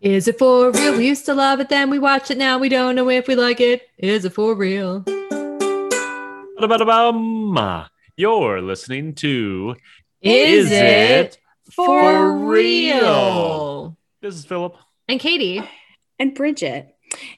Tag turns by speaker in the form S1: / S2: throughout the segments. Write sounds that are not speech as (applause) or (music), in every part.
S1: Is it for real? We used to love it, then we watched it. Now we don't know if we like it. Is it for real?
S2: Ba-da-ba-da-bum. You're listening to
S1: Is, it, for,
S2: for
S1: real?
S2: real? This is Philip.
S1: And Katie,
S3: and Bridget.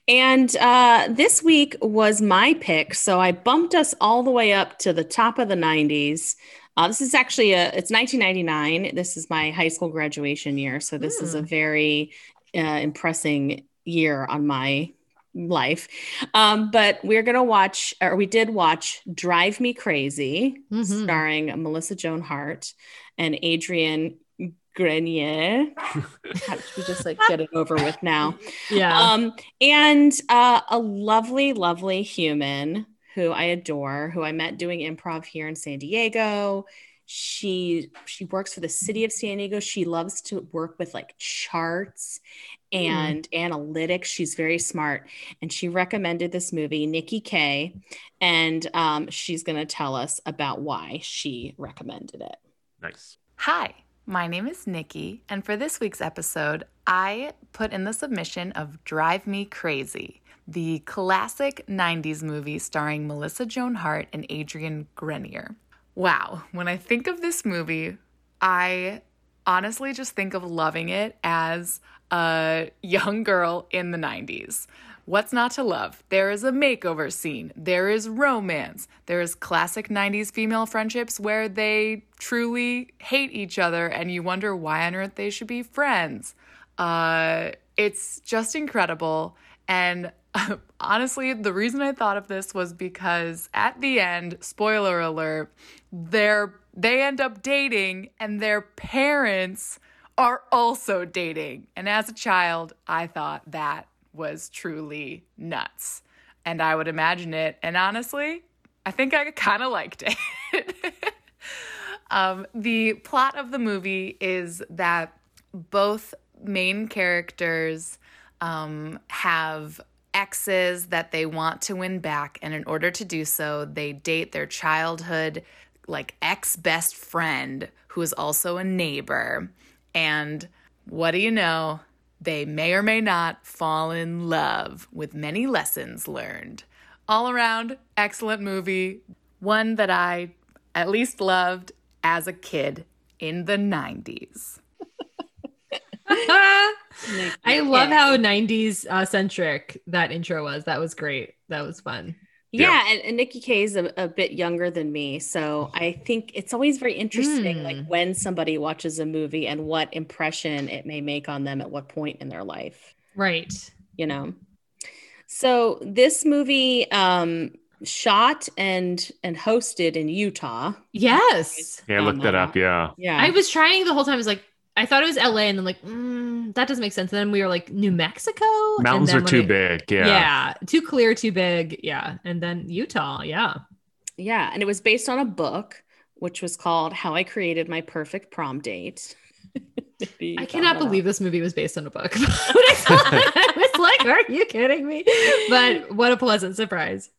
S3: And uh, this week was my pick, so I bumped us all the way up to the top of the 90s. Uh, this is actually a it's 1999. This is my high school graduation year, so this is a very uh, impressing year on my life. Um, but we're gonna watch, or we did watch, "Drive Me Crazy,"
S1: Mhm.
S3: starring Melissa Joan Hart and Adrian Grenier. Perhaps we just like get it over with now
S1: yeah,
S3: um and uh, a lovely lovely human who i adore who i met doing improv here in san diego she she works for the city of san diego she loves to work with like charts and analytics she's very smart and she recommended this movie nikki k and um, she's going to tell us about why she recommended it
S2: Nice.
S4: Hi, my name is Nikki, and for this week's episode, I put in the submission of Drive Me Crazy, the classic 90s movie starring Melissa Joan Hart and Adrian Grenier. Wow, when I think of this movie, I honestly just think of loving it as a young girl in the 90s. What's not to love? There is a makeover scene. There is romance. There is classic 90s female friendships where they truly hate each other and you wonder why on earth they should be friends. Uh, it's just incredible. And (laughs) honestly, the reason I thought of this was because at the end, spoiler alert, they're they end up dating and their parents are also dating. And as a child, I thought that was truly nuts. And I would imagine it. And honestly, I think I kind of liked it. (laughs) um, the plot of the movie is that both main characters um, have exes that they want to win back. And in order to do so, they date their childhood, like ex best friend, who is also a neighbor. And what do you know? They may or may not fall in love with many lessons learned. All around, excellent movie. One that I at least loved as a kid in the 90s.
S1: (laughs) I love
S3: Yeah.
S1: how '90s uh, centric that intro was. That was great. That was fun.
S2: Yeah.
S3: Yeah, and, and Nikki K is a, a bit younger than me, so I think it's always very interesting, like
S1: Mm.
S3: when somebody watches a movie and what impression it may make on them at what point in their life,
S1: Right.
S3: you know. So this movie um, shot and and hosted in Utah.
S1: Yes.
S2: Yeah,
S3: Oh,
S2: look that
S3: no.
S1: Uh-huh.
S2: up. Yeah.
S3: Yeah,
S1: I was trying the whole time. I was like, I thought it was LA, and then like, mm, that doesn't make sense. And then we were like, New Mexico. And
S2: Mountains
S1: then
S2: are
S1: when
S2: too
S1: I-
S2: big.
S1: Yeah.
S2: Yeah.
S1: too clear, too big. Yeah, and then Utah. Yeah.
S3: yeah, and it was based on a book which was called "How I Created My Perfect Prom Date." (laughs)
S1: I cannot believe this movie was based on a book. (laughs) when I saw (laughs)
S3: (laughs)
S1: that, I was like, are you kidding me? But what a pleasant surprise.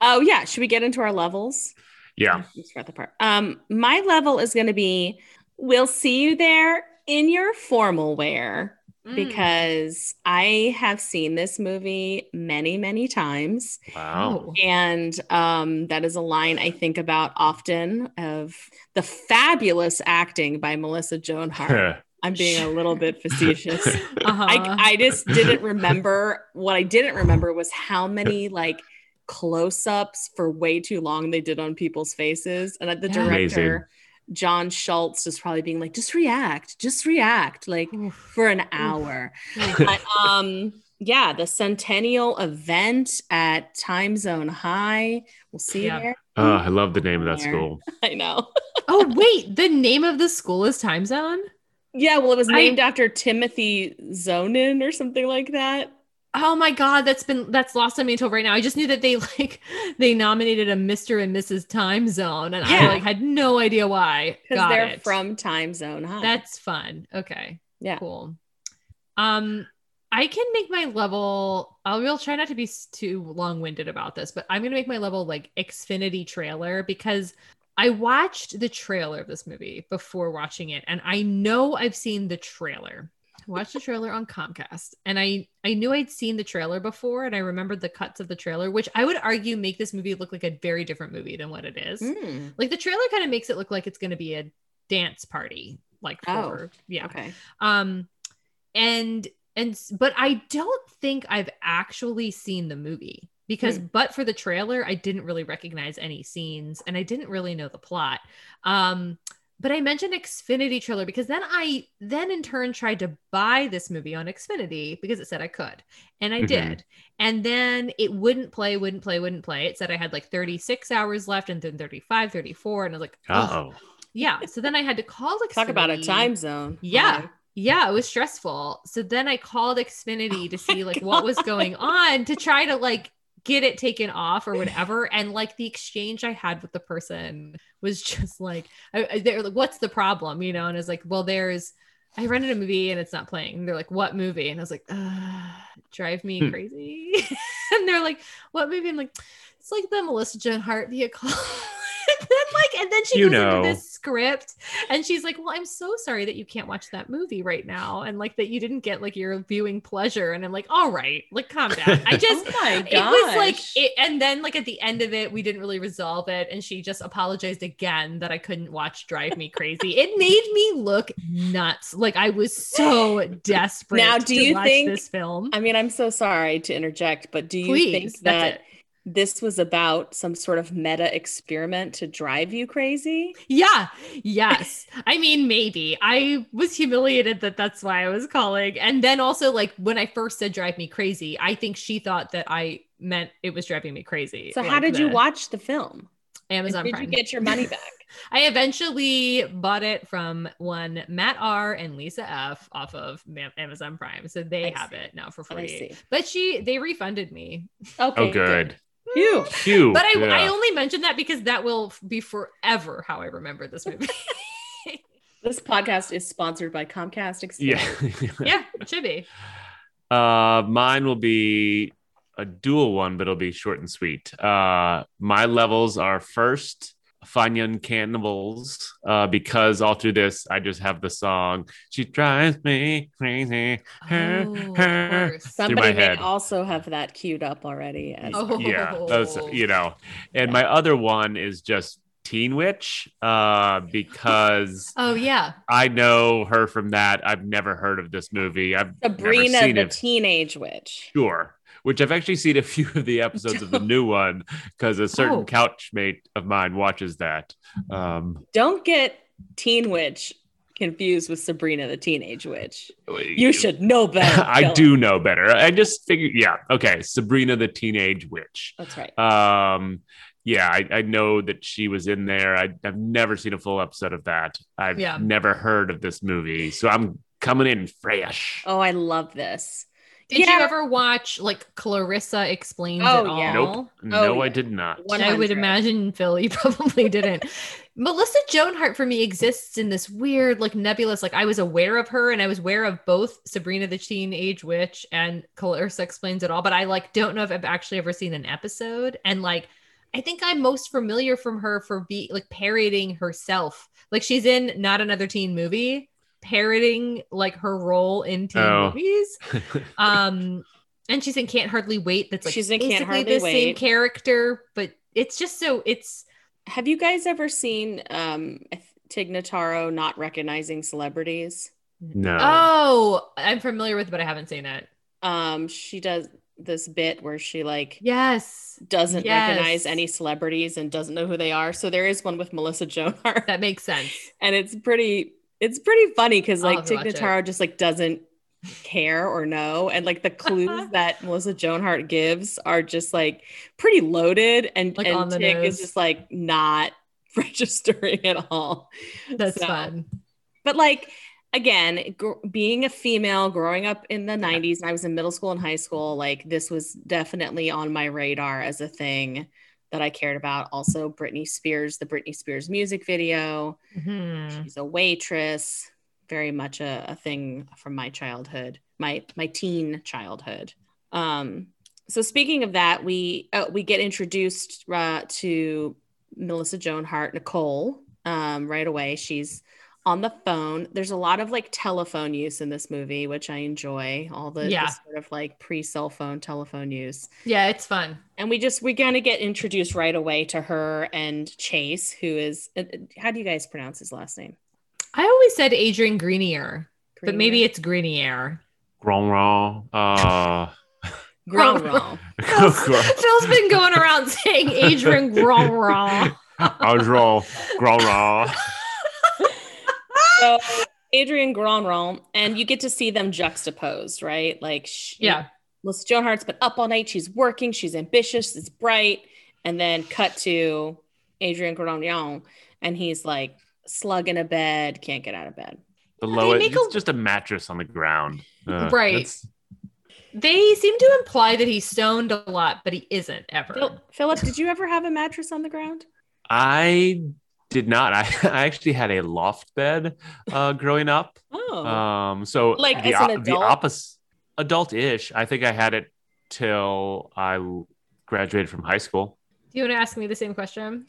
S3: Oh yeah, should we get into our levels?
S2: Yeah.
S3: I forgot Oh, the part. Um, my level is going to be we'll see you there in your formal wear
S1: Mm.
S3: because I have seen this movie many, many times.
S2: Wow.
S1: oh,
S3: And um, that is a line I think about often of the fabulous acting by Melissa Joan
S2: (laughs)
S3: Hart. I'm being a little
S1: (laughs)
S3: bit facetious.
S1: uh-huh.
S3: (laughs) I, I just didn't remember what I didn't remember was how many like close ups for way too long they did on people's faces. And the
S1: Yeah.
S3: director,
S2: Amazing.
S3: John Schultz, is probably being like, just react, just react, like
S1: Oof.
S3: for an hour.
S1: Oof.
S3: But, um, yeah, the centennial event at Time Zone High. We'll see
S1: Yeah.
S3: you there. (laughs)
S2: oh, I love the name of that school.
S3: I know.
S1: oh, wait. The name of the school is Time Zone?
S3: Yeah, well, it was
S1: I-
S3: named after Timothy Zonin or something like that.
S1: Oh my god, that's been that's lost on me until right now. I just knew that they like (laughs) they nominated a Mr. and Mrs. Time Zone, and I
S3: Yeah.
S1: like had no idea why.
S3: Because
S1: Got
S3: they're
S1: it.
S3: from Time Zone High.
S1: That's fun. Okay.
S3: Yeah.
S1: Cool. Um, I can make my level. I will try not to be s- too long-winded about this, but I'm gonna make my level like Xfinity trailer because I watched the trailer of this movie before watching it, and I know I've seen the trailer. watched the trailer on Comcast, and I I knew I'd seen the trailer before, and I remembered the cuts of the trailer, which I would argue make this movie look like a very different movie than what it is.
S3: Mm,
S1: Like the trailer kind of makes it look like it's going to be a dance party, like
S3: Oh,
S1: for yeah,
S3: okay.
S1: um and and s- but i don't think i've actually seen the movie because
S3: Hmm.
S1: but for the trailer i didn't really recognize any scenes and i didn't really know the plot um but i mentioned xfinity trailer because then i then in turn tried to buy this movie on xfinity because it said i could and i
S3: Mm-hmm.
S2: Mhm.
S1: did and then it wouldn't play wouldn't play wouldn't play it said i had like 36 hours left and then 35 34 and i was like oh
S2: Oh,
S1: yeah so then i had to call xfinity
S3: Talk about a time zone.
S1: Yeah. yeah it was stressful so then i called xfinity
S2: Oh
S1: to see like what was going on to try to like get it taken off or whatever and like the exchange i had with the person was (laughs) just like I, I- they're like what's the problem you know and i was like well there's i rented a movie and it's not playing and they're like what movie and i was like uh, drive me
S2: Hmm.
S1: crazy (laughs) and they're like what movie i'm like it's like the melissa joan hart vehicle (laughs) and then like and then she
S2: You
S1: goes
S2: know.
S1: into this script and she's like, "Well, I'm so sorry that you can't watch that movie right now, and like that you didn't get like your viewing pleasure." And I'm like, "All right, like calm down."
S3: (laughs)
S1: I just
S3: Oh my
S1: it was like
S3: gosh.
S1: it, and then like at the end of it, we didn't really resolve it, and she just apologized again that I couldn't watch Drive Me Crazy.
S3: (laughs)
S1: it made me look nuts. Like I was so desperate.
S3: Now,
S1: to
S3: do you
S1: watch
S3: think-
S1: this film?
S3: I mean, I'm so sorry to interject, but do you
S1: Please,
S3: think
S1: that's
S3: that
S1: it.
S3: this was about some sort of meta experiment to drive you crazy?
S1: Yeah. Yes. I mean, maybe I was humiliated that that's why I was calling. And then also, like, when I first said drive me crazy, I think she thought that I meant it was driving me crazy.
S3: So, how
S1: like
S3: did you
S1: the
S3: watch the film? And
S1: Amazon
S3: did
S1: Prime?
S3: you get your money back?
S1: I eventually bought it from one Matt R and Lisa F off of Ma- Amazon Prime. So they
S3: I
S1: have
S3: see.
S1: it now for
S3: I
S1: free.
S3: see.
S1: But she, they refunded me.
S3: Okay.
S2: oh, good.
S3: Phew.
S2: Phew.
S1: But I,
S2: yeah.
S1: I only mentioned that because that will f- be forever how I remember this
S2: (laughs)
S1: movie.
S3: This podcast is sponsored by Comcast. Xfinity.
S2: yeah. (laughs)
S1: yeah, it should be.
S2: Uh, mine will be a dual one, but it'll be short and sweet. Uh, my levels are first Fanyan Cannibals, uh, because all through this, I just have the song She Drives Me Crazy. Her,
S1: Oh, of
S2: her.
S1: course.
S3: Somebody
S2: my
S3: may
S2: head.
S3: also have that queued up already. As
S1: Oh.
S2: Yeah, that's, you know. And
S3: Yeah.
S2: my other one is just Teen Witch, uh, because
S1: Oh yeah.
S2: I know her from that. I've never heard of this movie. I've never
S3: Sabrina
S2: seen
S3: the
S2: it.
S3: Teenage Witch.
S2: Sure. Which I've actually seen a few of the episodes
S3: (laughs)
S2: of the new one because a certain
S1: Oh.
S2: couch mate of mine watches that. Um,
S3: Don't get Teen Witch confused with Sabrina the Teenage Witch.
S2: (laughs)
S3: You should uh, know better.
S2: I
S3: Philip.
S2: do know better. I just figured, yeah, okay, Sabrina the Teenage Witch.
S3: That's right.
S2: Um, yeah, I, I know that she was in there. I, I've never seen a full episode of that. I've
S1: Yeah.
S2: never heard of this movie, so I'm coming in fresh.
S3: Oh, I love this.
S1: Did
S3: Yeah.
S1: you ever watch like Clarissa explains
S3: Oh,
S1: it all?
S3: yeah.
S2: Nope.
S3: Oh,
S2: no, I
S3: yeah.
S2: did not.
S3: One-
S1: I would
S3: 100.
S1: imagine Phil, you (laughs) probably didn't. Melissa Joan Hart for me exists in this weird, like nebulous. Like I was aware of her, and I was aware of both Sabrina the Teenage Witch and Clarissa explains it all. But I like don't know if I've actually ever seen an episode. And like, I think I'm most familiar from her for be like parodying herself. Like she's in not another teen movie, parodying like her role in teen
S2: Oh.
S1: movies. um and she's in can't hardly wait that's like
S3: She's in Can't
S1: basically
S3: Hardly
S1: the same
S3: Wait.
S1: character but it's just so it's
S3: Have you guys ever seen um, Tig Notaro not recognizing celebrities?
S2: (laughs) no.
S1: oh i'm familiar with it, but i haven't seen it
S3: Um, she does this bit where she like
S1: yes
S3: doesn't
S1: Yes.
S3: recognize any celebrities and doesn't know who they are. So there is one with Melissa Joan Hart,
S1: that makes sense
S3: and it's pretty it's pretty funny because
S1: I'll
S3: like
S1: have to
S3: Tig
S1: watch it.
S3: Notaro just like doesn't care or know, and like the clues
S1: (laughs)
S3: that Melissa Joan Hart gives are just like pretty loaded, and
S1: Like,
S3: and
S1: on the
S3: Tig
S1: nose.
S3: is just like not (laughs) registering at all.
S1: that's
S3: So-
S1: fun
S3: But like again, gr- being a female growing up in the 90s and I was in middle school and high school, like this was definitely on my radar as a thing that I cared about. Also Britney Spears, the Britney Spears music video.
S1: Mhm.
S3: She's a waitress, very much a, a thing from my childhood, my my teen childhood. Um so speaking of that, we uh, we get introduced uh, to Melissa Joan Hart Nicole um, right away. She's on the phone. There's a lot of like telephone use in this movie, which I enjoy. All the, the
S1: Yeah.
S3: sort of like pre cell phone telephone use.
S1: Yeah, it's fun.
S3: And we just, we're going to get introduced right away to her and Chase, who is, uh, uh, how do you guys pronounce his last name?
S1: I always said Adrian Greenier, but maybe
S3: Grenier?
S1: it's Greenier.
S2: Grand Ron.
S3: (laughs)
S2: Uh, (laughs)
S3: Grand Ron.
S1: (laughs)
S2: Oh,
S1: Phil's, Phil's been going around (laughs) saying Adrian Greenier.
S2: Adrol. Grand Ron.
S3: so Adrian Grandron, and you get to see them juxtaposed, right? Like, sh-
S1: Yeah.
S3: Melissa Joan Hart's been up all night. She's working. She's ambitious. It's bright. And then cut to Adrian Grandron, and he's like slug in a bed, can't get out of bed.
S2: Below
S1: They
S2: it,
S1: make
S2: it's
S1: a-
S2: just a mattress on the ground. Uh,
S1: Right.
S2: that's-
S1: They seem to imply that he's stoned a lot, but he isn't ever.
S3: Phil- Philip, did you ever have a mattress on the ground?
S2: I did not. I, (laughs) I actually had a loft bed uh, growing up.
S3: Oh,
S2: Um, so
S3: Like,
S2: the,
S3: as an
S2: op- the
S3: adult?
S2: opposite, adult-ish. I think I had it till I w- graduated from high school. (laughs)
S1: Do you want to ask me the same question?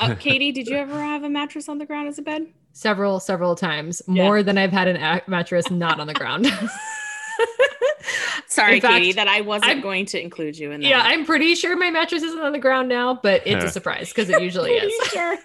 S3: Uh, Katie, did you ever have a mattress on the ground as a bed?
S1: Several, several times.
S3: Yeah.
S1: More than I've had an a- mattress not on the ground. (laughs)
S3: Sorry,
S1: In fact,
S3: Katie, that I wasn't
S1: I'm-
S3: going to include you in that.
S1: yeah, I'm pretty sure my mattress isn't on the ground now, but it's a surprise because it
S3: (laughs)
S1: usually (laughs)
S3: Pretty
S1: is.
S3: sure.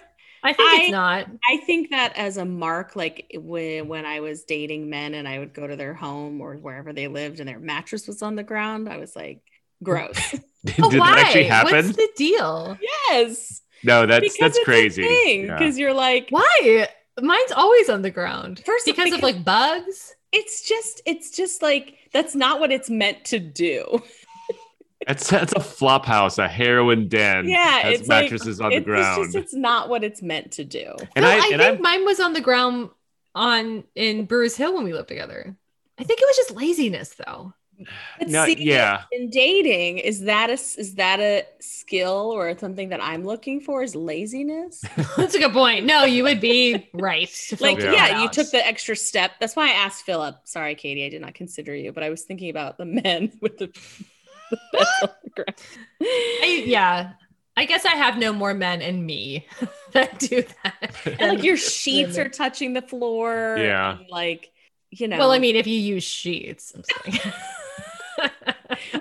S1: I think
S3: I-
S1: it's not.
S3: I think that as a mark, like when when I was dating men and I would go to their home or wherever they lived and their mattress was on the ground, I was like, gross.
S2: (laughs) did
S3: Oh,
S1: But
S2: that actually
S1: Oh, why?
S2: happen?
S1: What's the deal?
S3: yes,
S2: no, that's
S3: because
S2: that's
S3: it's a
S2: crazy.
S3: thing
S2: Yeah.
S3: because you're like,
S1: Why? Mine's always on the ground.
S3: First,
S1: because,
S3: because-
S1: of like bugs.
S3: it's just, it's just like that's not what it's meant to do.
S2: That's that's a flop house, a heroin den.
S3: yeah,
S2: has
S3: it's
S2: mattresses
S3: like,
S2: on the
S3: it's-
S2: ground.
S3: It's just, it's not what it's meant to do.
S2: and
S1: No,
S2: I,
S1: I,
S2: and
S1: think
S2: I'm
S1: mine was on the ground on in Brewers Hill when we lived together. I think it was just laziness though.
S3: But
S2: No,
S3: see,
S2: yeah.
S3: in dating, is that a is that a skill or something that I'm looking for? Is laziness?
S1: That's a good point. No, you would be right. to
S3: like
S1: filter
S2: Yeah.
S3: yeah,
S1: that
S3: you
S1: out.
S3: took the extra step that's why i asked philip sorry katie i did not consider you but i was thinking about the men (laughs) with the, the beds on the ground.
S1: I, yeah. I guess I have no more men in me (laughs) that do that.
S3: and (laughs) like your sheets
S1: women.
S3: are touching the floor
S2: Yeah.
S3: and, like you know
S1: Well, I mean, if you use sheets, I'm just kidding.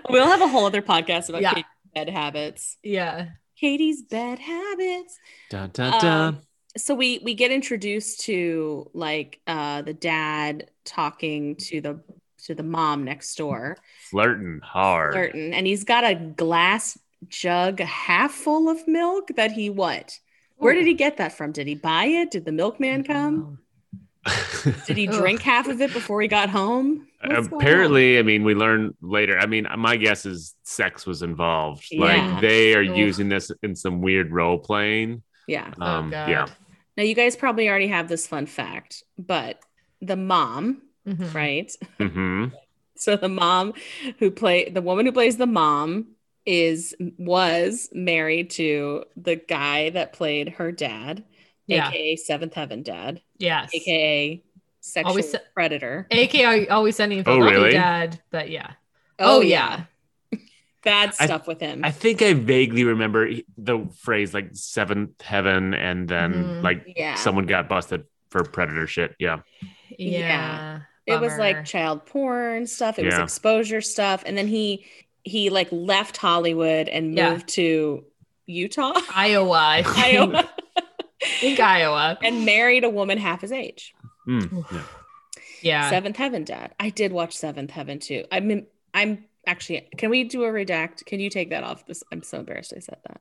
S3: we'll have a whole other podcast about
S1: Yeah.
S3: katie's bed habits
S1: (laughs) yeah.
S3: katie's bed habits
S2: dun, dun, dun.
S3: Um, so we we get introduced to like uh the dad talking to the to the mom next door
S2: flirting hard. (laughs)
S3: Flirting, and he's got a glass jug half full of milk that he what? Where did he get that from? Did he buy it? Did the milkman come? Did he
S1: Ugh.
S3: drink half of it before he got home? What's going
S2: Apparently, I mean, we learn later. I mean, my guess is sex was involved.
S3: Yeah.
S2: Like they are
S1: Oof.
S2: using this in some weird role playing.
S3: on? yeah.
S1: Oh,
S2: Um,
S1: God.
S2: yeah,
S3: Now you guys probably already have this fun fact, but the mom,
S1: Mhm.
S3: right?
S2: hmm
S3: Mm-hmm. So the mom who play the woman who plays the mom is was married to the guy that played her dad,
S1: Yeah.
S3: aka Seventh Heaven Dad.
S1: Yes. AKA,
S3: aka sexual
S1: Always se-
S3: predator.
S1: AKA always sending for
S2: Oh,
S1: lucky
S2: really?
S1: dad. But yeah.
S3: Oh,
S1: Oh,
S3: bad
S2: Oh, I-
S3: stuff with him.
S2: I think I vaguely remember the phrase like seventh heaven, and then
S1: Mhm.
S2: like
S3: Mm-hmm. yeah,
S2: someone got busted for predator shit. Yeah,
S1: Yeah.
S3: Yeah. it was
S1: Bummer.
S3: like child porn stuff. It was
S2: Yeah.
S3: exposure stuff, and then he he like left Hollywood and
S1: Yeah.
S3: moved to
S2: (laughs)
S3: Utah,
S1: Iowa. I think.
S3: Iowa,
S1: I think Iowa.
S3: (laughs) and married a woman half his age.
S2: Mm, yeah.
S1: Yeah.
S3: Seventh Heaven Dad. I did watch Seventh Heaven too. I mean, I'm actually. Can we do a redact? Can you take that off? This I'm so embarrassed I said
S2: (laughs)
S3: that.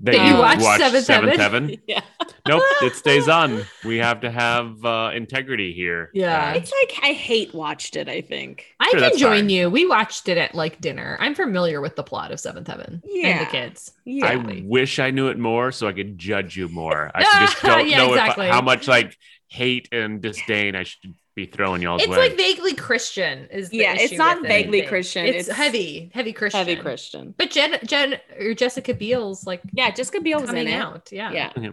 S2: That
S1: Did
S2: you
S1: you watch
S2: watched
S1: Seventh
S2: seventh,
S1: Heaven?
S2: heaven?
S3: Yeah.
S2: nope, it
S3: (laughs)
S2: stays on. We have to have uh, integrity here.
S1: Yeah.
S2: Uh,
S3: It's like I hate watched it. I think.
S1: I
S2: Sure,
S1: can
S2: that's
S1: join
S2: fine.
S1: you. We watched it at like dinner. I'm familiar with the plot of Seventh Heaven and
S3: Yeah.
S1: the kids.
S3: Yeah.
S2: I
S1: Exactly.
S2: wish I knew it more so I could judge you more.
S1: (laughs)
S2: I just don't
S1: Yeah,
S2: know if I-
S1: exactly.
S2: how much like hate and disdain I should be throwing y'all's
S1: It's
S2: way.
S1: like vaguely Christian. Is the
S3: Yeah, it's
S1: issue
S3: not
S1: with it, I
S3: vaguely
S1: think.
S3: Christian,
S1: It's,
S3: it's
S1: heavy, heavy Christian.
S3: heavy Christian.
S1: But Jen, Jen or Jessica Biel's like
S3: Yeah, Jessica Biel was in
S1: coming
S3: it.
S1: out. Yeah.
S3: Yeah.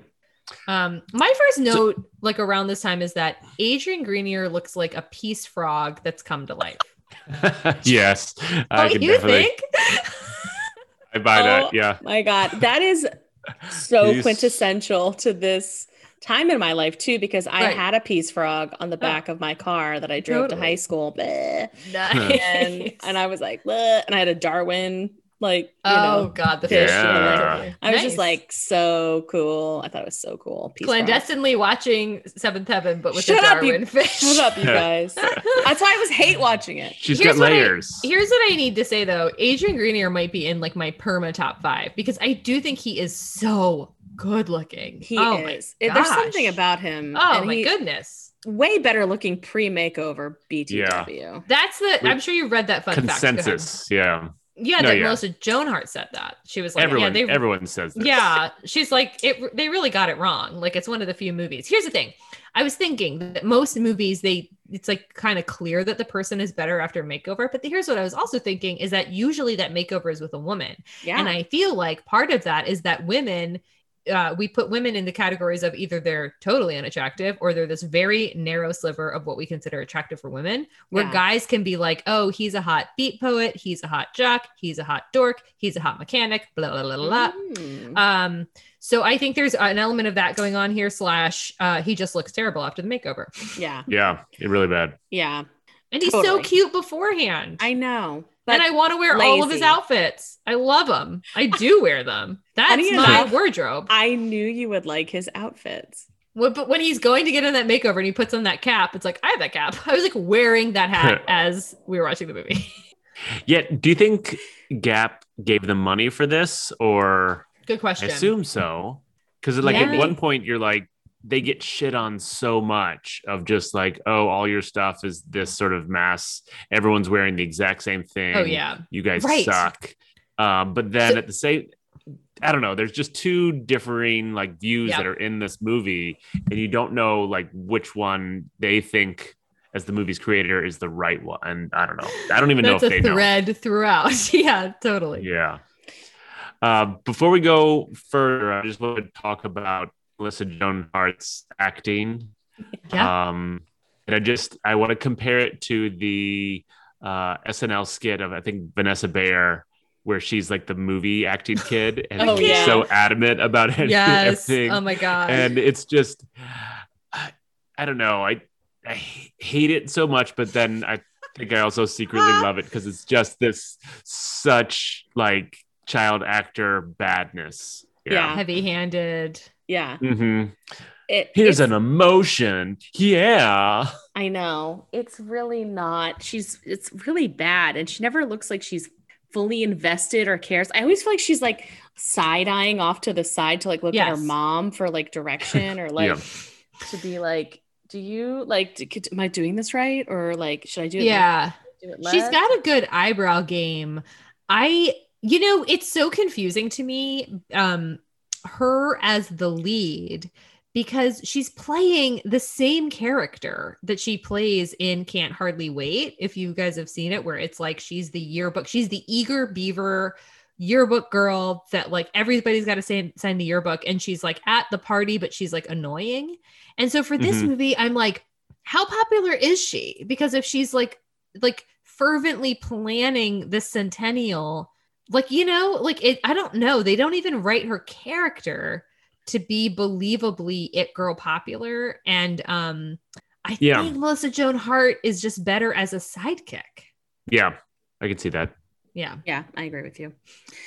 S1: Um, my first note, like around this time, is that Adrian Grenier looks like a peace frog that's come to life.
S2: (laughs) yes, I
S1: Don't
S2: can
S1: you
S2: definitely
S1: think?
S3: (laughs)
S2: I buy
S3: Oh.
S2: that. Yeah,
S3: My God, that is so
S2: He's-
S3: quintessential to this time in my life too because I
S1: Right. Oh.
S3: had a peace frog on the back of my car that I drove to
S1: Totally.
S3: high school. Bleh.
S1: Nice.
S3: And,
S2: (laughs)
S3: and I was like, Bleh. and I had a Darwin, like, you
S1: (laughs) oh
S3: know,
S1: God, the fish.
S3: fish
S2: Yeah.
S1: one.
S3: I was
S1: Nice.
S3: just like so cool. I thought it was so cool. Peace frog.
S1: clandestinely watching Seventh Heaven, but with
S3: Shut
S1: the
S3: up, you-
S1: Darwin fish.
S3: Shut up, you guys.
S1: (laughs)
S3: That's why I was hate watching it.
S2: She's
S1: Here's
S2: got
S1: what I-
S2: layers.
S1: Here's what I need to say though. Adrian Grenier might be in like my perma top five because I do think he is so good looking.
S3: He
S1: oh my
S3: is. If There's
S1: gosh.
S3: something about him.
S1: Oh
S3: and
S1: my
S3: he-
S1: goodness.
S3: Way better looking pre makeover BTW.
S1: That's the
S2: We-
S1: I'm sure you read that fun fact. Go ahead.
S2: Consensus. Yeah.
S1: Yeah,
S2: No,
S1: that
S2: yeah.
S1: Melissa Joan Hart said that. She was like,
S2: everyone
S1: yeah, they
S2: everyone says this.
S1: Yeah, she's like it. They really got it wrong. Like it's one of the few movies. Here's the thing: I was thinking that most movies they it's like kind of clear that the person is better after makeover. But here's what I was also thinking is that usually that makeover is with a woman,
S3: Yeah.
S1: and I feel like part of that is that women. Uh, we put women in the categories of either they're totally unattractive or they're this very narrow sliver of what we consider attractive for women, where
S3: Yeah.
S1: guys can be like, oh, he's a hot beat poet, he's a hot jock, he's a hot dork, he's a hot mechanic, blah, blah, blah, blah, blah.
S3: Mm.
S1: Um, so I think there's an element of that going on here. Slash, uh, he just looks terrible after the makeover,
S3: yeah.
S2: Yeah. It really bad.
S3: Yeah.
S1: and he's so
S3: Totally.
S1: cute beforehand.
S3: I know. But
S1: and I want to wear all of his
S3: lazy.
S1: outfits. I love them. I do wear
S3: (laughs)
S1: them. That's
S3: Funny
S1: my
S3: enough-
S1: wardrobe.
S3: I knew you would like his outfits.
S1: Wh- But when he's going to get in that makeover and he puts on that cap, it's like I have that cap. I was like wearing that
S2: (laughs)
S1: hat as we were watching the movie. (laughs)
S2: Yet, do you think Gap gave them money for this, or
S1: Good
S2: I
S1: question.
S2: assume so? Because like
S1: Yeah.
S2: at one point you're like they get shit on so much of just like oh all your stuff is this sort of mass everyone's wearing the exact same thing
S1: oh yeah,
S2: you guys
S1: Right.
S2: suck um, but then
S1: So-
S2: at the same i don't know there's just two differing like views
S1: Yeah.
S2: that are in this movie and you don't know like which one they think as the movie's creator is the right one and i don't know i don't even know if
S1: that's
S2: they
S1: a
S2: know
S1: thread throughout. (laughs) yeah, totally.
S2: yeah. Uh, before we go further, I just want to talk about Melissa Joan Hart's acting.
S1: (laughs) Yeah.
S2: Um, and I just I want to compare it to the uh, SNL skit of I think Vanessa Bayer, where she's like the movie acting kid and
S3: Oh,
S2: she's
S3: yeah.
S2: so adamant about (laughs) it.
S1: Yes.
S2: everything
S1: Oh my god.
S2: and it's just I, I don't know I, I h- hate it so much but then i think i also secretly love it because it's just this such like child actor badness
S3: Yeah.
S1: Heavy-handed.
S3: Yeah.
S2: Mhm.
S3: It,
S2: here's
S3: it's-
S2: an emotion yeah
S3: I know. It's really not. She's it's really bad and she never looks like she's fully invested or cares. I always feel like she's like side-eyeing off to the side to like look at her
S1: Yes.
S3: mom for like direction or like to be like do you like d- could- am I doing this right or like should I do it
S1: Yeah.
S3: left? Do it
S1: She's
S3: left?
S1: got a good eyebrow game. I, you know, it's so confusing to me. Um, her as the lead because she's playing the same character that she plays in Can't Hardly Wait. If you guys have seen it, where it's like she's the yearbook, she's the eager beaver yearbook girl that like everybody's got to sign, sign the yearbook and she's like at the party but she's like annoying and so for this
S2: Mhm.
S1: movie i'm like how popular is she because if she's like like fervently planning this centennial like you know like it i don't know they don't even write her character to be believably it girl popular and um i
S2: Yeah.
S1: think melissa joan hart is just better as a sidekick
S2: yeah i can see that
S1: yeah
S3: Yeah, I agree with you.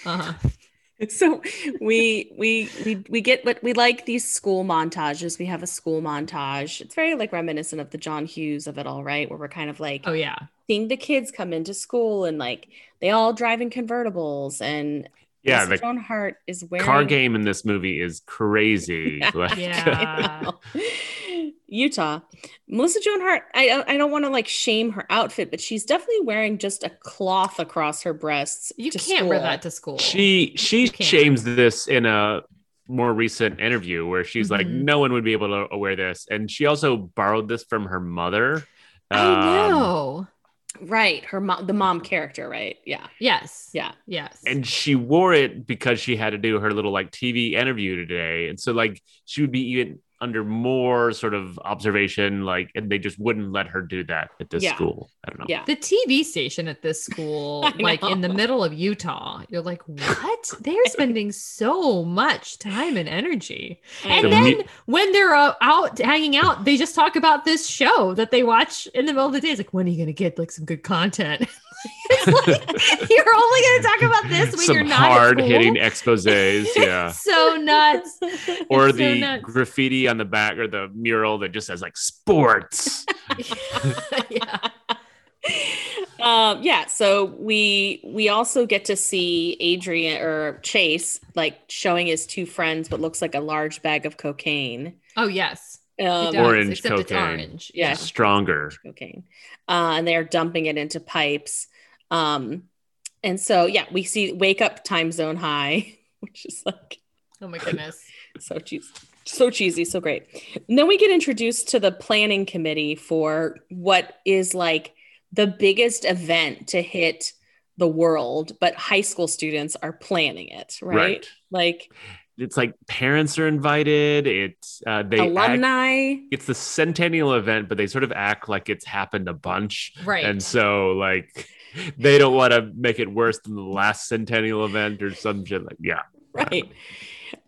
S1: uh-huh
S3: (laughs) so we we we we get what we like these school montages. We have a school montage. It's very like reminiscent of the John Hughes of it all, right? Where we're kind of like
S1: oh yeah
S3: seeing the kids come into school and like they all drive in convertibles and
S2: yeah
S3: Melissa
S2: the
S3: Joan Hart is wearing
S2: car game in this movie is crazy like,
S1: Yeah.
S3: (laughs) Utah. Melissa Joan Hart, I I don't want to like shame her outfit, but she's definitely wearing just a cloth across her breasts.
S1: You
S3: to
S1: can't wear
S3: school.
S1: that to school.
S2: she she
S1: You can't.
S2: shames this in a more recent interview where she's like
S1: Mhm.
S2: no one would be able to wear this and she also borrowed this from her mother
S1: I
S2: Um,
S1: know.
S3: Right. Her mom the mom character, right? Yeah.
S1: Yes.
S3: Yeah.
S1: Yes.
S2: and she wore it because she had to do her little like tv interview today and so like she would be even under more sort of observation, like, and they just wouldn't let her do that at this
S3: Yeah.
S2: school. I don't know.
S3: Yeah.
S1: The TV station at this (laughs) school,
S3: I
S1: like in the
S3: know.
S1: middle of Utah, you're like, what? (laughs) They're spending so much time and energy. And
S2: Mm. The
S1: then
S2: mu-
S1: when they're uh, out hanging out, they just talk about this show that they watch in the middle of the day. It's like, when are you going to get like some good content? (laughs) it's like, (laughs) you're only going to talk about this when
S2: Some
S1: you're not at
S2: hard
S1: school? (laughs)
S2: hitting exposés. Yeah.
S1: So nuts. (laughs)
S3: (laughs)
S2: Or
S1: It's so
S2: the
S1: nuts.
S2: graffiti on the back or the mural that just says like sports.
S1: yeah.
S3: um, yeah, so we we also get to see Adrian or Chase like showing his two friends what looks like a large bag of cocaine.
S1: Oh, yes. It
S3: Um,
S1: does,
S2: Uh, Orange
S1: except it's
S2: cocaine.
S1: orange.
S3: Yeah.
S2: Stronger.
S3: cocaine, uh, and they are dumping it into pipes. Um, and so yeah, we see wake up time zone high, (laughs) which is like
S1: Oh, my goodness.
S3: so cheesy, so cheesy, so great. And then we get introduced to the planning committee for what is like the biggest event to hit the world, but high school students are planning it, right?
S2: Right.
S3: Like
S2: It's like parents are invited. It's uh, they act-
S3: alumni.
S2: it's the centennial event, but they sort of act like it's happened a bunch.
S1: Right.
S2: And so like they don't want to make it worse than the last centennial event or some shit like yeah.
S3: (laughs) right.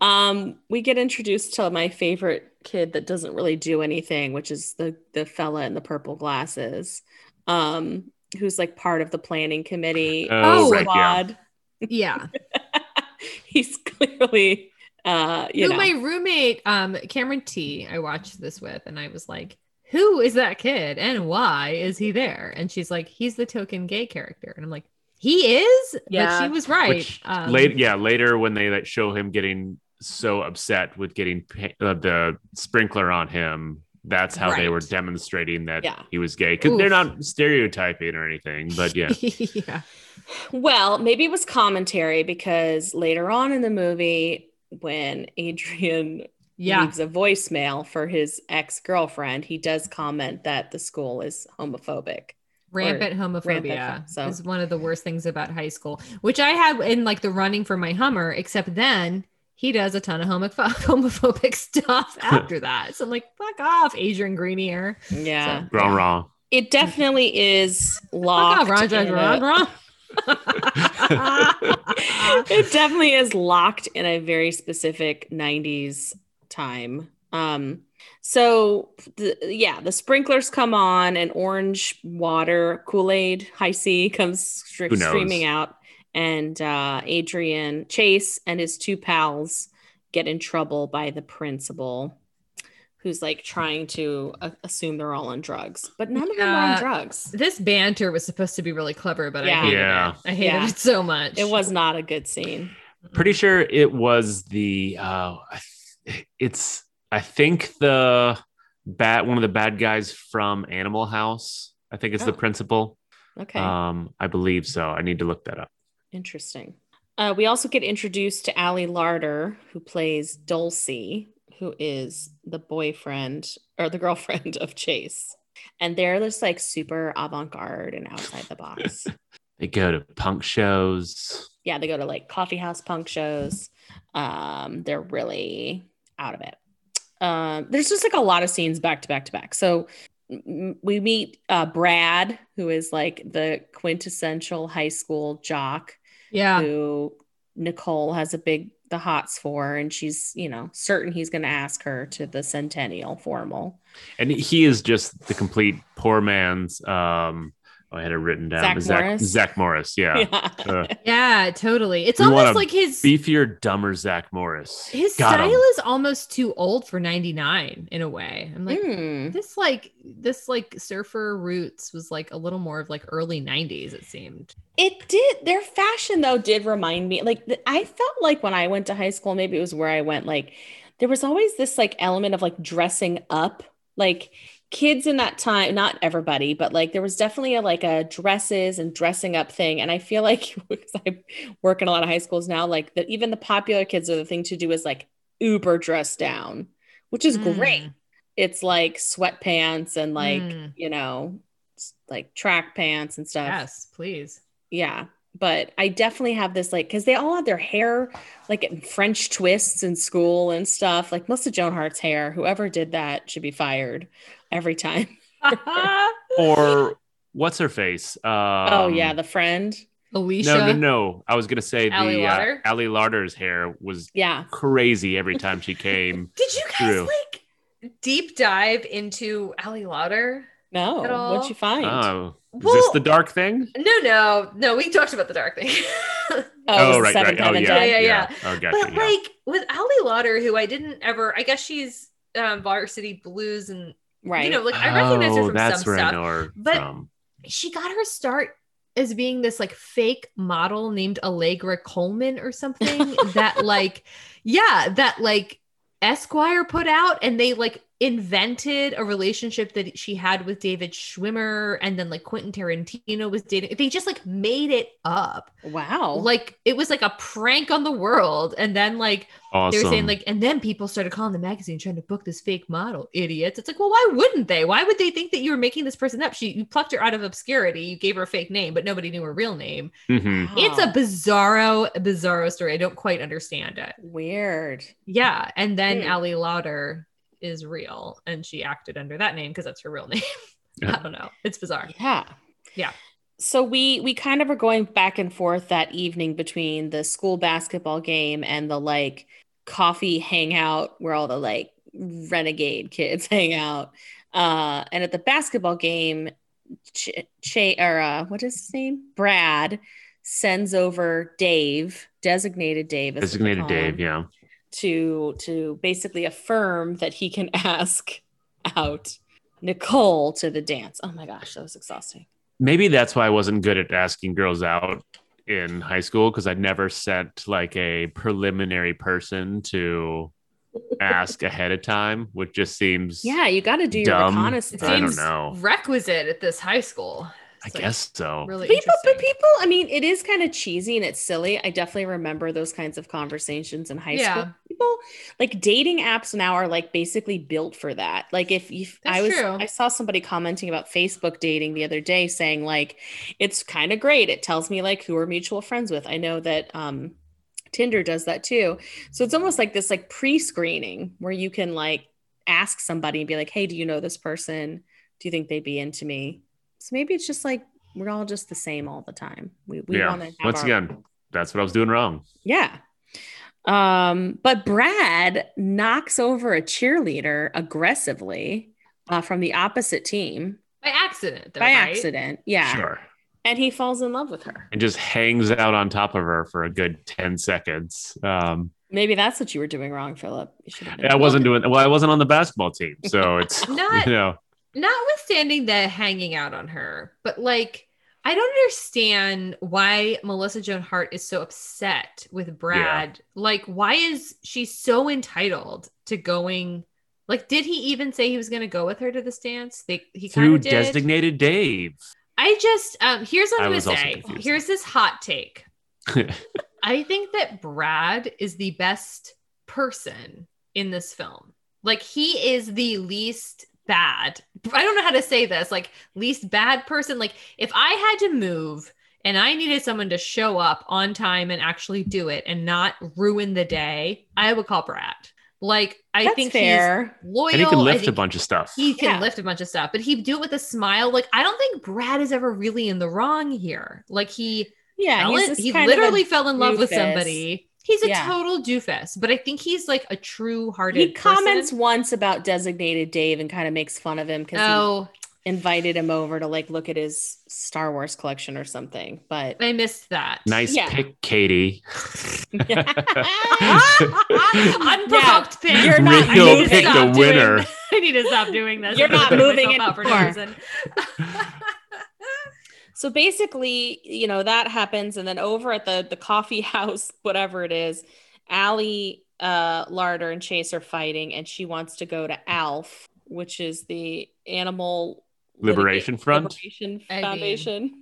S3: Um, we get introduced to my favorite kid that doesn't really do anything, which is the the fella in the purple glasses, um, who's like part of the planning committee
S2: Oh,
S1: right,
S2: yeah.
S3: squad.
S1: yeah.
S3: (laughs) He's clearly, uh, you
S1: Who
S3: know,
S1: my roommate, um, Cameron T, I watched this with, and I was like, who is that kid and why is he there? And she's like, he's the token gay character. And I'm like, he is?
S3: Yeah.
S1: But she was right. um,
S2: Which later,
S1: (laughs)
S2: yeah, later when they like show him getting so upset with getting pa- uh, the sprinkler on him, that's how they were
S1: Right.
S2: demonstrating that
S3: Yeah.
S2: he was gay because they're
S1: Oof.
S2: not stereotyping or anything.
S1: (laughs)
S2: But yeah,
S1: yeah.
S3: well, maybe it was commentary because later on in the movie, when Adrian
S1: Yeah.
S3: leaves a voicemail for his ex girlfriend, he does comment that the school is homophobic.
S1: Rampant homophobia
S3: rampant, so-
S1: is one of the worst things about high school, which I had in like the running for my Hummer, except then he does a ton of homopho- (laughs) homophobic
S2: (laughs)
S1: stuff after that. So I'm like, fuck off, Adrian Greenier. So,
S3: Yeah.
S2: wrong, wrong.
S3: It definitely is
S1: Fuck
S3: locked.
S1: off, Ron, Ron,
S3: in a-
S1: Ron, Ron.
S3: (laughs) it definitely is locked in a very specific 90s time. Um, so the, yeah, the sprinklers come on and orange water, Kool-Aid, high C comes stre-
S2: Who knows?
S3: streaming out and uh, Adrian Chase and his two pals get in trouble by the principal who's like trying to uh, assume they're all on drugs, but none of them are
S1: Yeah.
S3: on drugs.
S1: This banter was supposed to be really clever, but
S3: Yeah.
S1: I hated
S2: Yeah.
S1: it. I hated
S3: Yeah.
S1: it so much.
S3: It was not a good scene.
S2: Pretty sure it was the uh, I th- it's I think the bat one of the bad guys from Animal House. I think it's the
S3: Oh.
S2: principal.
S3: Okay,
S2: Um, I believe so. I need to look that up.
S3: interesting. Uh, we also get introduced to Ali Larder, who plays Dulcie, who is the boyfriend or the girlfriend of Chase. And they're just like super avant garde and outside the box.
S2: They go to punk shows.
S3: yeah, they go to like coffee house punk shows. Um, they're really out of it. Um, there's just like a lot of scenes back to back to back. So m- we meet uh, Brad, who is like the quintessential high school jock
S1: yeah.
S3: who Nicole has a big the hots for, and she's you know certain he's going to ask her to the centennial formal.
S2: and he is just the complete poor man's um oh, i had it written down
S3: Zach
S2: but
S3: Morris?
S2: zach morris yeah,
S3: (laughs)
S2: Uh,
S1: Yeah, totally. It's
S2: We wanna
S1: almost like his
S2: beefier dumber zach morris
S1: his
S2: Got
S1: style
S2: him.
S1: is almost too old for 99 in a way. I'm like,
S3: Hmm.
S1: this like this like surfer roots was like a little more of like early 90s it seemed
S3: It did. Their fashion though did remind me. Like th- I felt like when I went to high school, maybe it was where I went. Like there was always this like element of like dressing up. Like kids in that time, not everybody, but like there was definitely a like a dresses and dressing up thing. And I feel like (laughs) 'cause I work in a lot of high schools now. Like that, even the popular kids are the thing to do is like uber dress down, which is great.
S1: Mm.
S3: It's like sweatpants and like
S1: Mm.
S3: you know s- like track pants and stuff (laughs)
S1: yes please
S3: yeah but I definitely have this like because they all had their hair like in French twists in school and stuff. Like Melissa Joan Hart's hair, whoever did that should be fired every time.
S2: (laughs)
S3: (laughs)
S2: Or what's her face? Um,
S3: oh yeah, the friend.
S1: Alicia.
S2: no, no, no. I was gonna say
S1: Ally
S2: the uh,
S1: Larder?
S2: Allie Larder's hair was
S3: Yeah,
S2: crazy every
S1: (laughs)
S2: time she came.
S1: Did you guys
S2: True.
S1: like deep dive into Allie Lauder? At
S3: no.
S1: all?
S3: What'd you find?
S2: Oh, is this
S1: Well-
S2: the dark thing?
S1: No, no, no. We talked about the dark
S3: (laughs)
S1: thing.
S3: it was
S2: Oh,
S3: the
S2: right,
S3: seventh
S2: right. Oh,
S3: heaven
S2: yeah,
S3: dead.
S1: Yeah, yeah,
S2: Oh, gotcha.
S1: but
S2: yeah.
S1: like with Allie Lauder, who I didn't ever, I guess she's um, Varsity Blues, and
S3: Right.
S1: you know, like I recognize her
S2: Oh,
S1: from
S2: that's
S1: some
S2: where
S1: stuff.
S2: I know her
S1: but-
S2: from.
S1: she got her start as being this like fake model named Allegra Coleman or something that like yeah that like Esquire put out and they like invented a relationship that she had with David Schwimmer and then like Quentin Tarantino was dating they just like made it up
S3: wow.
S1: like it was like a prank on the world and then like
S2: Awesome.
S1: they were saying like, and then people started calling the magazine trying to book this fake model, idiots. It's like, well, why wouldn't they? Why would they think that you were making this person up? She, you plucked her out of obscurity, you gave her a fake name, but nobody knew her real name.
S2: Mhm.
S1: It's
S3: Wow.
S1: a bizarro, bizarro story. I don't quite understand it.
S3: weird.
S1: Yeah, and then
S3: Hmm.
S1: Allie Lauder is real, and she acted under that name because that's her real (laughs) name. I
S2: Yeah.
S1: don't know. It's bizarre.
S3: Yeah.
S1: Yeah.
S3: So we we kind of are going back and forth that evening between the school basketball game and the like coffee hangout where all the like renegade kids (laughs) hang out. Uh and at the basketball game Ch- Ch- or uh, what is his name? Brad sends over Dave, designated Dave, as we
S2: Designated
S3: call him
S2: Dave, yeah.
S3: to to basically affirm that he can (laughs) ask out Nicole to the dance. Oh my gosh, that was exhausting.
S2: Maybe that's why I wasn't good at asking girls out in high school because I never sent like a preliminary person to ask ahead of time, which just seems
S3: Yeah, you got to do your
S2: Dumb.
S1: It
S3: reconnaissance.
S2: I don't
S1: seems
S2: know.
S1: requisite at this high school.
S2: I
S1: It's, like,
S2: guess so.
S1: really
S3: People, but
S1: interesting.
S3: people, I mean, it is kind of cheesy and it's silly. I definitely remember those kinds of conversations in high
S1: Yeah.
S3: school. People like dating apps now are like basically built for that. Like if you,
S1: That's
S3: I was,
S1: true.
S3: I saw somebody commenting about Facebook dating the other day, saying like, it's kind of great. It tells me like who are mutual friends with. I know that um, Tinder does that too. So it's almost like this like pre-screening where you can like ask somebody and be like, hey, do you know this person? Do you think they'd be into me? So maybe it's just like we're all just the same all the time. We, we
S2: yeah.
S3: want to
S2: Once again, that's what I was doing wrong.
S3: yeah. Um, but Brad knocks over a cheerleader aggressively uh, from the opposite team
S1: by accident, though,
S3: by
S1: right?
S3: accident. Yeah.
S2: Sure.
S3: And he falls in love with her.
S2: And just hangs out on top of her for a good 10 seconds. Um,
S3: Maybe that's what you were doing wrong, Philip. You should have been
S2: I wasn't doing well, I wasn't on the basketball team.
S1: (laughs)
S2: So it's,
S1: Not
S2: you know,
S1: notwithstanding the hanging out on her, but like I don't understand why Melissa Joan Hart is so upset with Brad. Like, why is she so entitled to going? Like, did he even say he was going to go with her to this dance? They he kind
S2: through
S1: of did.
S2: designated Dave.
S1: I just um here's what
S2: I
S1: I'm going to
S2: was also
S1: say.
S2: confused.
S1: Here's this hot
S2: (laughs)
S1: take. I think that Brad is the best person in this film. Like he is the least bad. I don't know how to say this. Like least bad person. Like if I had to move and I needed someone to show up on time and actually do it and not ruin the day, I would call Brad. Like I
S3: That's
S1: think
S3: fair.
S1: he's loyal.
S2: and he can
S1: I
S2: lift a
S1: think
S2: bunch of stuff.
S1: He can
S3: Yeah.
S1: lift a bunch of stuff, but he'd do it with a smile. Like I don't think Brad is ever really in the wrong here. Like he
S3: yeah.
S1: fell
S3: he's
S1: in-
S3: this
S1: he
S3: kind of a-
S1: literally fell in love with
S3: doofus.
S1: somebody. He's a
S3: Yeah.
S1: total doofus, but I think he's like a true hearted.
S3: he comments once about designated Dave and kind of makes fun of him because
S1: Oh,
S3: he invited him over to like look at his Star Wars collection or something. But
S2: (laughs)
S3: (laughs)
S1: I missed that.
S2: nice
S3: Yeah.
S2: pick, Katie.
S1: Unprovoked pick.
S2: (laughs)
S3: You're not- I need
S2: Rico
S3: to
S2: picked
S1: stop
S2: a
S1: doing
S3: (laughs)
S2: winner.
S1: I need to stop doing this.
S3: You're
S1: I'm
S3: not
S1: putting
S3: moving
S1: myself out for no
S3: anymore.
S1: reason.
S3: So basically, you know, that happens. And then over at the the coffee (laughs) house, whatever it is, Allie, uh, Larder, and Chase are fighting, and she wants to go to ALF, which is the Animal
S2: Liberation Front? (laughs)
S3: Liberation
S1: I mean-
S3: Foundation.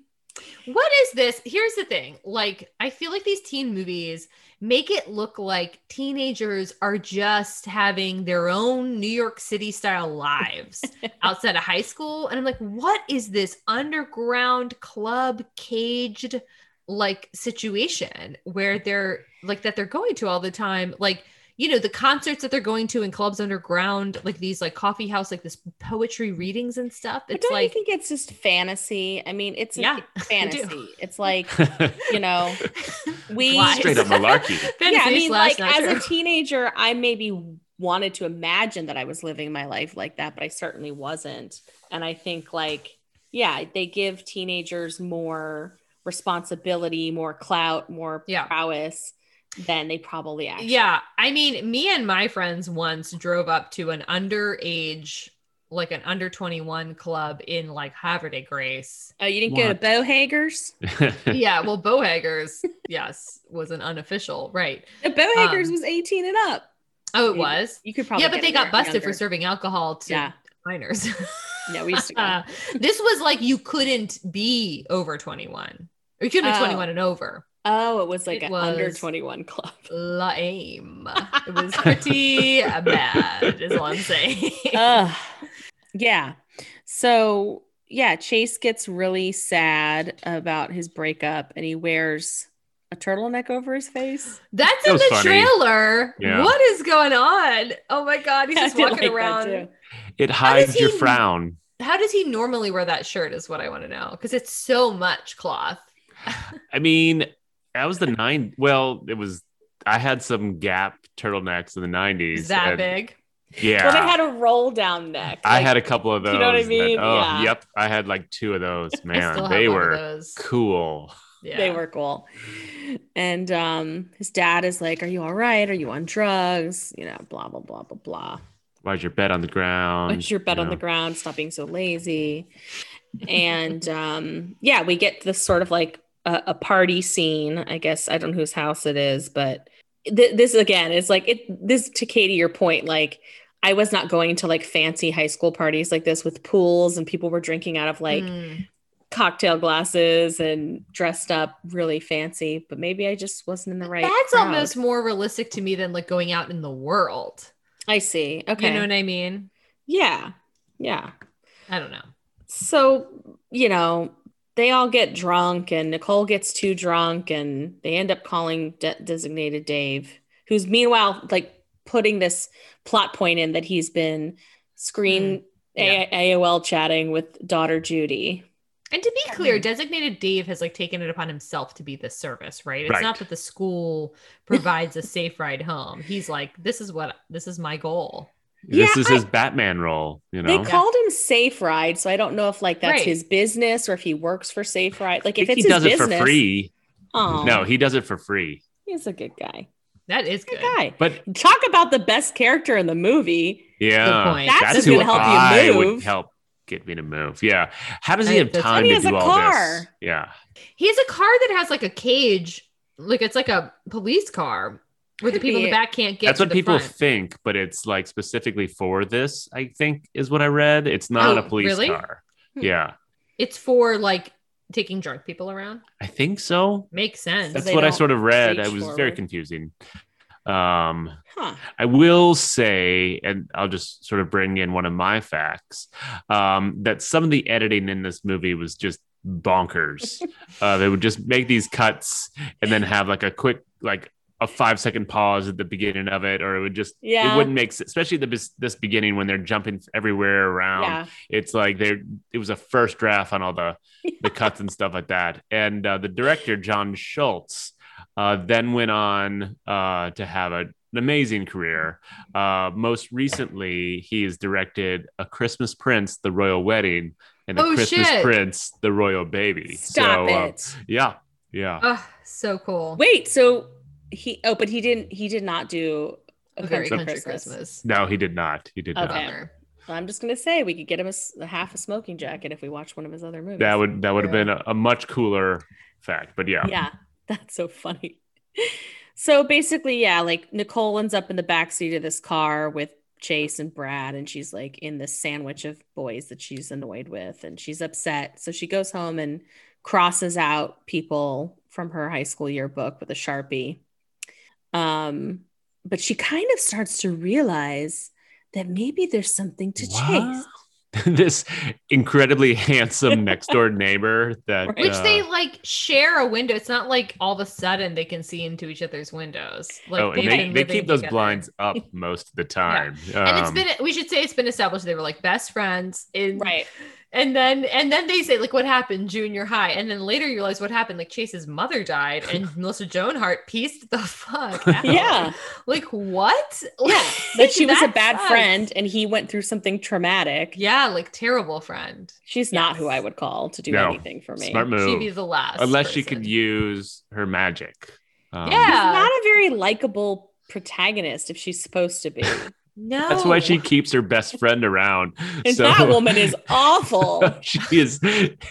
S1: What is this? Here's the thing. Like, I feel like these teen movies make it look like teenagers are just having their own New York City style
S3: (laughs)
S1: lives outside of high school. And I'm like, what is this underground club caged like situation where they're like that they're going to all the time like you know the concerts that they're going to in clubs underground like these like coffee house like this poetry readings and stuff
S3: But
S1: it's
S3: don't you
S1: like
S3: think it's just fantasy? I mean, it's
S1: Yeah,
S3: yeah,
S1: (laughs)
S3: fantasy. It's like, you know, we
S1: Why?
S2: Straight up malarkey. (laughs)
S3: yeah, I
S1: (laughs) fantasy
S3: mean,
S1: slash
S3: like
S1: not
S3: as a (laughs)
S1: true.
S3: teenager, I maybe wanted to imagine that I was living my life like that, but I certainly wasn't. And I think, like, yeah, they give teenagers more responsibility, more clout, more
S1: Yeah.
S3: prowess than they probably actually.
S1: Yeah. I mean, me and my friends once drove up to an underage, like an under 21 club in like Havre de Grace.
S3: Oh, you didn't go to
S2: What?
S3: Bohagers?
S1: yeah. Well, Bohagers, yes, was an unofficial, right.
S3: No, Bohagers
S1: Um,
S3: was 18 and up.
S1: Oh, it
S3: Maybe.
S1: was.
S3: You could probably.
S1: yeah, but
S3: get
S1: they
S3: it
S1: got
S3: there
S1: busted for
S3: younger.
S1: serving alcohol to
S3: Yeah.
S1: minors. (laughs)
S3: Yeah, we used to go.
S1: Uh, (laughs) this was like you couldn't be over 21. Or you couldn't be
S3: Oh.
S1: 21 and over.
S3: Oh, it was like
S1: It
S3: an under
S1: was-
S3: 21 club.
S1: Lame. it was
S3: (laughs)
S1: pretty bad, is all I'm saying.
S3: Ugh. Yeah. So, yeah, Chase gets really sad about his breakup and he wears a turtleneck over his face.
S1: That's
S2: That
S1: in
S2: was
S1: the
S2: funny.
S1: trailer.
S2: Yeah.
S1: What is going on? Oh my god, he's just
S3: (laughs) I did
S1: walking
S3: like that
S1: around.
S3: too.
S2: it
S1: How does
S2: hides your
S1: he-
S2: frown.
S1: How does he normally wear that shirt? Is what I want to know because it's so much cloth.
S2: I mean, that was the nine. Well, it was. I had some Gap turtlenecks in the nineties.
S1: Is that big?
S2: Yeah.
S3: Well, they had a roll down neck.
S2: I
S3: like-
S2: had a couple of
S3: do
S2: those.
S3: you know what I
S2: that-
S3: mean?
S2: oh,
S3: Yeah.
S2: yep. I had like two of
S3: (laughs)
S2: those.
S1: I still
S2: Man,
S1: have
S2: uh, they
S1: one of
S2: were
S1: those.
S2: (laughs) cool.
S1: Yeah.
S3: They were cool. And um, his dad is like, Are you all right? Are you on drugs? You know, blah, blah, blah, blah, blah.
S2: Why's your bed on the ground?
S3: Put your bed on the ground, stop being so lazy. And um, yeah, we get this sort of like a, a party scene. I guess I don't know whose house it is, but th- this again is like it. This to Katie, your point, like I was not going to like fancy high school parties like this with pools and people were drinking out of like
S1: Mm.
S3: cocktail glasses and dressed up really fancy. But maybe I just wasn't in the right.
S1: that's
S3: crowd.
S1: almost more realistic to me than like going out in the world.
S3: I see. Okay.
S1: You know what I mean?
S3: yeah. Yeah.
S1: I don't know.
S3: so you know they all get drunk and nicole gets too drunk and they end up calling de- designated dave who's meanwhile like putting this plot point in that he's been screen
S2: Mm.
S1: yeah.
S3: A- aol chatting with daughter judy
S1: And to be clear, designated Dave has like taken it upon himself to be the service, right? It's
S2: Right.
S1: not that the
S3: (laughs)
S1: school provides a safe ride home. He's like, this is what this is my goal.
S2: This
S3: Yeah,
S2: is his Batman role, you know.
S3: they called him safe ride so i don't know if like that's
S1: Right.
S3: his business or if he works for safe ride like
S2: I
S3: if
S2: think
S3: it's
S2: he
S3: his
S2: does it
S3: business Oh.
S2: for free.
S3: aw,
S2: No, he does it for free.
S3: he's a good guy
S1: That is
S3: good
S1: good.
S3: guy
S2: But
S3: talk about the best character in the movie
S2: yeah,
S1: Good point.
S3: That's
S2: that's
S3: who's
S2: who
S3: gonna help you
S2: I
S3: move.
S2: would help get me to move. Yeah. How does he
S1: I-
S2: have
S1: that's-
S2: time
S3: And he
S2: to
S3: has
S2: do
S3: a
S2: all this?
S3: car.
S2: Yeah.
S1: He has a car that has like a cage, like it's like a police car where the
S3: Could
S1: people in
S3: be.
S1: the back can't get.
S2: That's
S1: to
S2: what
S1: the
S2: people
S1: front.
S2: think, but it's like specifically for this, I think, is what I read. It's not
S1: Oh,
S2: a police
S1: really?
S2: car.
S3: Hmm.
S2: Yeah.
S1: It's for like taking drunk people around.
S2: I think so.
S1: Makes sense.
S2: That's
S3: they
S2: what I
S3: don't
S2: sort of read.
S3: reach
S2: I was very
S3: forward.
S2: confusing. Um,
S3: huh
S2: I will say, and I'll just sort of bring in one of my facts um, that some of the editing in this movie was just
S3: (laughs)
S2: bonkers. uh, they would just make these cuts and then have like a quick, like a five second pause at the beginning of it, or it would just,
S3: Yeah.
S2: it wouldn't make sense, especially the, bes- this beginning when they're jumping everywhere around.
S3: yeah
S2: It's like there, it was a first draft on all the, the cuts and stuff like that. And uh, the director, John Schultz, uh, then went on uh, to have a, an amazing career. Uh, most recently, he has directed A Christmas Prince, The Royal Wedding, and A
S1: Oh,
S2: Christmas
S1: shit.
S2: Prince, The Royal Baby.
S3: Stop
S2: so, uh,
S3: it.
S2: yeah. Yeah.
S1: Oh, so cool.
S3: Wait, so he oh, but he didn't he did not do
S1: a very
S3: Country
S1: country Christmas.
S2: No, he did not. He did
S3: Okay.
S2: not.
S1: Bummer.
S3: Well, I'm just gonna say we could get him a, s- a half a smoking jacket if we watch one of his other movies.
S2: That would that would have
S1: Yeah.
S2: been a, a much cooler fact. But yeah.
S3: yeah, that's so funny. So basically, yeah, like Nicole ends up in the backseat of this car with Chase and Brad, and she's like in this sandwich of boys that she's annoyed with, and she's upset. So she goes home and crosses out people from her high school yearbook with a sharpie. Um, but she kind of starts to realize that maybe there's something to
S2: What?
S3: Chase.
S2: (laughs) this incredibly handsome next door neighbor that
S1: Which
S2: uh,
S1: they like share a window. It's not like all of a sudden they can see into each other's windows. Like
S2: oh, and
S1: they've
S2: they,
S1: been
S2: they
S1: living
S2: keep those
S1: together.
S2: blinds
S1: (laughs)
S2: up most of the time.
S1: And
S2: Um,
S1: it's been we should say it's been established they were like best friends in
S3: Right.
S1: and then and then they say like what happened junior high and then later you realize what happened like Chase's mother died
S2: (laughs)
S1: and Melissa Joan Hart pieced the fuck out.
S3: (laughs) Yeah.
S1: Like what?
S3: Yeah.
S1: Like,
S3: (laughs) That she was a bad
S1: sucks.
S3: friend and he went through something traumatic.
S1: Yeah, like terrible friend.
S3: She's not
S1: Yes.
S3: who I would call to do
S2: No.
S3: anything for me.
S2: smart
S1: She'd be
S2: move.
S1: the last.
S2: Unless she could
S1: person.
S2: use her magic. Um,
S1: Yeah.
S3: She's not a very likable protagonist if she's
S2: (laughs)
S3: supposed to be.
S1: No.
S2: That's why
S1: Oh.
S2: she keeps
S1: (laughs)
S2: her best friend around.
S3: And
S2: so
S3: that woman is awful.
S2: (laughs) she
S1: (laughs)
S2: is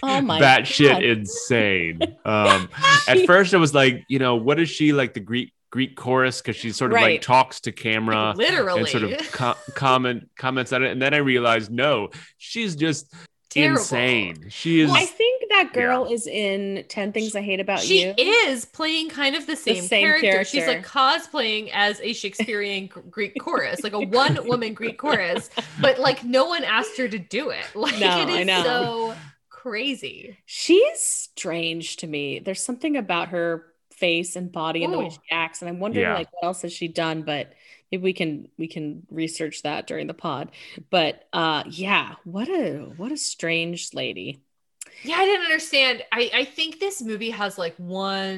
S3: Oh my God.
S2: batshit insane. Um, at first, I was like, you know, what is she like the Greek Greek chorus? Because she sort of
S3: Right.
S2: like talks to camera
S1: literally (laughs)
S2: and sort of co- comment comments on it. And then I realized, no, she's just
S1: Terrible.
S2: insane. She is.
S3: I think that girl is in 10 Things I Hate About
S1: she
S3: You.
S1: is playing kind of the same,
S3: same
S1: character. She's like
S3: character.
S1: cosplaying as a Shakespearean G- Greek chorus,
S3: (laughs)
S1: like a one woman Greek chorus, but like no one asked her to do it. (laughs) Like
S3: No,
S1: it is
S3: I know.
S1: so crazy.
S3: She's strange to me. There's something about her face and body and the way
S1: Ooh.
S3: she acts. And I'm wondering
S2: Yeah.
S3: like what else has she done? But maybe we can we can research that during the pod. But uh yeah, what a what a strange lady.
S1: Yeah, I didn't understand. I, I think this movie has like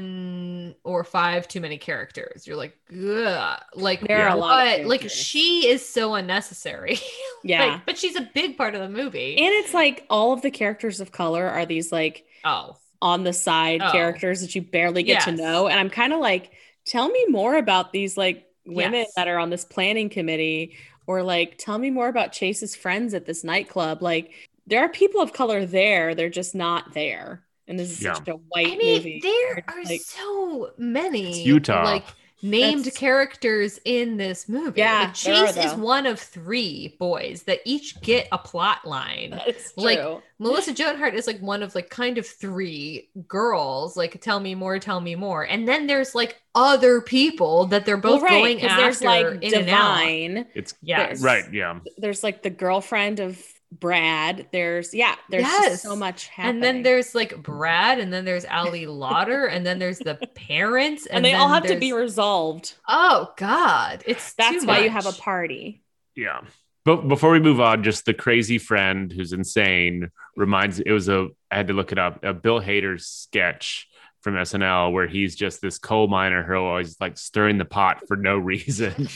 S1: one or five too many characters. You're like, ugh. Like,
S3: There are a lot of
S1: what? Like,
S3: characters.
S1: she is so unnecessary. (laughs)
S3: Yeah.
S1: Like, but she's a big part of the movie.
S3: and it's like all of the characters of color are these like
S1: oh,
S3: on the side
S1: Oh.
S3: characters that you barely get to
S1: Yes.
S3: know. And I'm kind of like, tell me more about these like women
S1: Yes.
S3: that are on this planning committee, or like, tell me more about Chase's friends at this nightclub. Like, there are people of color there, they're just not there. And this is
S2: Yeah.
S3: such a
S1: I
S3: white
S1: mean,
S3: movie. (laughs)
S1: there
S3: It's
S1: are
S3: like-
S1: so many
S2: It's Utah.
S1: like named
S3: That's-
S1: characters in this movie.
S3: Yeah,
S1: Like,
S3: there are,
S1: Chase is
S3: though.
S1: one of three boys that each get a plot line.
S3: That is
S1: like,
S3: true.
S1: Melissa Joan Hart is like one of like kind of three girls, like tell me more, tell me more. And then there's like other people that they're both
S3: Well, right,
S1: going
S3: 'cause
S1: after
S3: there's like
S1: in and out.
S3: divine.
S2: It's
S1: Yes.
S2: right. Yeah.
S3: There's like the girlfriend of Brad. There's yeah, there's just
S1: Yes.
S3: so much happening.
S1: And then there's like Brad, and then there's
S3: (laughs)
S1: Ali Lauder, and then there's the parents,
S3: and, they all
S1: then
S3: have to
S1: there's-
S3: be resolved.
S1: Oh God, it's
S3: That's
S1: too
S3: why you have a
S1: much.
S3: party.
S2: Yeah. But before we move on, just the crazy friend who's insane reminds it was a I had to look it up a Bill Hader sketch from SNL where he's just this coal miner who always like stirring the pot for no (laughs) reason.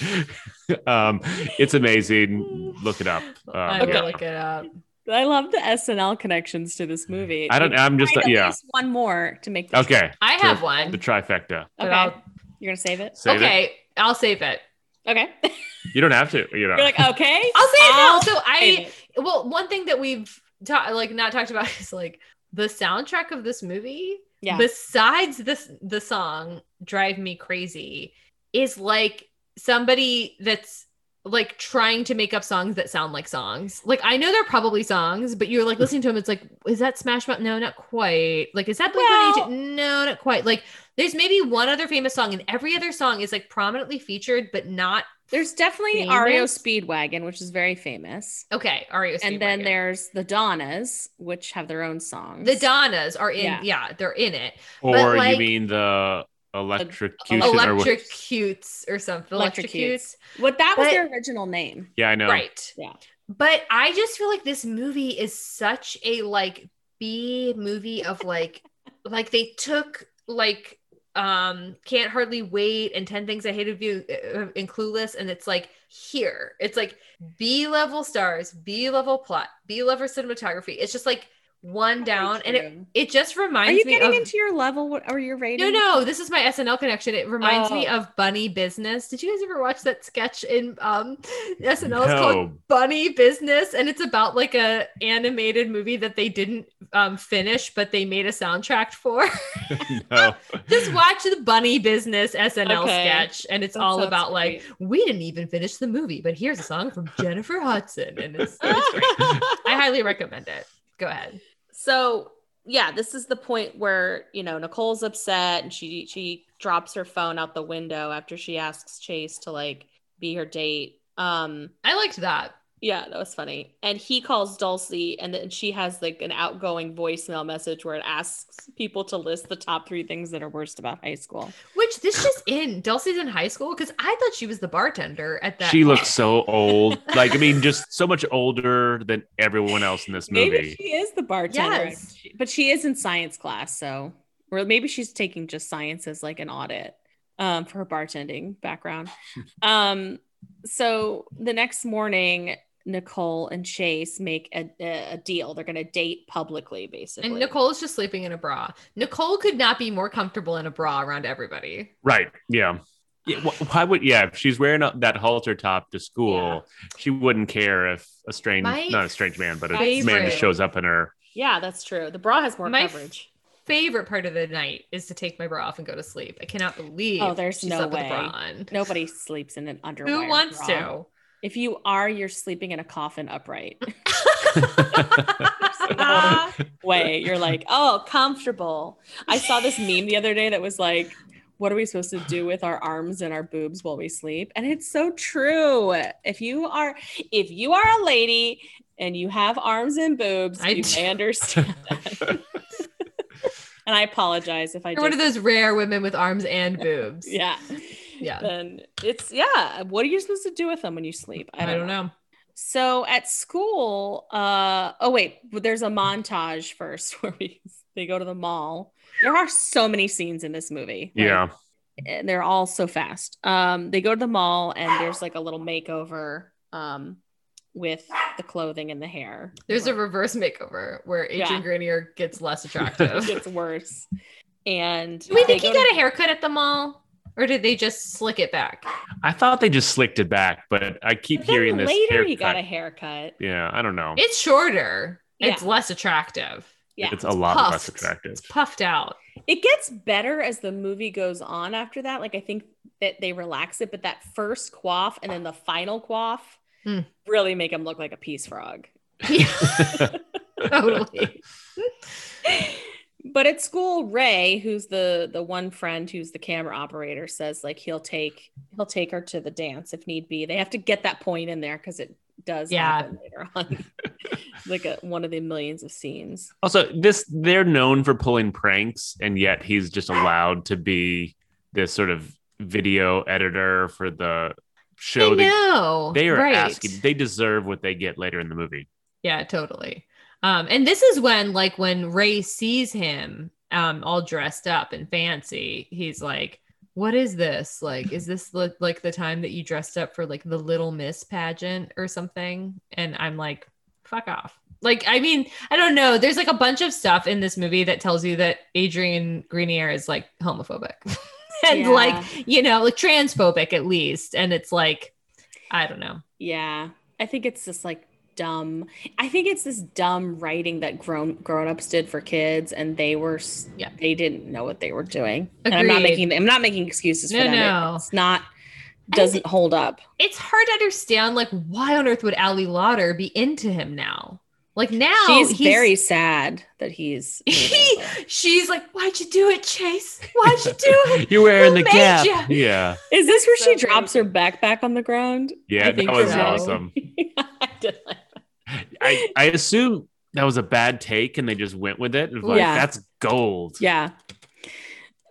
S2: um, it's amazing. Look it up. Um,
S1: I
S3: Uh, Okay.
S1: will look it up.
S3: I love the SNL connections to this movie.
S2: I don't. I'm just
S3: Find at
S2: yeah.
S3: least one more to make. The
S2: Okay.
S1: I have
S2: The-
S1: one.
S2: The trifecta.
S1: but
S3: Okay.
S1: I'll-
S3: You're gonna save it.
S2: Save
S1: okay, I'll save it.
S3: Okay. (laughs)
S2: It. You don't have to. You know.
S3: You're like okay.
S1: (laughs) I'll save
S3: I'll
S1: it. So
S3: save
S1: I
S3: it.
S1: well, one thing that we've ta- like not talked about (laughs) is like the soundtrack of this movie.
S3: Yeah.
S1: Besides this, the song "Drive Me Crazy" is like somebody that's like trying to make up songs that sound like songs. Like I know they're probably songs, but you're like listening to them. It's like, is that Smash Mouth? No, not quite. Like, is that Blink One Eighty Two? No, not quite. Like, there's maybe one other famous song, and every other song is like prominently featured, but not
S3: There's definitely
S1: Famous?
S3: Ario Speedwagon, which is very famous,
S1: okay. Ario.
S3: and then
S1: Speedwagon.
S3: there's the Donnas, which have their own songs.
S1: The Donnas are in, yeah,
S3: Yeah.
S1: they're in it. but,
S2: Or
S1: like-
S2: you mean the electrocution? or what-
S1: Electrocutes or something. Electrocutes.
S3: Electrocutes. What that was
S1: But-
S3: their original name.
S2: Yeah, I know.
S1: Right.
S3: Yeah.
S1: But I just feel like this movie is such a like B movie of like (laughs) like they took like um can't hardly wait and 10 things i hated you uh, and clueless and it's like here it's like b level stars b level plot b level cinematography it's just like one down and it,
S3: True.
S1: it just
S3: Are
S1: reminds
S3: you
S1: me
S3: getting
S1: of
S3: into your level what- or your
S1: No,
S3: rating?
S1: no, this is my SNL connection. It reminds me
S3: Oh.
S1: of Bunny Business. Did you guys ever watch that sketch in um SNL? It's called
S2: No.
S1: Bunny Business, and it's about like a animated movie that they didn't um, finish, but they made a soundtrack for. (laughs)
S2: no. (laughs)
S1: Just watch the Bunny Business SNL
S3: Okay.
S1: sketch, and it's
S3: That
S1: all
S3: sounds
S1: about like we didn't even finish the movie, but here's a song from Jennifer Hudson, and it's, it's
S3: (laughs)
S1: great.
S2: (laughs)
S1: (laughs) I highly recommend it. Go ahead.
S3: so yeah this is the point where you know nicole's upset and she she drops her phone out the window after she asks chase to like be her date um
S1: I liked that.
S3: Yeah, that was funny. And he calls Dulcie, and then she has like an outgoing voicemail message where it asks people to list the top three things that are worst about high school.
S1: Which this just in Dulcie's in high school because I thought she was the bartender at that.
S2: She looks so old. Like, I mean, just so much older than everyone else in this
S3: Maybe
S2: movie.
S3: she is the bartender,
S1: Yes.
S3: She- but she is in science class, so or maybe she's taking just science as like an audit um, for her bartending background. um, so the next morning, Nicole and Chase make a, a, a deal. They're going to date publicly, basically.
S1: And Nicole's just sleeping in a bra. Nicole could not be more comfortable in a bra around everybody.
S2: Right. Yeah. Yeah, wh- why would yeah? If she's wearing a, that halter top to school, she wouldn't care if a strange,
S1: My
S2: not a strange man, but a man
S1: favorite-
S2: just shows up in her.
S3: Yeah, that's true. The bra has more
S1: My-
S3: coverage.
S1: Favorite part of the night is to take my bra off and go to sleep. I cannot believe
S3: Oh, there's
S1: she
S3: no
S1: slept with a
S3: way.
S1: bra on.
S3: Nobody sleeps in an underwear.
S1: Who wants
S3: bra. (laughs)
S1: to?
S3: If you are, you're sleeping in a coffin upright. way. You're like, oh, comfortable. I saw this meme the other day that was like, what are we supposed to do with our arms and our boobs while we sleep? And it's so true. If you are, if you are a lady and you have arms and boobs,
S1: I
S3: you
S1: do. (laughs)
S3: may understand that. and I apologize if I
S1: You're one of
S3: did.
S1: those rare women with arms and boobs.
S3: Yeah.
S1: Yeah.
S3: Then it's yeah. What are you supposed to do with them when you sleep?
S1: I don't know.
S3: So at school, uh oh wait, there's a montage first (laughs) where we they go to the mall. There are so many scenes in this movie. Like,
S2: Yeah.
S3: and they're all so fast. Um they go to the mall and there's like a little makeover um with the clothing and the hair.
S1: There's a
S3: Where
S1: reverse makeover where Adrian
S3: Yeah.
S1: Grenier gets less
S3: it
S1: attractive.
S3: (laughs) gets worse. And
S1: Do we
S3: they
S1: think he
S3: go to-
S1: got a haircut at the mall? Or did they just slick it back?
S2: I thought they just slicked it back, but I keep
S3: but then
S2: hearing this.
S3: later
S2: haircut.
S3: he got a haircut.
S2: yeah, I don't know.
S1: It's shorter. It's
S3: Yeah.
S1: less attractive.
S3: Yeah.
S2: It's a lot
S1: puffed.
S2: less attractive.
S1: It's (laughs) puffed
S2: (laughs)
S1: out.
S3: It gets better as the movie goes on after that. Like I think that they relax it, but that first quaff and then the final quaff
S1: Hmm.
S3: really make him look like a peace frog.
S1: totally.
S3: but at school, Ray, who's the the one friend who's the camera operator, says like he'll take he'll take her to the dance if need be. They have to get that point in there because it does
S1: Yeah.
S3: happen later on. (laughs) like a, one of the millions of scenes.
S2: Also, this they're known for pulling pranks, and yet he's just allowed to be this sort of video editor for the show.
S1: I
S2: That
S1: know.
S2: they are
S1: right.
S2: asking. They deserve what they get later in the movie.
S1: Yeah, totally. Um, and this is when, like, when Ray sees him um, all dressed up and fancy, he's like, "What is this? Like, is this li- like the time that you dressed up for like the Little Miss pageant or something?" And I'm like, "Fuck off." Like, I mean, I don't know. There's like a bunch of stuff in this movie that tells you that Adrian Grenier is like homophobic (laughs) and
S3: Yeah.
S1: like, you know, like transphobic at least. And it's like, I don't know.
S3: Yeah. I think it's just like dumb. I think it's this dumb writing that grown grown-ups did for kids and they were s-
S1: Yeah.
S3: they didn't know what they were doing. And I'm not
S1: Agreed.
S3: making I'm not making excuses for
S1: No,
S3: them. It-
S1: no.
S3: It's not doesn't hold up.
S1: it's hard to understand like why on earth would Ali Lauder be into him now? Like now
S3: she's
S1: he's-
S3: very sad that he's
S1: (laughs) He- she's like, Why'd you do it, Chase? Why'd you do it?
S3: (laughs)
S2: You're wearing
S1: Who
S2: the
S1: made
S2: gap.
S1: ya?
S2: Yeah,
S3: Is this where
S1: So
S3: she
S1: crazy.
S3: drops her backpack on
S1: (laughs)
S3: the ground?
S2: yeah,
S1: I
S2: that
S1: think
S2: was
S1: so.
S2: awesome.
S3: I did like-
S2: I I assume that was a bad take, and they just went with it. It was like
S3: Yeah.
S2: that's gold.
S3: yeah.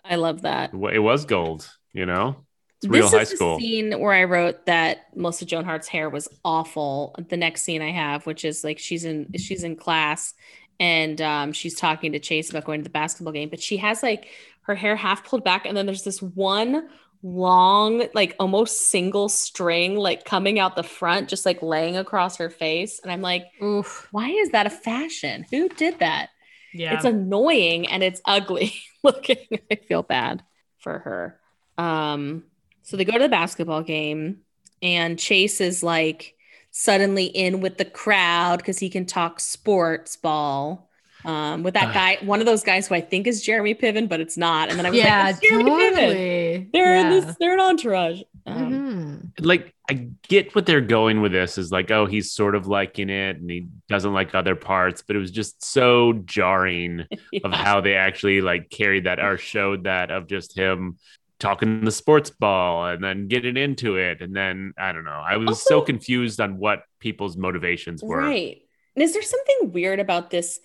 S3: I love that.
S2: It wa- it was gold. You know, it's real
S3: this
S2: high
S3: is the
S2: school.
S3: scene where I wrote that Melissa Joan Hart's hair was awful. The next scene I have, which is like she's in she's in class and um, she's talking to Chase about going to the basketball game, but she has like her hair half pulled back, and then there's this one long, like almost single string, like coming out the front, just like laying across her face. And I'm like,
S1: Oof.
S3: why is that a fashion? Who did that?
S1: Yeah.
S3: It's annoying and it's ugly (laughs) looking. I feel bad for her. Um, so they go to the basketball game, and Chase is like suddenly in with the crowd because he can talk sports ball. Um, with that
S2: Ugh.
S3: guy, one of those guys who I think is Jeremy Piven, but it's not. And then I was
S1: yeah,
S3: like, it's Jeremy Piven.
S1: totally.
S3: They're in
S1: Yeah.
S3: this, they're an entourage. Um, (laughs)
S1: Mhm.
S2: like I get what they're going with this is like, oh, he's sort of liking it and he doesn't like other parts, but it was just so jarring
S3: (laughs) yeah.
S2: of how they actually like carried that or showed that of just him talking the sports ball and then getting into it. And then I don't know. I was
S3: Also-
S2: so confused on what people's motivations were.
S3: Right. And is there something weird about this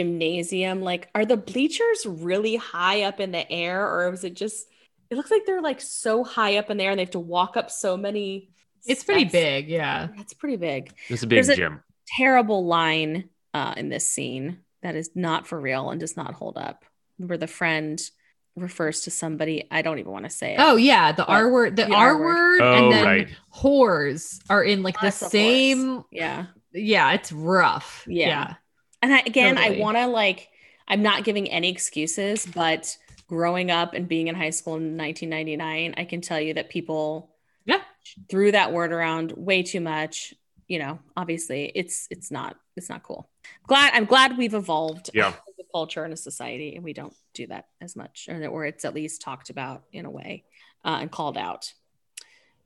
S3: gymnasium? Like, are the bleachers really high up in the air, or is it just? It looks like they're like so high up in the air, and they have to walk up so many.
S1: It's pretty
S3: steps.
S1: big. Yeah.
S3: That's pretty big.
S2: It's a big
S3: There's a-
S2: gym.
S3: Terrible line uh, in this scene that is not for real and does not hold up. Where the friend refers to somebody, I don't even want to say it.
S1: Oh yeah, the
S3: Yeah.
S1: R word, the,
S3: The R
S1: R
S3: word.
S1: word,
S2: Oh,
S1: and then
S2: right.
S1: whores are in like the
S3: Lots of whores.
S1: same.
S3: yeah.
S1: Yeah, it's rough.
S3: Yeah.
S1: Yeah.
S3: And I, again, I
S1: Totally.
S3: want to like, I'm not giving any excuses, but growing up and being in high school in 1999, I can tell you that people
S1: Yeah.
S3: threw that word around way too much. You know, obviously, it's it's not it's not cool. Glad I'm glad we've evolved
S2: Yeah.
S3: as a culture and a society, and we don't do that as much, or that or it's at least talked about in a way uh, and called out.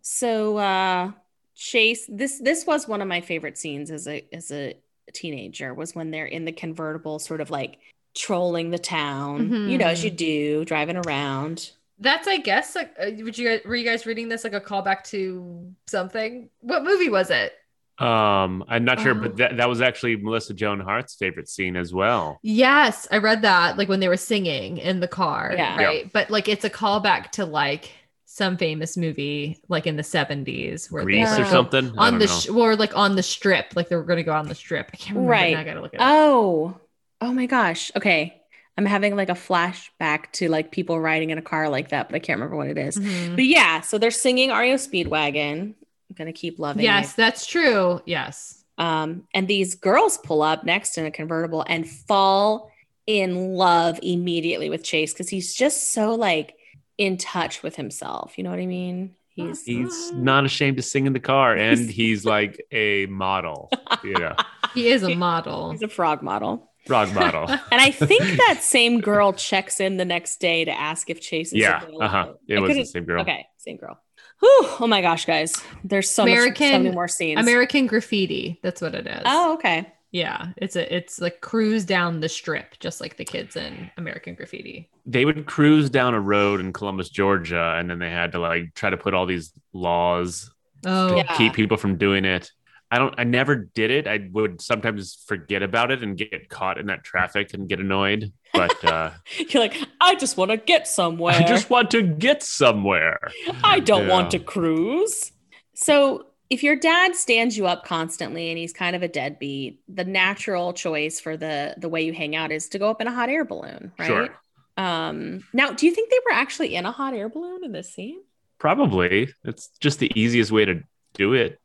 S3: So uh, Chase, this this was one of my favorite scenes as a as a teenager was when they're in the convertible, sort of like trolling the town, you know, as you do, driving around.
S1: That's I guess like uh, would you guys were you guys reading this like a callback to something? What movie was it?
S2: Um, I'm not sure,
S1: Oh.
S2: but that, that was actually Melissa Joan Hart's favorite scene as well.
S1: Yes, I read that like when they were singing in the car,
S3: Yeah.
S1: right? But like it's a callback to like some famous movie like in the 70s where
S2: Grease
S1: they
S2: or
S1: were
S2: something. I
S1: on
S2: don't
S1: the
S2: know.
S1: sh- or like on the strip, like they were going to go on the strip. I can't remember.
S3: Right.
S1: Now I got to look at it.
S3: Oh, oh my gosh. Okay. I'm having like a flashback to like people riding in a car like that, but I can't remember what it is.
S1: Mhm.
S3: But yeah, so they're singing REO Speedwagon. I'm gonna keep loving
S1: Yes,
S3: it.
S1: that's true. Yes.
S3: Um, and these girls pull up next in a convertible and fall in love immediately with Chase because he's just so like in touch with himself. You know what I mean? He's (gasps)
S2: he's not ashamed to sing in the car, and he's like a model, yeah,
S1: He is a model.
S3: (laughs) he's a frog model. (laughs)
S2: rock model.
S3: And
S2: (laughs)
S3: I think that same girl checks in the next day to ask if Chase is
S2: yeah,
S3: available.
S2: uh huh. It
S3: I
S2: was the
S3: couldn't-
S2: same girl.
S3: Okay, same girl. Whew, oh my gosh, guys. There's so much so
S1: American-
S3: many more scenes.
S1: American graffiti. That's what it is.
S3: oh, okay. (laughs)
S1: Yeah, it's a it's like cruise down the strip, just like the kids in American Graffiti.
S2: They would cruise down a road in Columbus, Georgia, and then they had to like try to put all these laws
S1: Oh,
S2: to
S3: Yeah.
S2: keep people from doing it. I don't. I never did it. I would sometimes forget about it and get caught in that traffic and get annoyed. But
S3: (laughs)
S2: uh,
S3: You're like, I just want to get somewhere.
S2: I just want to get somewhere.
S3: I don't
S2: Yeah.
S3: want to cruise. So, if your dad stands you up constantly and he's kind of a deadbeat, the natural choice for the the way you hang out is to go up in a hot air balloon, right?
S2: Sure.
S3: Um, now, do you think they were actually in a hot air balloon in this scene? (laughs)
S2: Probably. It's just the easiest way to do it.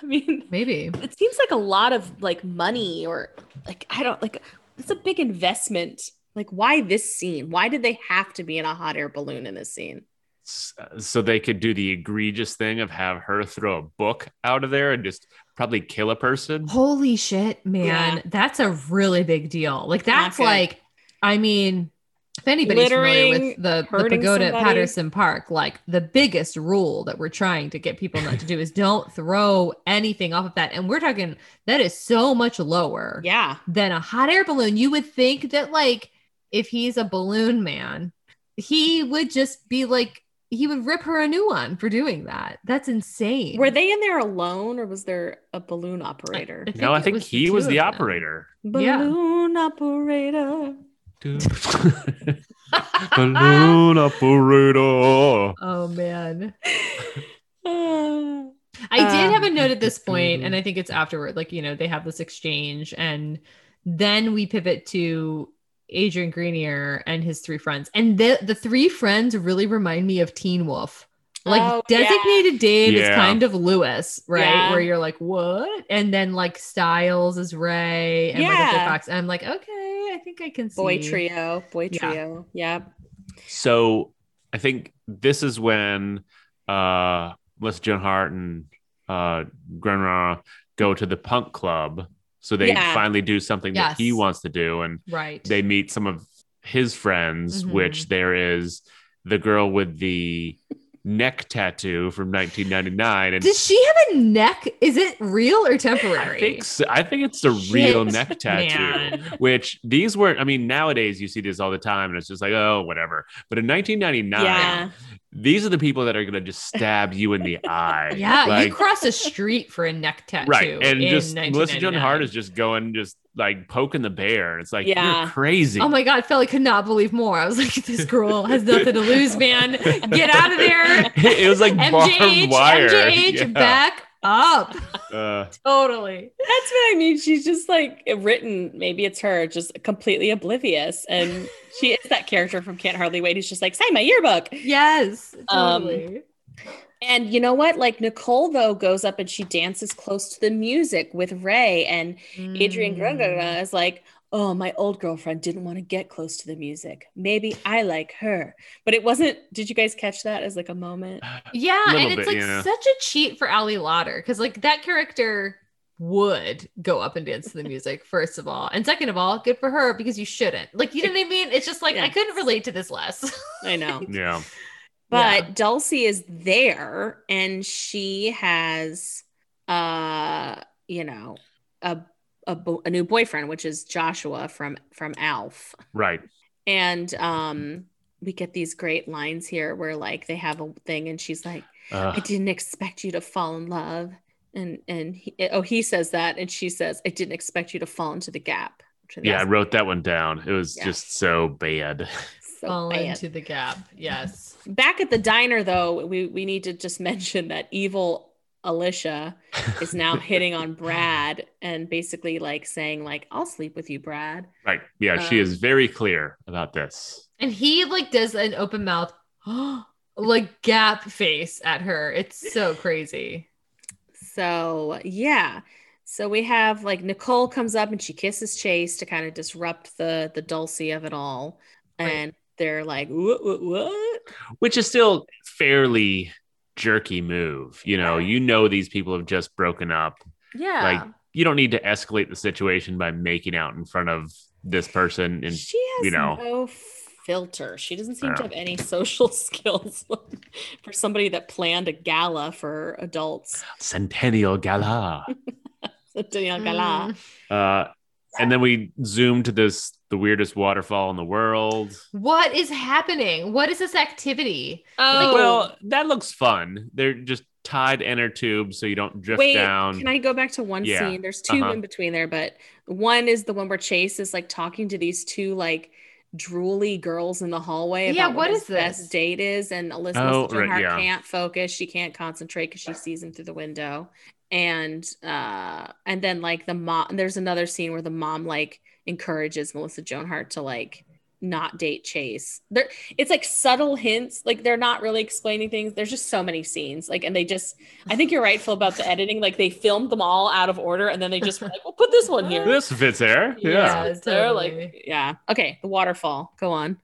S3: I mean,
S1: maybe.
S3: it seems like a lot of like money or like I don't like it's a big investment. Like, why this scene? Why did they have to be in a hot air balloon in this scene?
S2: S- uh, So they could do the egregious thing of have her throw a book out of there and just probably kill a person.
S1: Holy shit, man!
S3: Yeah.
S1: That's a really big deal. Like
S3: Not
S1: that's
S3: good.
S1: like, I mean, if anybody's familiar
S3: Littering,
S1: with the, the
S3: hurting
S1: pagoda at
S3: somebody.
S1: Patterson Park, like the biggest rule that we're trying to get people not to do is don't throw anything off of that. And we're talking that is so much lower.
S3: Yeah.
S1: than a hot air balloon. You would think that, like, if he's a balloon man, he would just be like, he would rip her a new one for doing that. That's insane. (laughs)
S3: Were they in there alone or was there a balloon operator?
S1: I think
S2: no, I
S1: it
S2: think
S1: was the
S2: he
S1: two
S2: was
S1: of
S2: the
S1: them.
S2: operator.
S1: Yeah. (laughs)
S3: Balloon operator.
S2: Balloon operator.
S1: oh man,
S3: Uh,
S1: I did
S3: Um, mm-hmm.
S1: have a note at this point, and I think it's afterward. Like, you know, they have this exchange, and then we pivot to. Adrian Greenier and his three friends. And the the three friends really remind me of Teen Wolf. like
S3: oh, yeah.
S1: designated Dave is
S2: Yeah.
S1: kind of Lewis, right?
S3: Yeah.
S1: Where you're like, what? And then like Styles is Ray and Michael J.
S3: Yeah.
S1: Fox. And I'm like, okay, I think I can see.
S3: boy trio, boy
S1: Yeah.
S3: trio. Yep.
S2: So I think this is when uh Melissa Joan Hart and uh Grenra go to the punk club. So they
S3: Yeah.
S2: finally do something that he
S1: Yes.
S2: wants to do and
S1: Right.
S2: they meet some of his friends,
S1: Mhm.
S2: which there is the girl with the neck tattoo from 1999 and
S1: Does she have a neck? Is it real or temporary?
S2: I think so- I think it's a real
S1: Shit,
S2: neck
S1: (laughs)
S2: tattoo.
S1: man.
S2: Which these weren't, I mean, nowadays you see this all the time and it's just like, oh, whatever. But in 1999,
S3: Yeah.
S2: these are the people that are going to just stab you
S1: (laughs)
S2: in the eye.
S1: Yeah,
S2: Like,
S1: you cross a street for a neck tattoo.
S2: right. And
S1: in
S2: just Melissa Joan
S1: 1999.
S2: Hart is just going, just like poking the bear. It's like,
S3: Yeah.
S2: you're crazy.
S1: Oh my God, Phil, I could not believe more. I was like, this girl has nothing to lose, man. Get out of there.
S2: (laughs) it was like
S1: MJH,
S2: barbed wire.
S1: MJH,
S2: Yeah.
S1: back up.
S2: Uh,
S1: Totally.
S3: That's what I mean. She's just like written, maybe it's her, just completely oblivious. And she is that character from Can't Hardly Wait who's just like, sign my yearbook.
S1: Yes,
S3: Um,
S1: totally.
S3: And you know what? Like Nicole, though, goes up and she dances close to the music with Ray. And Adrian uh, Grunga is like, oh, my old girlfriend didn't want to get close to the music. Maybe I like her. But it wasn't, did you guys catch that as like a moment?
S1: Yeah,
S2: Little
S1: and it's
S2: bit,
S1: like
S2: yeah.
S1: such a cheat for Ali Lauder because like that character would go up and dance to the music first of all, and second of all, good for her because you shouldn't. Like you know what I mean? It's just like I
S3: Yes.
S1: couldn't relate to this less. (laughs)
S3: I know.
S2: yeah.
S3: but
S1: Yeah.
S3: Dulcie is there and she has uh you know a a, bo- a new boyfriend which is Joshua from from Alf
S2: Right.
S3: and um we get these great lines here where like they have a thing and she's like I
S2: Uh,
S3: didn't expect you to fall in love and and he, oh he says that and she says I didn't expect you to fall into the gap which I think
S2: yeah. I
S3: is
S2: wrote that one down. It was
S3: Yeah.
S2: just so
S3: (laughs)
S2: bad. (laughs)
S3: so
S1: Fall
S3: bad.
S1: into the gap. Yes.
S3: Back at the diner, though, we, we need to just mention that evil Alicia
S2: (laughs)
S3: is now hitting on Brad and basically like saying like I'll sleep with you, Brad.
S2: Right. Yeah.
S3: Um,
S2: she is very clear about this.
S1: And he like does an open mouth (gasps) like gap face at her. It's so crazy.
S3: So yeah, so we have like Nicole comes up and she kisses Chase to kind of disrupt the the Dulcie of it all,
S1: Right.
S3: and they're like what what what?
S2: which is still fairly jerky move. You know, you know these people have just broken up.
S4: Yeah.
S2: Like you don't need to escalate the situation by making out in front of this person and
S3: she has
S2: you know.
S3: no filter. She doesn't seem
S2: Yeah.
S3: to have any social (laughs) skills for somebody that planned a gala for adults. (laughs)
S2: Centennial Gala.
S3: Danielle Gala.
S1: Mm.
S2: Uh, and then we zoom to this the weirdest waterfall in the world.
S1: What is happening? What is this activity?
S3: Oh,
S2: Well, that looks fun. They're just tied inner tubes so you don't drift
S3: wait.
S2: down.
S3: Can I go back to one
S2: Yeah.
S3: scene? There's 2
S2: Uh-huh.
S3: in between there, but one is the one where Chase is like talking to these two like drooly girls in the hallway.
S1: Yeah,
S3: about
S1: what
S3: his
S1: is this?
S3: best date is, and Elizabeth
S2: Oh,
S3: oh,
S2: right, yeah.
S3: can't focus. She can't concentrate because she sees him through the window. And uh, and then like the mom. There's another scene where the mom like encourages Melissa Joan Hart to like not date Chase. There, it's like subtle hints. Like they're not really explaining things. There's just so many scenes. Like, and they just. I think you're right, Phil, about the editing. Like they filmed them all out of order, and then they just were like, "Well, put this one
S1: (laughs)
S3: here."
S2: this fits there.
S1: Yeah.
S3: they're
S1: totally.
S3: like, yeah, okay. The waterfall. Go on.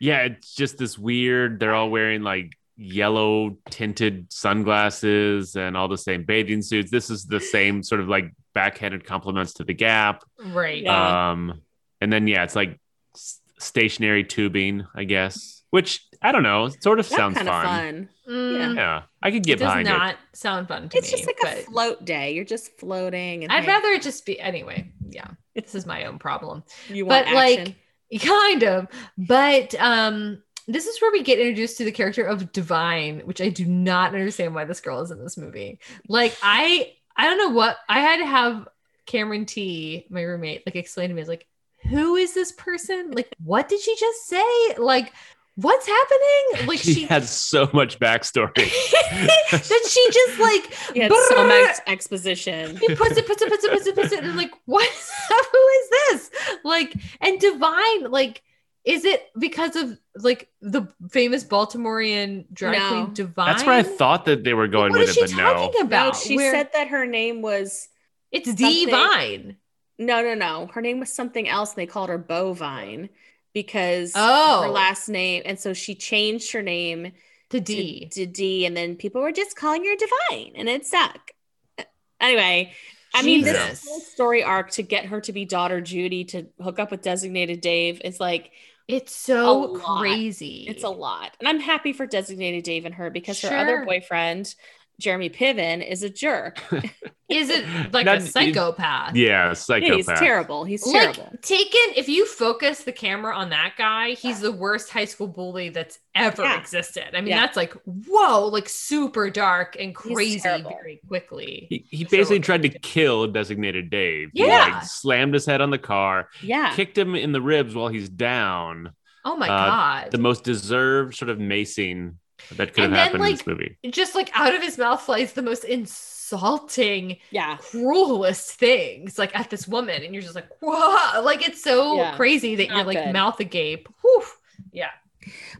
S2: Yeah, it's just this weird. They're all wearing like yellow tinted sunglasses and all the same bathing suits. This is the same sort of like backhanded compliments to the Gap.
S1: Right.
S3: Yeah.
S2: Um, and then yeah, it's like s- stationary tubing, I guess. Which I don't know. It sort of
S3: That's
S2: sounds
S3: kind of
S2: fun.
S3: fun.
S1: Mm,
S2: Yeah, I could
S1: it
S2: get
S1: does
S2: behind it. (laughs)
S1: not sound fun to
S3: It's
S1: me.
S3: just like a
S1: but
S3: float day. You're just floating. And
S1: I'd
S3: hey,
S1: rather it just be anyway. Yeah, this is my own problem. (laughs)
S3: you want
S1: But
S3: action.
S1: like, kind of. But um, this is where we get introduced to the character of Divine, which I do not understand why this girl is in this movie. Like, I I don't know what I had to have Cameron T, my roommate, like explain to me. I was like, who is this person? Like, what did she just say? Like, what's happening? Like,
S2: (laughs) she,
S1: she. (laughs)
S2: has so much backstory.
S1: that she just like
S3: you had so
S1: brrr,
S3: much exposition.
S1: he puts it, puts it, puts it, puts it, puts it, and I'm like, what? (laughs) Is that? Who is this? Like, and divine, like, is it because of like the famous Baltimorean drag
S3: No.
S1: queen Divine?
S2: That's where I thought that they were going
S1: What
S2: with
S1: is
S2: it,
S1: she
S2: but no.
S1: talking
S3: No,
S1: about?
S3: she
S1: Where-
S3: said that her name was
S1: it's
S3: something-
S1: divine.
S3: no, no, no. Her name was something else, and they called her Bovine because
S1: Oh.
S3: her last name. And so she changed her name
S1: To
S3: to-
S1: D.
S3: to, D, and then people were just calling her Divine, and it sucked. Anyway, I mean, this
S1: Jesus.
S3: whole story arc to get her to be daughter Judy to hook up with designated Dave is like
S1: It's
S3: a
S1: so
S3: lot.
S1: crazy.
S3: It's a lot. And I'm happy for designated Dave and her because her other
S1: Sure.
S3: boyfriend, Jeremy Piven is a jerk.
S1: Is it like
S2: That-
S1: a psychopath?
S2: Yeah,
S3: Yeah,
S2: psychopath.
S3: he's terrible. He's
S1: Like
S3: terrible.
S1: taken, if you focus the camera on that guy, he's the worst high school bully that's ever
S3: Yeah.
S1: existed. I mean,
S3: Yeah.
S1: that's like whoa, like super dark and crazy
S3: terrible.
S1: very quickly.
S2: He, he
S1: So-
S2: basically tried to kill designated Dave. He,
S1: Yeah.
S2: like, slammed his head on the car,
S3: Yeah.
S2: kicked him in the ribs while he's down.
S1: oh my
S2: uh,
S1: god!
S2: The most deserved sort of macing that could
S1: And
S2: have
S1: then,
S2: happened in this
S1: like,
S2: movie.
S1: Just like out of his mouth flies the most insulting,
S3: Yeah.
S1: cruelest things, like at this woman, and you're just like whoa, like it's so
S3: Yeah.
S1: crazy that you're
S3: Not
S1: like
S3: good.
S1: mouth agape. Whew.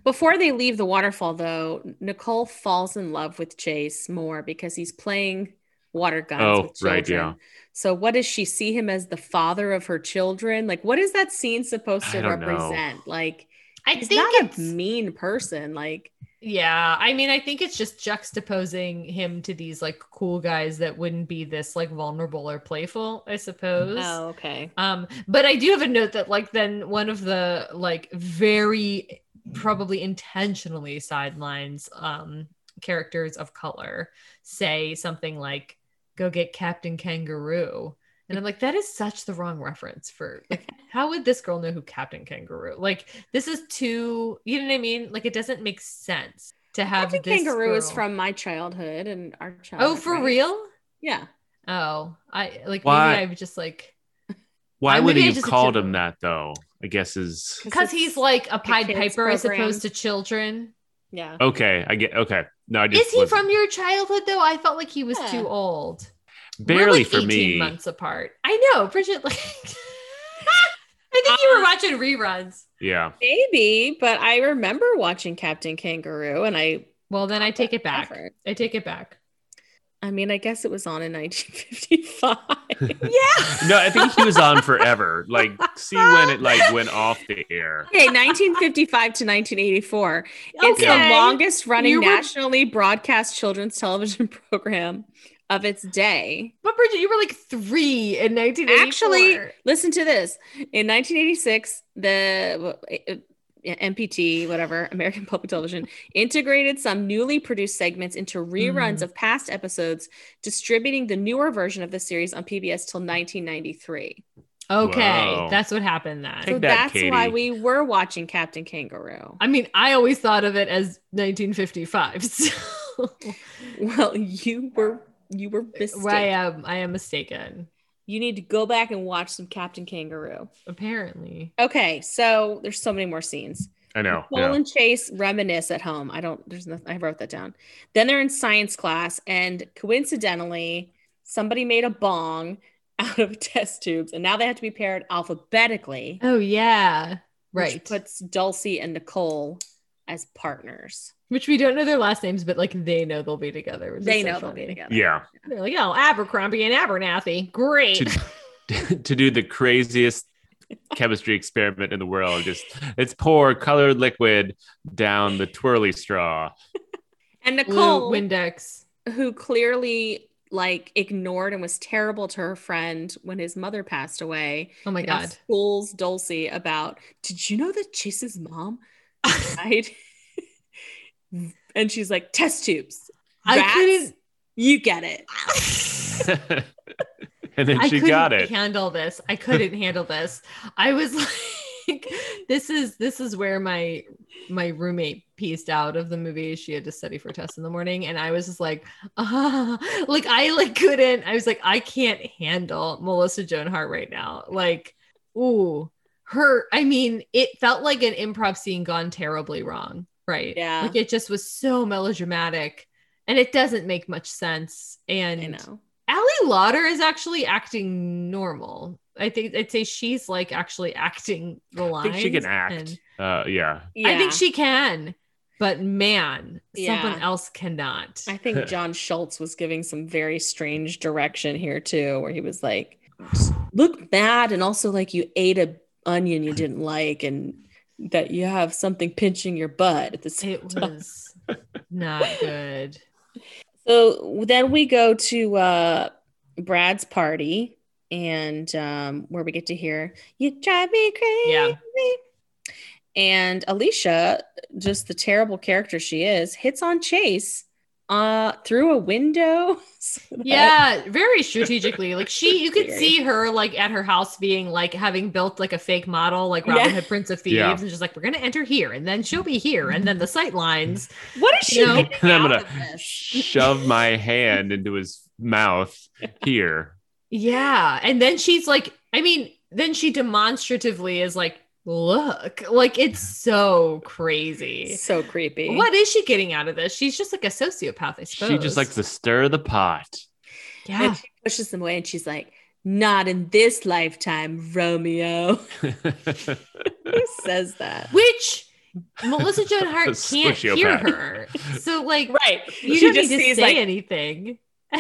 S3: Before they leave the waterfall, though, Nicole falls in love with Chase more because he's playing water guns
S2: Oh,
S3: with children.
S2: right, yeah.
S3: So, what does she see him as the father of her children? Like, what is that scene supposed to
S2: I don't know.
S3: represent? Like,
S1: I
S3: he's
S1: think
S3: not
S1: it's
S3: a mean person. Like,
S1: Yeah, I mean, I think it's just juxtaposing him to these like cool guys that wouldn't be this like vulnerable or playful, I suppose.
S3: oh, okay.
S1: Um, but I do have a note that like then one of the like very probably intentionally sidelines um characters of color say something like go get Captain Kangaroo. And I'm like, that is such the wrong reference for
S3: (laughs)
S1: like, how would this girl know who Captain Kangaroo? Like, this is too, you know what I mean? Like, it doesn't make sense to have
S3: Captain
S1: this
S3: Kangaroo is
S1: girl-
S3: from my childhood and our childhood.
S1: Oh, for
S3: right?
S1: real?
S3: Yeah.
S1: Oh, I like
S2: Why-
S1: maybe I just like
S2: Why
S1: I-
S2: would
S1: maybe I
S2: he have
S1: just
S2: called
S1: didn't-
S2: him that though? I guess is
S1: because he's
S3: it's-
S1: like a Pied
S3: kids'
S1: Piper, I
S3: program.
S1: suppose, to children.
S3: yeah.
S2: okay. I get okay. No, I just
S1: Is he
S2: was-
S1: from your childhood though? I felt like he was
S3: Yeah.
S1: too old. We're,
S2: barely
S1: like,
S2: for
S1: 18
S2: me?
S1: months apart. I know, Bridget. Like, (laughs) I think you were watching reruns.
S2: Yeah,
S3: Maybe, but I remember watching Captain Kangaroo and I
S1: Well, then I take it back.
S3: Effort.
S1: I take it back.
S3: I mean, I guess it was on in (laughs) 1955.
S1: Yeah.
S2: no, I think he was on forever. Like, see when it like went off the air.
S3: okay, 1955 to 1984. It's
S1: Okay.
S3: the longest running
S1: You were-
S3: nationally broadcast children's television (laughs) program of its day.
S1: But Bridget, you were like three in 1984.
S3: Actually, listen to this. In 1986, the uh, MPT, whatever, American Public Television, integrated some newly produced segments into reruns
S1: Mhm.
S3: of past episodes, distributing the newer version of the series on PBS till 1993.
S1: okay,
S2: Whoa.
S1: that's what happened then.
S3: So
S2: Take that,
S3: that's why
S2: Katie.
S3: we were watching Captain Kangaroo. (laughs)
S1: I mean, I always thought of it as 1955. (laughs) So
S3: Well, you were you were mistaken.
S1: I am, I am mistaken.
S3: You need to go back and watch some Captain Kangaroo.
S1: Apparently.
S3: Okay, so there's so many more scenes.
S2: I know.
S3: Nicole
S2: yeah.
S3: and Chase reminisce at home. I don't, there's nothing, I wrote that down. Then they're in science class, and coincidentally, somebody made a bong (laughs) out of test tubes, and now they have to be paired alphabetically.
S1: Oh yeah. Right.
S3: Which puts Dulcie and Nicole as partners.
S1: Which we don't know their last names, but like they know they'll be together. which is
S3: They
S1: so
S3: know they'll
S1: funny.
S3: be together.
S2: Yeah.
S1: They're like, oh, Abercrombie and Abernathy. Great.
S2: To, (laughs) to do the craziest chemistry experiment in the world. Just let's pour colored liquid down the twirly straw. (laughs)
S3: And
S1: Blue
S3: Nicole,
S1: Windex.
S3: who clearly like ignored and was terrible to her friend when his mother passed away,
S1: Oh my
S3: now
S1: god.
S3: schools Dulcie about, did you know that Chase's mom died? (laughs) and she's like, test tubes.
S1: I
S3: Rats,
S1: couldn't
S3: You get it.
S2: (laughs)
S1: (laughs)
S2: and then
S1: I
S2: she
S1: couldn't
S2: got it.
S1: handle this. I couldn't handle this. I was (laughs) like, this is this is where my my roommate pieced out of the movie. She had to study for tests in the morning, and I was just like, (laughs) ah, like I like couldn't. I was like, I can't handle Melissa Joan Hart right now. Like, ooh, her. I mean, it felt like an improv scene gone terribly wrong. Right.
S3: Yeah.
S1: Like it just was so melodramatic. And it doesn't make much sense. And
S3: I know.
S1: Ali Lauder is actually acting normal. I think I'd say she's like actually acting the
S2: I
S1: lines.
S2: think she can act.
S1: and-
S2: Uh, yeah.
S1: I think (laughs)
S3: Yeah.
S1: she can, but man, someone
S3: Yeah.
S1: else cannot.
S3: I think John Schultz was giving some very strange direction here too, where he was like, "Just look mad, and also like you ate a onion you didn't like, and that you have something pinching your butt at the same (laughs)
S1: It was not good.
S3: So then we go to uh, Brad's party, and um, where we get to hear "You Drive Me Crazy."
S1: Yeah.
S3: And Alicia, just the terrible character she is, hits on Chase uh through a window. (laughs) so that-
S1: Yeah, very strategically. Like she, you could
S3: Very.
S1: see her like at her house being like having built like a fake model, like
S3: Yeah.
S1: Robin Hood, Prince of Thieves,
S2: Yeah.
S1: and just like we're gonna enter here, and then she'll be here, and then the sight lines.
S3: What is she
S1: No.
S3: getting
S2: And I'm
S3: out
S2: gonna-
S3: of this?
S2: Shove my hand into his mouth here.
S1: Yeah, and then she's like, I mean, then she demonstratively is like, look, like it's so crazy.
S3: So creepy.
S1: What is she getting out of this? She's just like a sociopath, I suppose.
S2: She just likes to stir the pot. (laughs)
S1: yeah.
S3: And she pushes them away and she's like, not in this lifetime, Romeo. (laughs) Who says that?
S1: which Melissa
S2: (laughs)
S1: Joan Hart can't hear
S2: Sociopath.
S1: her. So like
S3: Right.
S1: you
S3: she
S1: don't
S3: just
S1: need to
S3: sees
S1: say
S3: like,
S1: anything. (laughs)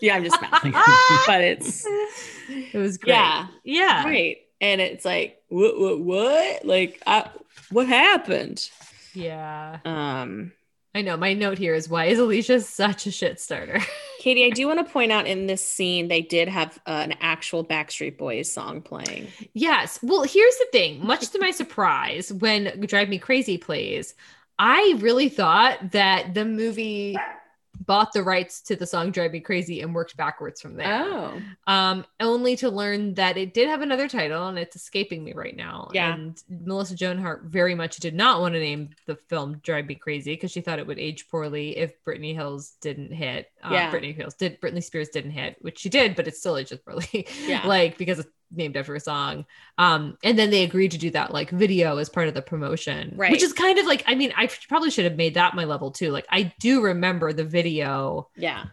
S3: yeah, I'm just mouthing. it.
S1: it
S3: but it's
S1: was great.
S3: yeah,
S1: Yeah.
S3: right. And it's like, what, what, what? Like, I, what happened?
S1: Yeah.
S3: Um,
S1: I know. My note here is why is Alicia such a shit starter?
S3: Katie, I do want to point out in this scene they did have uh, an actual Backstreet Boys song playing.
S1: Yes. Well, here's the thing. Much to my surprise, when Drive Me Crazy plays, I really thought that the movie bought the rights to the song Drive Me Crazy and worked backwards from there.
S3: Oh,
S1: Um, only to learn that it did have another title and it's escaping me right now.
S3: Yeah.
S1: And Melissa Joan Hart very much did not want to name the film Drive Me Crazy because she thought it would age poorly if Britney Hills didn't hit. Uh,
S3: Yeah.
S1: Britney Hills did Britney Spears didn't hit, which she did, but it still ages poorly. (laughs)
S3: Yeah.
S1: like because it's named after a song. Um, and then they agreed to do that like video as part of the promotion,
S3: Right.
S1: Which is kind of like I mean I probably should have made that my level too. Like I do remember the video.
S3: yeah,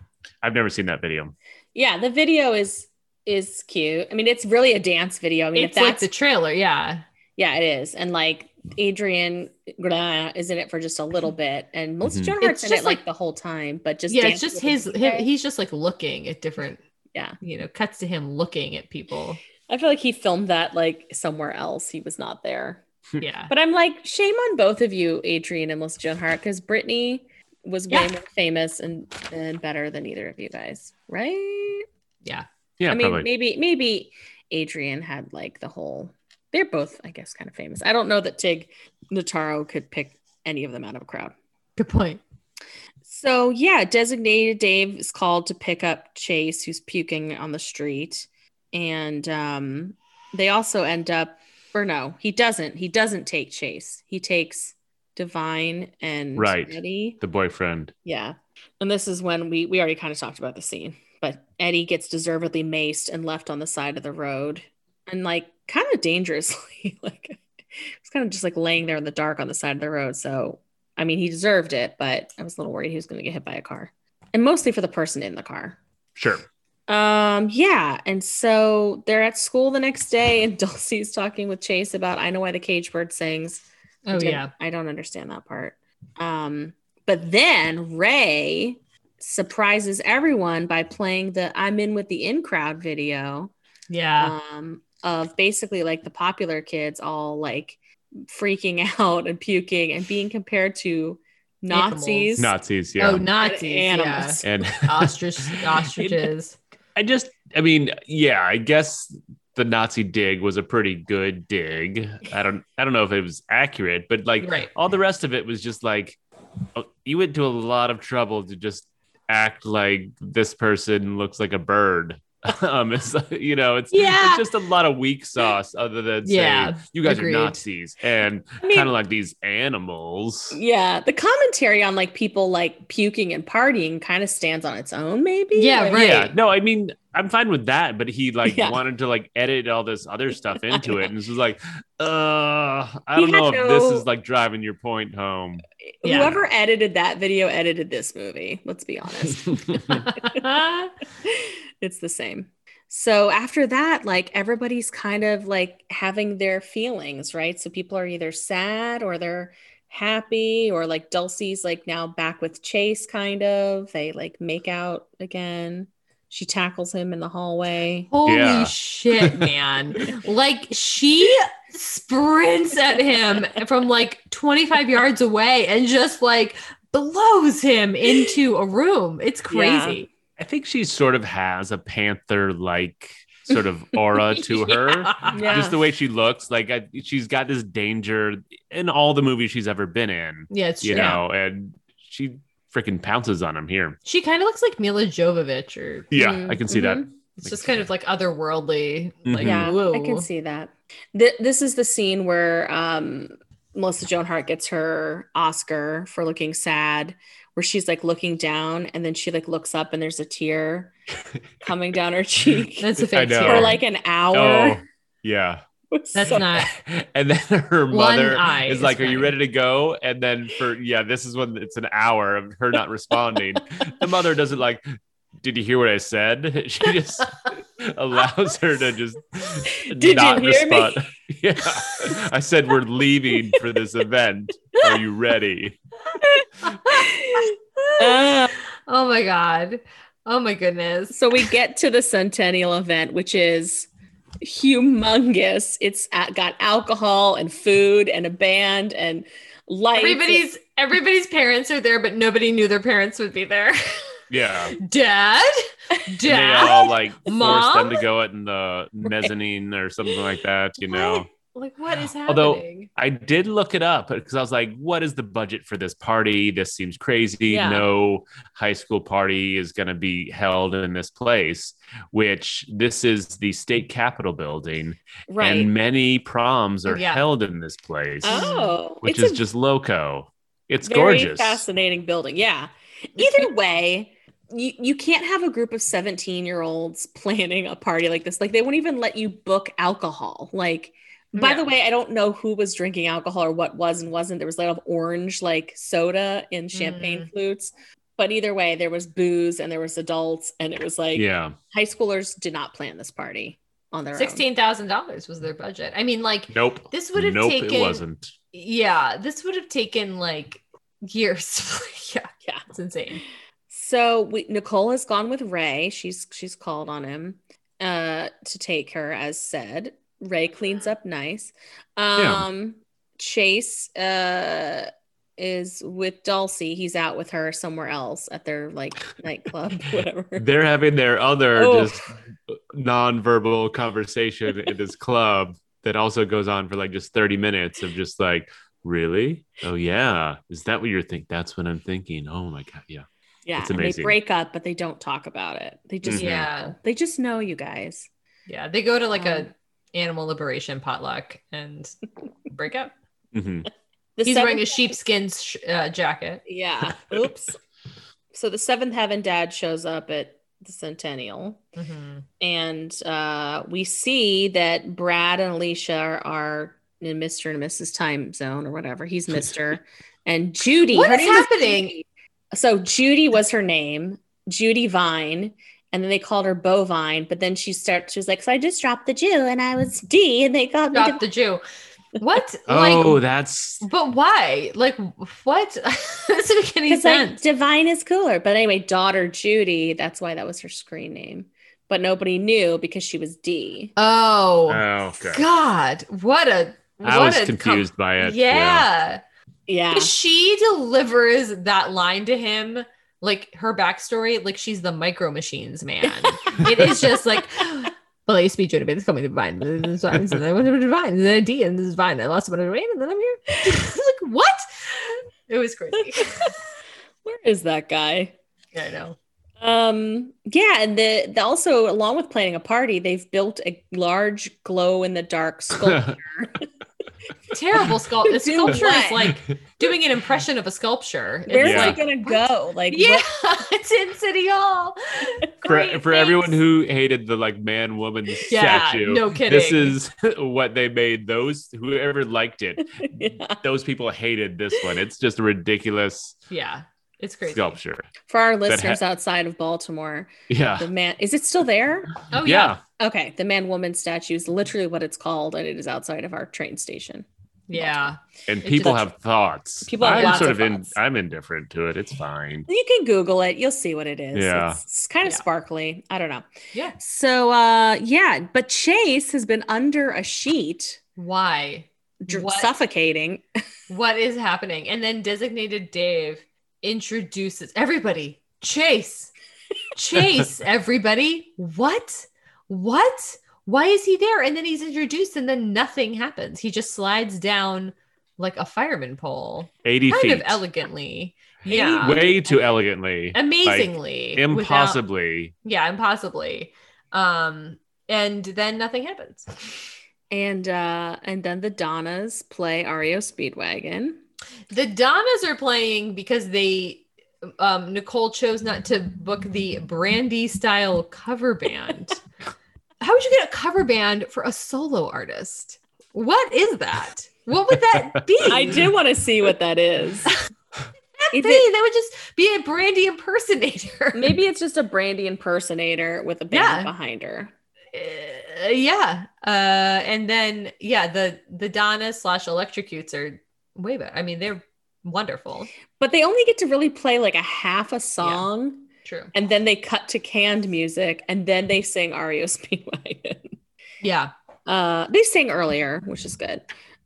S2: I've never seen that video.
S3: yeah. The video is is cute. I mean, it's really a dance video. I mean,
S1: it's
S3: if
S1: like
S3: that's
S1: the trailer, yeah.
S3: yeah, it is. And like Adrian Grana is in it for just a little bit, and Melissa
S2: Mhm.
S3: Joan Hart's
S1: Mm-hmm. It's
S3: in
S1: just
S3: it like,
S1: like-
S3: the whole time, but just
S1: yeah, it's
S3: dancing
S1: just
S3: with the
S1: his, him,
S3: DJ.
S1: he's just like looking at different,
S3: Yeah.
S1: you know, cuts to him looking at people.
S3: I feel like he filmed that like somewhere else. He was not there.
S2: Hmm.
S1: Yeah.
S3: But I'm like, shame on both of you, Adrian and Melissa Joan Hart, because Brittany was way
S1: Yeah.
S3: more famous and, and better than either of you guys, right?
S2: Yeah,
S3: I mean,
S2: probably.
S3: maybe maybe Adrian had like the whole. They're both, I guess, kind of famous. I don't know that Tig Notaro could pick any of them out of a crowd.
S1: Good point.
S3: So yeah, designated Dave is called to pick up Chase, who's puking on the street, and um, they also end up, or no, he doesn't. He doesn't take Chase. He takes Divine and
S2: Right.
S3: Eddie.
S2: The boyfriend.
S3: Yeah, and this is when we we already kind of talked about the scene, but Eddie gets deservedly maced and left on the side of the road, and like kind of dangerously, (laughs) like it's kind of just like laying there in the dark on the side of the road. So, I mean, he deserved it, but I was a little worried he was going to get hit by a car, and mostly for the person in the car.
S2: Sure.
S3: Um, yeah, and so they're at school the next day, and (laughs) Dulcie's talking with Chase about I know why the cage bird sings. I
S1: Oh,
S3: didn't-
S1: yeah.
S3: I don't understand that part. Um, but then Ray surprises everyone by playing the I'm in with the in crowd video
S1: Yeah.
S3: um, of basically like the popular kids all like freaking (laughs) out and puking and being compared to Nazis.
S2: Nazis. Yeah.
S1: Oh, Nazis.
S3: Animals.
S2: and
S1: Yeah.
S3: (laughs)
S1: Ostrich,
S2: (laughs)
S1: ostriches.
S2: I just, I mean, yeah, I guess the Nazi dig was a pretty good dig. I don't, I don't know if it was accurate, but like
S1: Right.
S2: all the rest of it was just like, oh, you went to a lot of trouble to just act like this person looks like a bird. (laughs) um, it's you know, it's
S1: Yeah.
S2: it's just a lot of weak sauce other than
S1: Yeah,
S2: saying you guys
S1: agreed.
S2: are Nazis and
S3: I mean,
S2: kind of like these animals.
S3: yeah, the commentary on like people like puking and partying kind of stands on its own, maybe.
S1: Yeah,
S3: Like,
S1: right.
S2: Yeah, no, I mean, I'm fine with that, but he like
S3: Yeah.
S2: wanted to like edit all this other stuff into it, and this was like, uh, I
S3: He
S2: don't
S3: had
S2: know if this
S3: no-
S2: is like driving your point (laughs) home.
S1: Yeah.
S3: Whoever edited that video edited this movie. Let's be honest.
S2: Hmm.
S3: (laughs) it's the same. So after that, like everybody's kind of like having their feelings, right? So people are either sad or they're happy, or like Dulcie's like now back with Chase, kind of. They like make out again. She tackles him in the hallway.
S1: (laughs) Holy
S2: Yeah.
S1: shit, man. like she sprints at him from like 25 yards away and just like blows him into a room. It's crazy.
S2: I think she sort of has a panther like sort of (laughs) aura to her.
S1: (laughs) Yeah.
S3: Yeah.
S2: Just the way she looks, like I, she's got this danger in all the movies she's ever been in,
S1: Yeah, it's true.
S2: you know, and she freaking pounces on him here.
S1: She kind of looks like Mila Jovovich, or
S2: Yeah,
S3: Mhm,
S2: I can see that.
S3: mhm.
S1: it's just kind of like otherworldly. Like,
S2: Mhm.
S3: Yeah,
S1: whoa.
S3: I can see that. Th- this is the scene where um, Melissa Joan Hart gets her Oscar for looking sad, where she's like looking down and then she like looks up and there's a tear coming down her cheek
S1: (laughs) That's a
S2: I
S1: fake
S2: know.
S1: tear.
S3: for like an
S2: Oh,
S3: (laughs) hour.
S2: yeah.
S1: That's not.
S2: (laughs) and then her
S1: One
S2: mother
S1: eye
S2: is
S1: is
S2: like, "Are you
S1: fine.
S2: ready to go?" And then for yeah, this is when it's an hour of her not responding. the mother doesn't like. Did you hear what I said? (laughs) She
S1: (laughs)
S2: just allows her to just
S3: you
S2: not
S3: hear me?
S2: respond. (laughs) Yeah, I said we're leaving for this event. Are you ready?
S3: Uh,
S1: oh my god. Oh my goodness.
S3: (laughs) so we get to the centennial event, which is humongous. It's at, got alcohol and food and a band and lights.
S1: Everybody's everybody's parents are there, but nobody knew their parents would be there. (laughs)
S2: Yeah, (laughs)
S1: Dad,
S2: And they
S1: dad.
S2: all like force
S1: Mom?
S2: them to go at the mezzanine or something like that. You know.
S1: Like what is
S2: (gasps) Although-
S1: happening?
S2: I did look it up because I was like, what is the budget for this party? This seems crazy.
S1: Yeah.
S2: No high school party is going to be held in this place, which this is the state capitol building.
S3: right.
S2: And many proms are
S1: Yeah.
S2: held in this place,
S3: Oh,
S2: which
S3: it's
S2: is
S3: a
S2: just loco. It's
S3: very
S2: gorgeous.
S3: fascinating building. Yeah.
S2: (laughs)
S3: Either way, you, you can't have a group of 17 year olds (laughs) planning a party like this. Like, they won't even let you book alcohol. Like, by the
S1: No.
S3: way, I don't know who was drinking alcohol or what was and wasn't. There was a lot of orange, like soda and champagne
S2: Mm.
S3: flutes. But either way, there was booze and there was adults. And it was like
S2: Yeah.
S3: high schoolers did not plan this party on their
S1: Sixteen thousand dollars was their budget. I mean, like
S2: Nope.
S1: this would have
S2: Nope,
S1: taken.
S2: it wasn't.
S1: Yeah, this would have taken like years. (laughs) yeah,
S3: Yeah.
S1: it's insane.
S3: So we, Nicole has gone with Ray. She's she's called on him uh, to take her, as said. Ray cleans up nice.
S2: Yeah.
S3: Um, Chase uh, is with Dulcie. He's out with her somewhere else at their like nightclub, (laughs) whatever.
S2: They're having their other
S3: Oh.
S2: just nonverbal conversation in this club that also goes on for like just 30 minutes of just like, really? Oh, yeah. Is that what you're thinking? That's what I'm thinking. Oh, my God. Yeah.
S3: yeah,
S2: it's
S3: and they
S2: amazing.
S3: break up, but they don't talk about it. They just
S2: Mhm.
S1: Yeah,
S3: they just know you guys.
S1: yeah. They go to like
S3: Um,
S1: a animal liberation potluck and break up.
S2: hmm
S3: The
S1: He's wearing a
S3: seventh-
S1: sheepskin sh- uh, jacket.
S3: (laughs) yeah. Oops. so the seventh heaven dad shows up at the centennial.
S1: Mhm.
S3: and uh, we see that Brad and Alicia are, are in Mr. and Mrs. Time Zone or whatever. He's Mr. and Judy.
S1: What
S3: her
S1: is
S3: name is
S1: happening?
S3: Judy. So Judy was her name, Judy Vine. And then they called her Bovine, but then she starts. She was like, "So I just dropped the Jew, and I was D, and they called me."
S1: Drop
S3: Div-"
S1: the Jew. What?
S2: (laughs) Oh,
S1: like,
S2: that's
S1: but why? Like, what? (laughs) this doesn't make any
S3: Because like
S1: sense.
S3: divine is cooler. But anyway, daughter Judy. That's why that was her screen name. But nobody knew because she was D.
S1: oh,
S2: oh, okay.
S1: God! What a.
S2: I
S1: what
S2: was
S1: a com-
S2: confused by it.
S1: yeah.
S3: Yeah,
S1: she delivers that line to him like her backstory like she's the micro machines
S3: (laughs)
S1: man it is just like well i used to be Judah, but it's coming to divine and then it's divine and then i went to divine and then i D, and this is divine i lost about a and then i'm here (laughs) like what it was
S3: (laughs)
S1: crazy
S3: where is that guy?
S1: Yeah, i know
S3: Um, yeah, and the, the also along with planning a party, they've built a large glow in the
S2: (laughs)
S3: dark sculpture.
S1: terrible
S3: (laughs)
S1: sculpture
S3: Do
S1: sculpture is
S2: (laughs)
S3: what?
S1: like doing an impression of a sculpture It's
S3: Where's
S2: Yeah.
S1: like
S3: it gonna go? Like,
S1: yeah
S3: what-
S1: (laughs) it's in city hall
S2: for,
S1: Great,
S2: for
S1: thanks.
S2: everyone who hated the like man woman
S1: yeah
S2: statue.
S1: no kidding
S2: This is (laughs) what they made. Those whoever liked it,
S3: (laughs) Yeah.
S2: those people hated this one. It's just a ridiculous
S1: yeah it's crazy
S2: sculpture.
S3: For our listeners outside of Baltimore,
S2: Yeah.
S3: the man is it still there?
S1: oh yeah
S2: yeah.
S3: Okay, the man woman statue is literally what it's called, and it is outside of our train station.
S1: yeah
S2: And
S1: It
S2: people
S1: just- (laughs)
S2: have thoughts.
S3: People have
S2: I'm
S3: lots
S2: sort
S3: of
S2: of, in,
S3: thoughts.
S2: I'm indifferent to it. It's fine.
S3: You can Google it, you'll see what it is.
S2: Yeah.
S3: It's, it's kind of
S1: Yeah.
S3: sparkly. I don't know.
S1: yeah
S3: So uh yeah, but Chase has been under a sheet,
S1: why
S3: dr-
S1: What?
S3: suffocating.
S1: what is happening and then designated dave introduces everybody chase chase everybody what what why is he there and then he's introduced and then nothing happens he just slides down like a fireman pole,
S2: 80
S1: kind
S2: feet.
S1: of elegantly. Yeah.
S2: Way too elegantly.
S1: Amazingly. without-
S2: Impossibly.
S1: yeah, impossibly. Um, and then nothing happens.
S3: And uh and then the Donnas play REO Speedwagon.
S1: The Donnas are playing because they um Nicole chose not to book the Brandy style cover
S3: (laughs)
S1: band. How would you get a cover band for a solo artist? What is that? What would that be?
S3: (laughs) I do want to see what that is.
S1: That,
S3: Is
S1: be?
S3: it-
S1: that would just be a Brandy impersonator.
S3: Maybe it's just a Brandy impersonator with a band
S1: Yeah.
S3: behind her.
S1: (laughs) Uh, yeah. Uh, and then yeah, the the Donna slash electrocutes are way better. I mean, they're wonderful.
S3: But they only get to really play like a half a song
S1: True.
S3: and then they cut to canned music and then they sing REO Speedwagon.
S1: Yeah.
S3: Uh they sang earlier, which is good.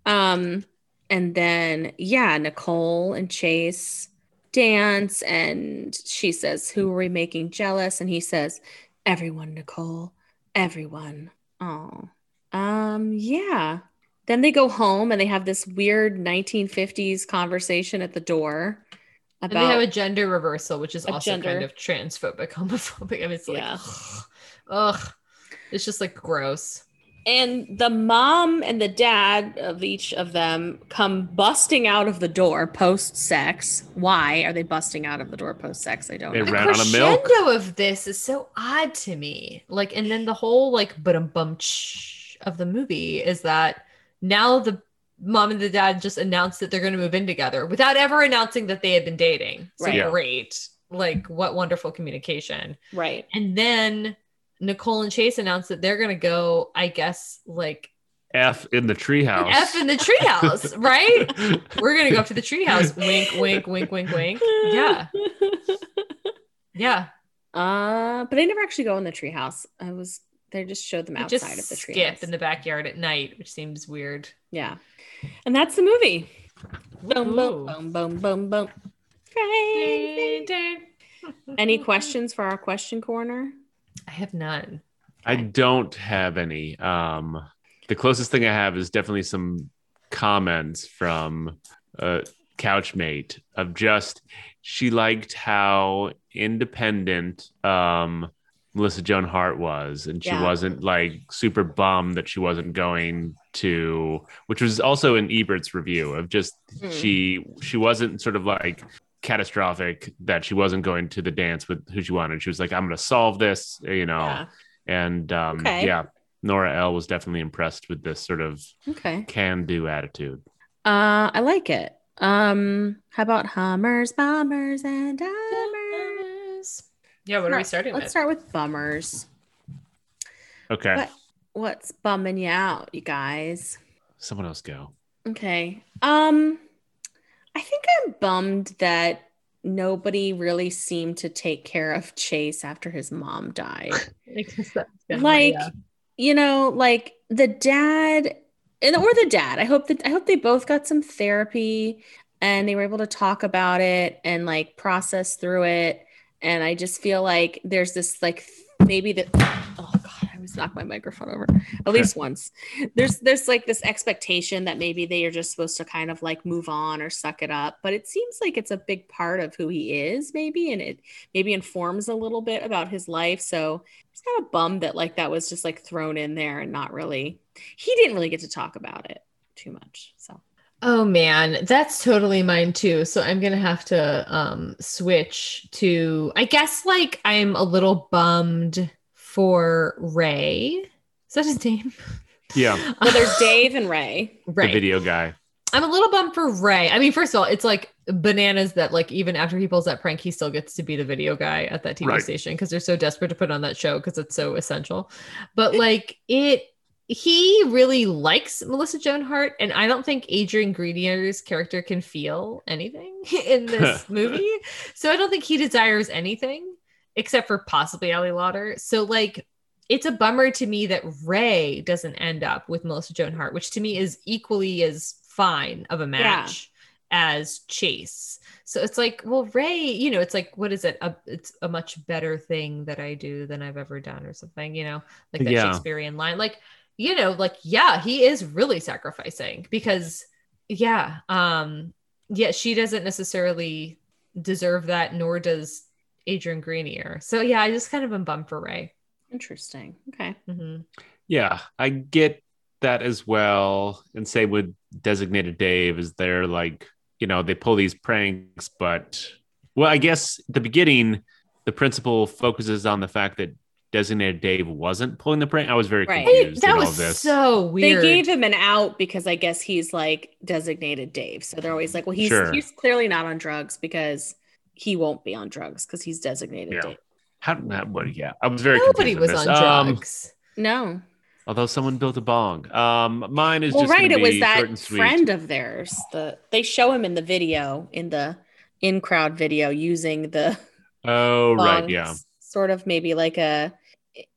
S3: Um and then yeah, Nicole and Chase dance and she says, "Who are we making jealous?" and he says, "Everyone, Nicole. Everyone." Oh. Um yeah. Then they go home and they have this weird 1950s conversation at the door
S1: And
S3: about
S1: they have a gender reversal, which is
S3: A
S1: also kind
S3: gender-
S1: of transphobic, (laughs) homophobic. I mean, it's like,
S3: Yeah.
S1: ugh, (sighs) ugh. it's just like gross.
S3: And the mom and the dad of each of them come busting out of the door post sex. Why are they busting out of the door post sex? I don't
S2: They
S3: know.
S1: The
S2: ran out of milk.
S1: crescendo of this is so odd to me. Like, and then the whole like bum bum of the movie is that now the mom and the dad just announced that they're going to move in together without ever announcing that they had been dating. So
S3: Right.
S2: Yeah.
S1: great, like what wonderful communication.
S3: right.
S1: And then Nicole and Chase announced that they're going to go, I guess, like
S2: F in the treehouse.
S1: F in the
S3: (laughs)
S1: treehouse,
S2: (laughs)
S1: right? We're gonna go up to the treehouse. Wink, wink, wink, wink, wink. Yeah, yeah.
S3: (laughs) Uh, but they never actually go in the treehouse. I was they just showed them
S1: They
S3: outside
S1: just
S3: of the
S1: skip
S3: treehouse.
S1: in the backyard at night, which seems weird.
S3: yeah. And that's the movie. Boom, boom,
S1: Ooh.
S3: boom, boom, boom, boom. Crazy. Any questions for our question corner?
S1: I have none.
S2: I don't have any. Um, the closest thing I have is definitely some comments from uh, Couchmate of just she liked how independent um, Melissa Joan Hart was, and she
S3: Yeah.
S2: wasn't like super bummed that she wasn't going to, which was also in Ebert's review of just
S3: Hmm.
S2: she she wasn't sort of like catastrophic that she wasn't going to the dance with who she wanted. She was like, I'm going to solve this, you know.
S3: Yeah.
S2: And um,
S3: Okay.
S2: yeah, Nora L was definitely impressed with this sort of
S3: Okay.
S2: can do attitude.
S3: Uh, I like it. Um, how about Hummers, Bombers, and Hummers?
S1: Yeah, what are we
S3: Alright,
S1: starting
S3: Let's
S1: with?
S3: start with Bummers.
S2: Okay.
S3: But- What's bumming you out, you guys?
S2: Someone else go.
S3: Okay. Um, I think I'm bummed that nobody really seemed to take care of Chase after his mom died. like you know like the dad and or the dad i hope that i hope they both got some therapy and they were able to talk about it and like process through it and i just feel like there's this like maybe that oh god i was knocked my microphone over at least once there's there's like this expectation that maybe they are just supposed to kind of like move on or suck it up but it seems like it's a big part of who he is maybe and it maybe informs a little bit about his life so it's kind of bummed that like that was just like thrown in there and not really he didn't really get to talk about it too much so
S1: Oh man, that's totally mine too. So I'm gonna have to um switch to I guess like I'm a little bummed for Ray. Is that his name?
S2: Yeah.
S1: (laughs)
S2: (laughs)
S3: well there's dave and ray
S1: Ray.
S2: The video guy.
S1: I'm a little bummed for Ray. I mean, first of all, it's like bananas that like even after he pulls that prank, he still gets to be the video guy at that TV
S2: Right.
S1: station because they're so desperate to put on that show because it's so essential. But like it, he really likes Melissa Joan Hart, and I don't think Adrian Grenier's character can feel anything (laughs) in this movie. So I don't think he desires anything except for possibly Ali Lauder. So like it's a bummer to me that Ray doesn't end up with Melissa Joan Hart, which to me is equally as fine of a match as Chase. So it's like, well, Ray, you know, it's like, what is it? A, it's a much better thing that I do than I've ever done, or something, you know, like that
S2: Yeah.
S1: Shakespearean line. Like, you know, like, yeah, he is really sacrificing because yeah um yeah she doesn't necessarily deserve that nor does adrian grenier so yeah i just kind of am bummed for ray
S3: Interesting. Okay.
S1: hmm
S2: Yeah, I get that as well. And same with designated Dave is they're like, you know, they pull these pranks, but well, I guess at the beginning, the principal focuses on the fact that designated Dave wasn't pulling the prank. I was very
S3: Right.
S1: Hey,
S2: confused
S1: that
S2: in all
S1: was
S2: this.
S1: so weird
S3: They gave him an out because I guess he's like designated Dave. So they're always like, well, he's
S2: Sure.
S3: he's clearly not on drugs because he won't be on drugs because he's designated
S2: Yeah.
S3: Dave.
S2: How that would yeah. I was very
S1: nobody was
S2: confused
S1: on
S2: in this. Um,
S1: drugs
S3: No.
S2: although someone built a bong. Um mine is
S3: Well,
S2: just
S3: right.
S2: gonna
S3: It was
S2: be short
S3: that
S2: and sweet.
S3: friend of theirs. The they show him in the video in the in crowd video using the
S2: Oh right,
S3: bong,
S2: yeah.
S3: sort of maybe like a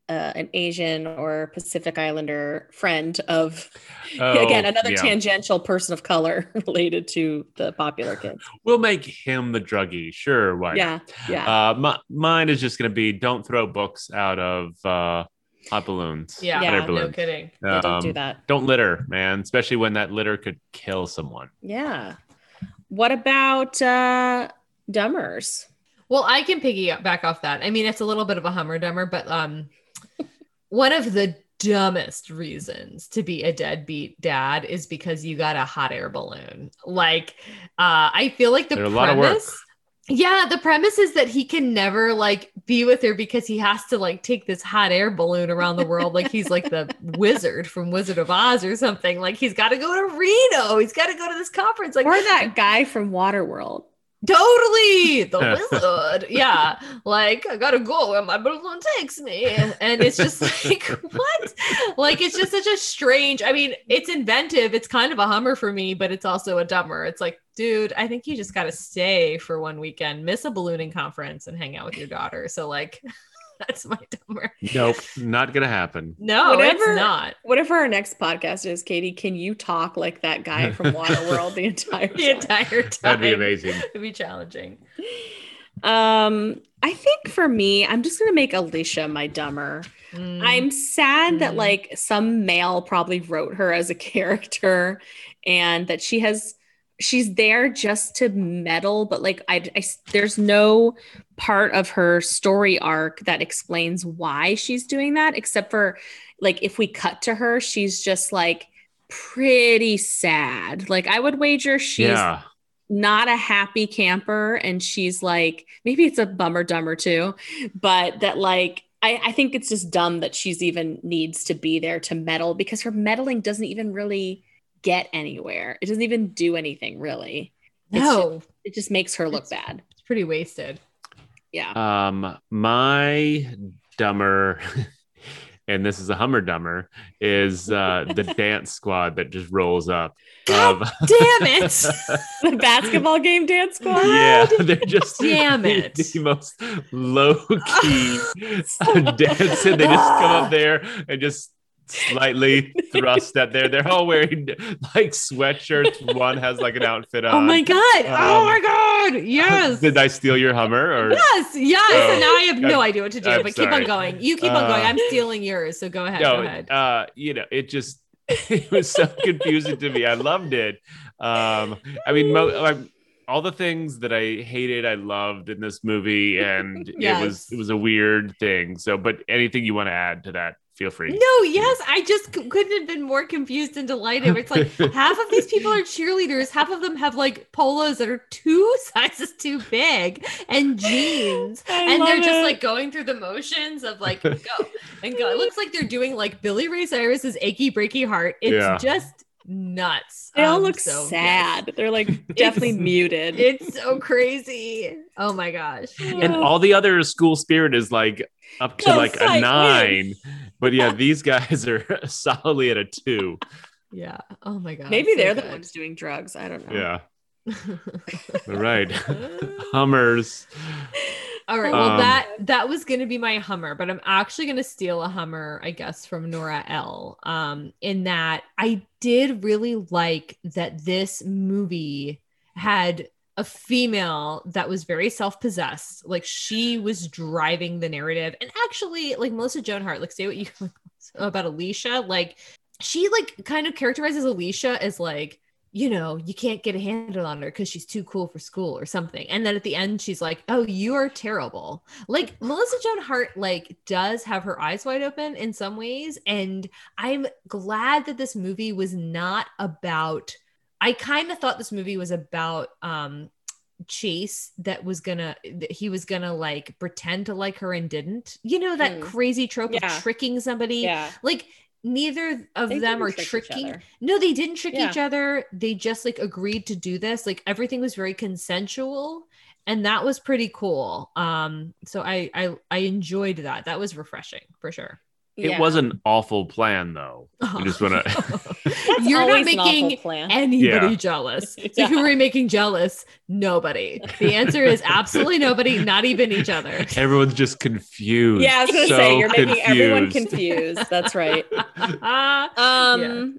S3: uh, an Asian or Pacific Islander friend of (laughs)
S2: Oh,
S3: (laughs) again another
S2: yeah.
S3: tangential person of color (laughs) related to the popular
S2: (laughs)
S3: kids.
S2: We'll make him the druggie. Sure, why not?
S3: Yeah, yeah.
S2: Uh, my, mine is just going to be don't throw books out of uh, hot balloons.
S1: yeah,
S3: Yeah.
S2: hot air
S1: no
S2: balloons.
S1: kidding
S3: they don't do
S2: Um,
S3: that.
S2: don't litter, man, especially when that litter could kill someone.
S3: Yeah. What about uh dumbers?
S1: Well, I can piggyback off that. I mean, it's a little bit of a hummer dumber, but um, (laughs) one of the dumbest reasons to be a deadbeat dad is because you got a hot air balloon. Like, uh, I feel like the
S2: They're a
S1: premise.
S2: lot of work.
S1: Yeah, the premise is that he can never like be with her because he has to like take this hot air balloon around the world like he's like
S2: (laughs)
S1: the wizard from Wizard of Oz or something. Like he's got to go to Reno. He's got to go to this conference. Like
S3: or that guy from Waterworld.
S1: Totally,
S2: (laughs)
S1: the wizard. Yeah, like I gotta go where my balloon takes me, and it's just (laughs) like what? Like it's just such a strange. I mean, it's inventive. It's kind of a hummer for me, but it's also a dumber. It's like, dude, I think you just gotta stay for one weekend, miss a ballooning conference, and hang out with your daughter. So like, (laughs) that's my dumber.
S2: Nope, (laughs) not going to happen.
S1: No,
S3: Whatever.
S1: it's not.
S3: Whatever our next podcast is, Katie, can you talk like that
S2: (laughs)
S3: guy from Waterworld
S1: (laughs)
S3: the entire
S1: (laughs) The
S3: time?
S1: entire time.
S2: That'd be amazing.
S1: It'd be challenging.
S3: Um, I think for me, I'm just gonna make Alicia my dumber.
S1: Mm.
S3: I'm sad that
S1: Mm.
S3: like some male probably wrote her as a (laughs) character and that she has she's there just to meddle but like I, I s- there's no part of her story arc that explains why she's doing that except for like if we cut to her she's just like pretty sad like i would wager she's
S2: yeah.
S3: not a happy camper and she's like maybe it's a bummer dumber too but that like I, I think it's just dumb that she's even needs to be there to meddle because her meddling doesn't even really get anywhere it doesn't even do anything really it's
S1: no,
S3: it just makes her look bad
S1: it's pretty wasted.
S3: yeah (laughs)
S2: Um, my dumber, (laughs) and this is a Hummer dumber, is uh,
S1: (laughs)
S2: the dance squad that just rolls up. (laughs)
S1: God
S2: Um,
S1: Damn it.
S2: (laughs)
S3: the basketball game dance squad
S1: (laughs)
S2: Yeah, (laughs) they're just
S1: Damn
S2: (laughs) the-
S1: it.
S2: The most low
S1: (laughs)
S2: key
S1: Oh
S2: dance, and they just come up there and just
S1: (laughs)
S2: slightly thrust at there. They're all wearing like sweatshirts. One has like an outfit on.
S1: Oh my god! oh
S2: Um,
S1: my
S3: (laughs)
S1: god! Yes.
S2: Did I steal your Hummer? Or
S1: yes. Yes.
S2: Oh,
S1: and now I have no
S2: I'm-
S1: idea what to do.
S2: I'm
S1: but keep
S2: sorry.
S1: on going. You keep on going.
S3: Um,
S2: Uh,
S1: I'm stealing yours. So go ahead. go ahead.
S2: uh, you know, it just (laughs) it
S1: (laughs)
S2: was so confusing to me. I loved it. Um, I mean, mo- I'm, all the things that I hated, I loved in
S1: (laughs)
S2: this movie, and it was
S1: Yes.
S2: it was a weird thing. So, but anything you want to add to that, feel free.
S1: no, yes, I just c- couldn't have been more confused and delighted. It's
S3: (laughs)
S1: like half of these people are cheerleaders, half of them have like polos that are two (laughs) sizes too big and jeans.
S3: (laughs) I
S1: and they're
S3: love
S1: just
S3: it.
S1: like going through the motions of like go and go. It looks like they're doing like Billy Ray Cyrus's achy breaky heart. It's
S2: Yeah.
S1: just nuts.
S3: they all
S1: Um,
S3: look
S1: so, yes.
S3: sad they're
S1: (laughs)
S3: like definitely muted
S1: It's so crazy. Oh my gosh.
S2: And all the other school spirit is like up to
S3: Go
S2: like
S3: fight
S2: a
S3: me.
S2: nine,
S1: (laughs)
S2: but yeah, these guys are (laughs) solidly at a two.
S1: Yeah. Oh my gosh.
S3: maybe
S1: so
S3: they're the
S1: good.
S3: ones doing drugs i don't know
S2: Yeah, right. (laughs)
S1: Oh.
S2: Hummers.
S1: (laughs) all right. Well,
S2: Um,
S1: that that was going to be my Hummer, but I'm actually going to steal a Hummer, I guess, from Nora L. Um, in that I did really like that this movie had a female that was very self-possessed. Like she was driving the narrative, and actually, like Melissa Joan Hart, like say what you (laughs) about Alicia, like she like kind of characterizes Alicia as like you know, you can't get a handle on her because she's too cool for school or something. And then at the end, she's like, oh, you are terrible. Like Melissa Joan Hart, like, does have her eyes wide open in some ways. And I'm glad that this movie was not about, I kind of thought this movie was about, um, chase that was gonna that he was gonna like pretend to like her and didn't you know that
S3: Mm.
S1: crazy trope
S3: Yeah.
S1: of tricking somebody
S3: Yeah.
S1: like neither of
S3: They
S1: them
S3: didn't
S1: are
S3: trick each
S1: tricking
S3: other.
S1: no they didn't trick
S3: Yeah.
S1: each other they just like agreed to do this like everything was very consensual and that was pretty cool um so i i, I enjoyed that that was refreshing for sure
S2: It
S3: Yeah.
S2: was an awful plan, though. I just want to.
S3: That's
S1: you're not
S3: always an awful
S1: making (laughs)
S3: plan.
S1: anybody
S2: Yeah.
S1: jealous
S3: (laughs) Yeah.
S1: if you were making jealous nobody the answer is absolutely nobody not even each other
S3: (laughs)
S2: Everyone's just confused.
S3: Yeah, I was gonna
S2: so
S3: say you're making everyone
S2: confused.
S3: confused. That's right. (laughs)
S1: (laughs) Ah,
S3: Um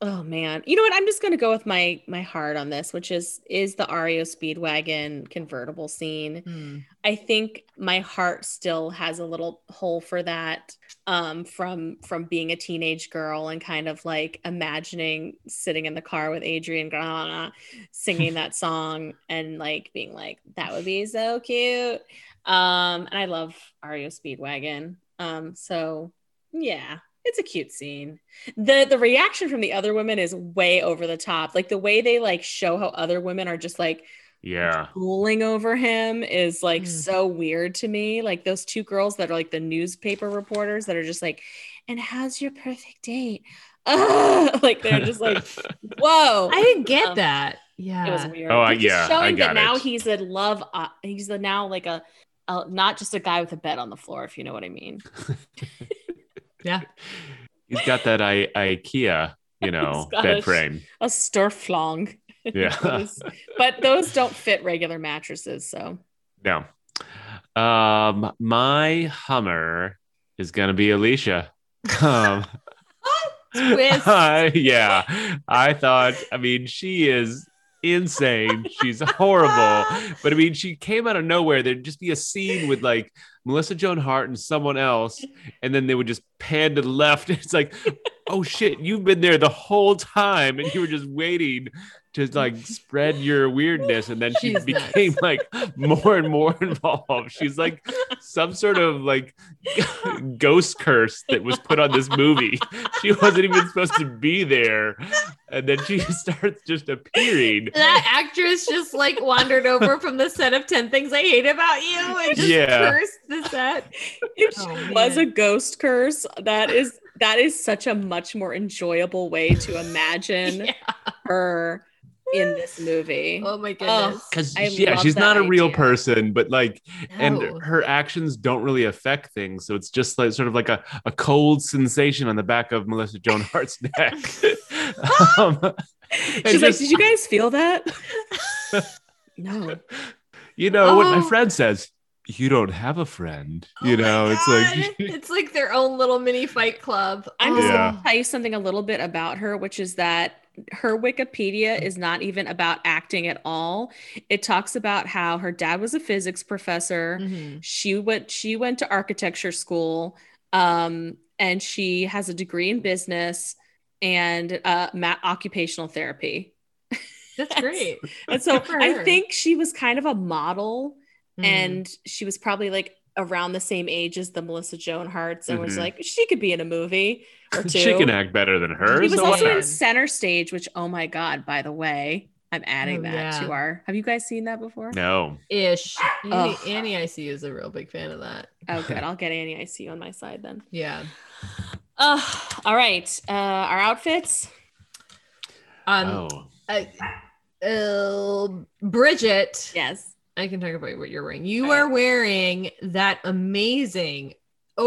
S3: oh man. You know what? I'm just gonna go with my my heart on this, which is is the Ario Speedwagon convertible scene.
S1: hmm.
S4: (laughs)
S3: I think my heart still has a little hole for that um from from being a teenage girl and kind of like imagining sitting in the car with Adrian Grana singing that song and like being like that would be so cute. Um and I love Ario Speedwagon. Um so yeah, it's a cute scene. The the reaction from the other women is way over the top. Like the way they like show how other women are just like
S2: Yeah.
S3: drooling over him is like
S1: Mm.
S3: so weird to me. Like those two girls that are like the newspaper reporters that are just like, and how's your perfect date? (laughs) Ugh! Like they're
S1: (laughs)
S3: just like, whoa.
S1: i didn't get
S3: Um,
S1: that yeah
S3: It was weird.
S2: Oh, I-
S3: They're just
S2: yeah, I
S3: Showing that
S2: got
S3: now
S2: it.
S3: he's a love. Uh, he's a, now like a, a not just a guy with a bed on the floor, if you know what I mean.
S2: (laughs) He's got that I- IKEA, you
S3: (laughs)
S2: know,
S3: got a-
S2: bed frame.
S3: A (laughs) stirflong.
S2: Yeah.
S3: but those don't fit regular
S1: (laughs)
S3: mattresses. So
S2: no. Um, my Hummer is gonna be Alicia. Um, (laughs)
S1: Twist.
S2: yeah. I thought. I mean, she is insane. She's horrible. But I mean, she came out of nowhere. There'd just be a scene with like Melissa Joan Hart and someone else, and then they would just pan to the left. (laughs) It's like, oh shit, you've been there the whole time, and you were just waiting to like spread your weirdness. And then she
S1: She's
S2: became like more and more (laughs) involved. She's like some sort of like (laughs) ghost curse that was put on this movie. She wasn't even supposed to be there, and then she (laughs) starts just appearing.
S1: that actress just like wandered over from the set of 10 things I hate about you and just
S2: Yeah.
S1: cursed the
S3: (laughs)
S1: set.
S3: if
S1: Oh,
S3: she was a
S1: man.
S3: ghost curse, that is that is such a much more enjoyable
S1: (laughs)
S3: way to imagine
S1: Yeah.
S3: her in this movie.
S1: Oh my goodness.
S2: because
S3: I
S2: yeah
S3: love
S2: she's
S3: that
S2: not a real
S3: idea.
S2: person but like
S3: Oh.
S1: No.
S2: and her actions don't really affect things so it's just like sort of like a, a cold sensation on the back of melissa joan
S3: (laughs)
S2: hart's neck um, and
S3: She's like,
S2: just,
S3: did you guys
S1: (laughs)
S3: feel that? no.
S2: you know what my
S1: Oh.
S2: friend says you don't have a friend
S1: Oh
S2: you
S1: my
S2: know it's like
S1: God.
S2: (laughs)
S1: it's like their own little mini fight club.
S3: I'm
S2: just
S1: Oh.
S2: Yeah.
S3: Tell you something a little bit about her, which is that her Wikipedia is not even about acting at all. It talks about how her dad was a physics professor.
S1: Mhm.
S3: she went she went to architecture school um and she has a degree in business and uh ma- occupational therapy
S1: That's great.
S3: and so
S1: Good for
S3: i
S1: her.
S3: think she was kind of a model
S1: Mm.
S3: and she was probably like around the same age as the melissa joan hart's and was
S1: Mm-hmm.
S2: Mhm.
S3: like she could be in a movie
S1: (laughs)
S3: or two
S2: she can act better than Oh, her
S3: she was
S2: so
S3: also
S2: why
S1: what?
S3: in center stage which oh my god by the way i'm adding
S1: Oh,
S3: that
S1: yeah.
S3: to our have you guys seen that before
S2: not? no
S1: ish. Annie,
S3: Ugh.
S1: Annie IC is a real big fan of that.
S3: oh
S1: (laughs)
S3: good i'll get annie i see you on my side then
S1: Yeah.
S3: Uh, all right. Uh, our outfits.
S1: Um
S2: oh
S1: I- uh, Bridget.
S3: Yes.
S1: I can talk about what you're wearing. You
S3: All
S1: are wearing that amazing,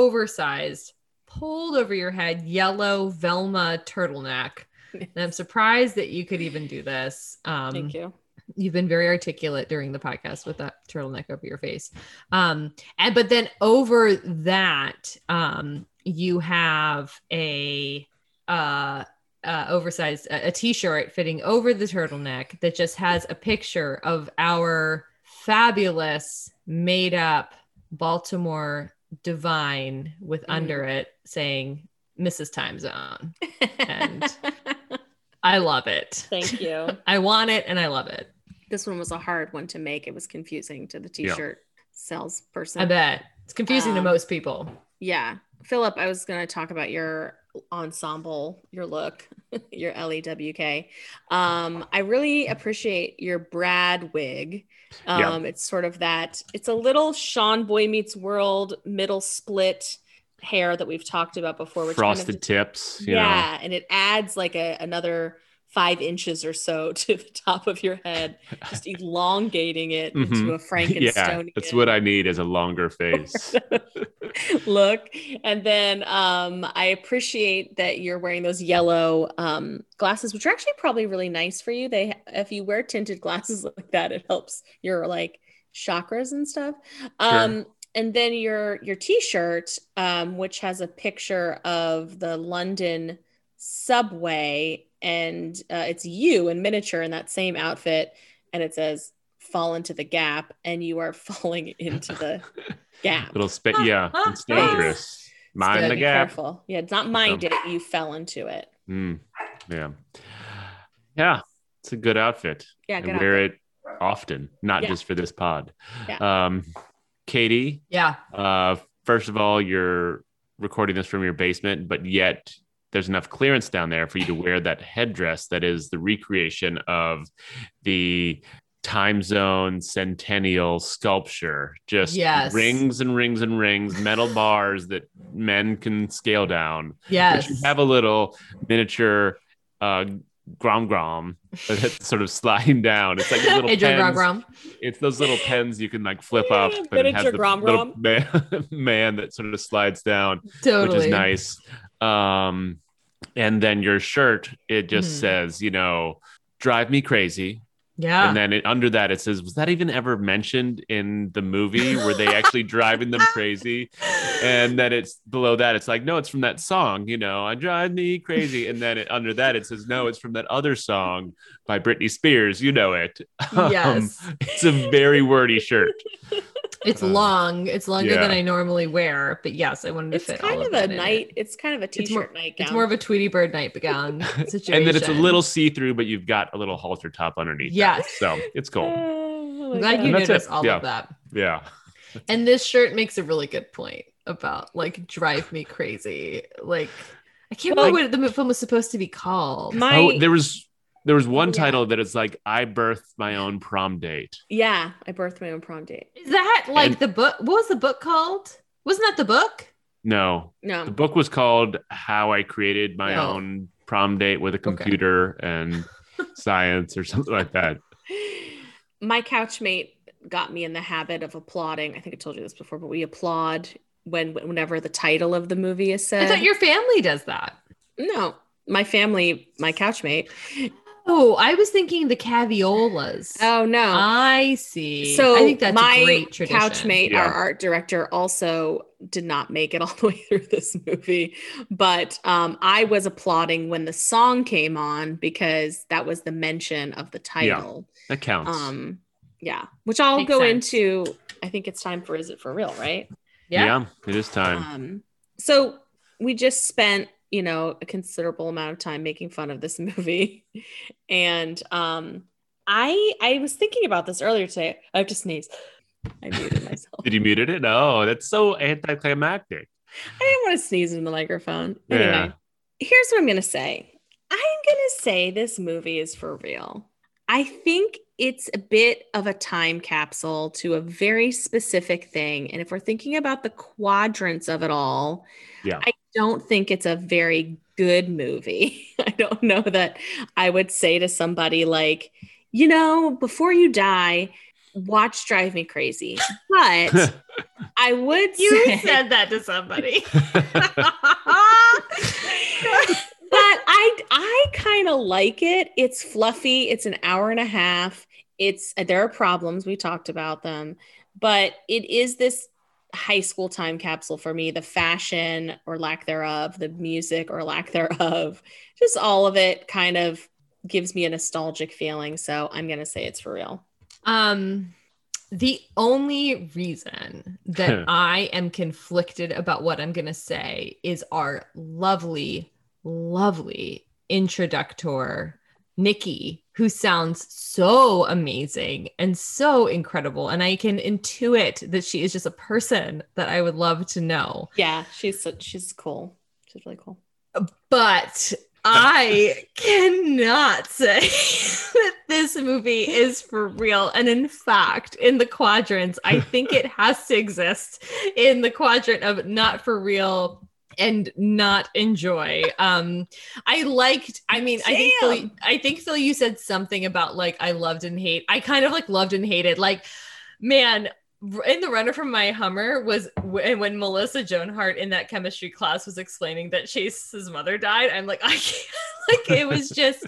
S1: oversized, pulled over your head, yellow Velma turtleneck. And I'm surprised that you could even do this. Um,
S3: Thank you.
S1: You've been very articulate during the podcast with that turtleneck over your face. Um, and but then over that, um, you have a uh, uh, oversized a, a t-shirt fitting over the turtleneck that just has a picture of our fabulous made-up Baltimore divine with
S3: Mm.
S1: under it saying Mrs. Time Zone. And- I love it. (laughs)
S3: (laughs) Thank you.
S1: I want it and I love it.
S3: this one was a hard one to make. It was confusing to the
S2: Yeah.
S3: t-shirt salesperson.
S1: I bet. It's confusing to
S3: Um,
S1: most people.
S3: Yeah. Philip, I was going to talk about your ensemble, your look, (laughs) your LEWK. Um, I really appreciate your Brad wig.
S2: Yeah.
S3: Um, It's sort of that, it's a little Sean Boy Meets World middle split hair that we've talked about before. Which kind of
S2: frosted tips. You know. (laughs)
S3: yeah, and it adds like a another five inches or so (laughs) to the top of your head,
S2: (laughs)
S3: just elongating it into
S2: Mhm. (laughs)
S3: a Frankenstein.
S2: that's what I need is a longer
S3: (laughs)
S2: face.
S3: look. And then um, I appreciate that you're wearing those yellow um, glasses, which are actually probably really nice for you. They, if you wear tinted (laughs) glasses like that, it helps your like chakras and stuff. Um, And then your your T-shirt, um, which has a picture of the London subway, and uh, it's you in miniature in that same outfit, and it says "Fall into the gap," and you are (laughs) falling into the gap.
S2: Little space. Yeah,
S3: (laughs)
S2: it's dangerous. Mind
S3: Gotta
S2: the
S3: be
S2: gap.
S3: Careful. Yeah, it's not
S1: Um,
S3: mind it. You fell into it.
S2: Mm, yeah, yeah, it's a good outfit.
S3: Yeah,
S2: I
S3: good.
S2: wear it often, not
S3: Yeah.
S2: just for this pod.
S3: Yeah.
S2: Um, Katie,
S1: Yeah.
S2: Uh, first of all, you're recording this from your basement, but yet there's enough clearance down there for you to
S3: (laughs)
S2: wear that headdress that is the recreation of the time zone centennial sculpture. Just
S1: Yes.
S2: rings and rings and rings, metal bars that men can scale down. But
S1: Yes.
S2: you have a little miniature uh, grom grom that's sort of sliding down. It's like the little
S1: Adrian
S2: pens
S1: Grom.
S2: it's those little pens you can like flip up,
S3: Yeah,
S2: but it has
S3: miniature
S2: the
S3: Grom
S2: little man, (laughs) man that sort of slides down,
S1: Totally.
S2: which is nice. Um, and then your shirt, it just
S1: Mhm.
S2: says, you know, drive me crazy.
S1: Yeah.
S2: And then it, under that, it says, was that even ever mentioned in the movie? Were they actually driving them crazy?
S1: (laughs)
S2: And then it's below that, it's like, no, it's from that song, you know, I drive me crazy. And then it, under that, it says, no, it's from that other song by Britney Spears. You know it. (laughs) Um,
S1: yes.
S2: it's a very wordy shirt.
S1: (laughs) it's
S2: uh,
S1: long. It's longer
S2: yeah.
S1: than I normally wear, but yes, I wanted to
S3: It's
S1: fit.
S3: kind
S1: all
S3: of
S1: that in
S3: a
S1: it.
S3: night. It's kind of a
S1: It's more-
S3: t-shirt nightgown.
S1: It's more of a Tweety Bird nightgown situation.
S2: (laughs) And then it's a little see through, but you've got a little halter top underneath. that.
S1: Yes. Uh,
S2: So it's cool.
S3: Oh, my
S1: I'm glad
S3: God.
S1: you
S2: And that's
S1: noticed
S2: it.
S1: all
S2: Yeah.
S1: of that.
S2: Yeah.
S1: And this shirt makes a really good point about like drive me crazy. Like I can't
S3: Well,
S1: remember what the film was supposed to be called.
S3: My
S2: oh, there was there was one
S3: Yeah.
S2: title that it's like I birthed my own prom date.
S3: yeah, I birthed my own prom date.
S1: Is that like
S2: And-
S1: the book? What was the book called? Wasn't that the book?
S2: No, the
S3: No,
S2: book was called How I Created My
S1: Oh.
S2: Own Prom Date with a Computer and Science or something like that.
S3: (gasps) my couchmate got me in the habit of applauding. I think I told you this before, but we applaud when whenever the title of the movie is
S1: I
S3: said.
S1: thought your family does that.
S3: no, my family, my couchmate.
S1: Oh, I was thinking the caviolas.
S3: Oh no.
S1: I see.
S3: So
S1: I think that's
S3: my
S1: a great tradition.
S3: couchmate,
S2: Yeah.
S3: our art director, also did not make it (laughs) all the way through this movie. But um, I was applauding when the song came on because that was the mention of the title.
S2: That counts.
S3: Um, yeah, which I'll
S1: Makes
S3: go
S1: sense.
S3: into. I think it's time for Is It For Real, right?
S1: Yeah.
S2: it is time.
S3: Um, so we just spent, you know, a considerable amount of time making fun of this (laughs) movie, and um, I I was thinking about this earlier today. I have to sneeze. I muted myself.
S2: Did you muted it? Oh, that's so anticlimactic.
S3: I didn't want to sneeze in the microphone.
S2: Yeah.
S3: Anyway, here's what I'm gonna say. I'm gonna say this movie is for real. I think it's a bit of a time capsule to a very specific thing. And if we're thinking about the quadrants of it all,
S2: Yeah.
S3: I don't think it's a very good movie. (laughs) I don't know that I would say to somebody like, you know, before you die, watch Drive
S2: (laughs)
S3: Me Crazy. But I would
S1: You
S3: say-
S1: said that to somebody.
S3: but I I kind of like it. It's fluffy. It's an hour and a half. It's uh, there are problems. We talked about them, but it is this high school time capsule for me. The fashion or lack thereof, the music or lack thereof, just all of it kind of gives me a nostalgic feeling. So I'm gonna say it's for real.
S1: Um, the only reason that I am conflicted about what I'm going to say is our lovely, lovely introductor, Nikki, who sounds so amazing and so incredible. And I can intuit that she is just a person that I would love to know.
S3: Yeah, she's so, she's cool. She's really cool.
S1: But I cannot say (laughs) that this movie is for real. And in fact, in the quadrants, I think it has to exist in the quadrant of not for real and not enjoy. Um, I liked. I mean, I think Phil,
S3: Damn.
S1: I think Phil, you said something about like I loved and hate. I kind of like loved and hated. Like, man. In the runner from my Hummer was when, when Melissa Joan Hart in that chemistry class was explaining that Chase's mother died. I'm like, (laughs) I can't. Like, it was just,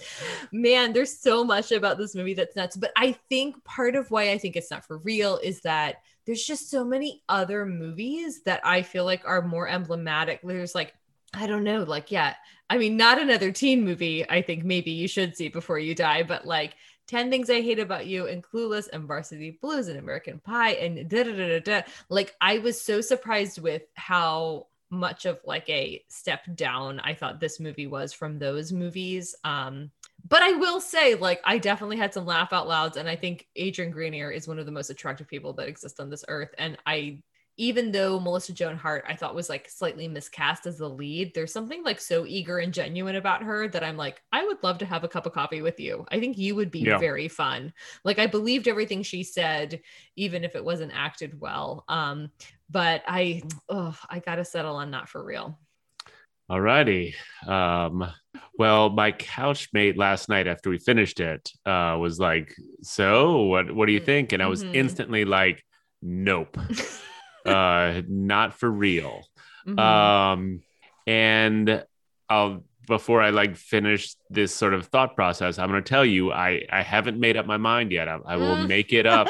S1: man, there's so much about this movie that's nuts. But I think part of why I think it's not for real is that there's just so many other movies that I feel like are more emblematic. There's like, I don't know, like, yeah, I mean, not another teen movie, I think maybe you should see before you die, but like 10 Things I Hate About You and Clueless and Varsity Blues and American Pie and da da da da da. Like, I was so surprised with how much of like a step down I thought this movie was from those movies. Um, but I will say, like, I definitely had some laugh out louds, and I think Adrian Grenier is one of the most attractive people that exist on this earth. And I, even though Melissa Joan Hart, I thought was like slightly miscast as the lead, there's something like so eager and genuine about her that I'm like, I would love to have a cup of coffee with you. I think you would be
S2: Yeah.
S1: very fun. Like, I believed everything she said, even if it wasn't acted well. Um, but I, oh, I gotta settle on not for real.
S2: All righty. Um, well, my couchmate last night after we finished it uh, was like, "So, what? What do you
S1: Mm,
S2: think?" And I was
S1: mhm.
S2: instantly like, "Nope, uh, not for real."
S1: Mhm.
S2: Um, and I'll before I like finish this sort of thought process, I'm going to tell you I I haven't made up my mind yet. I, I will
S1: Mm.
S2: make it up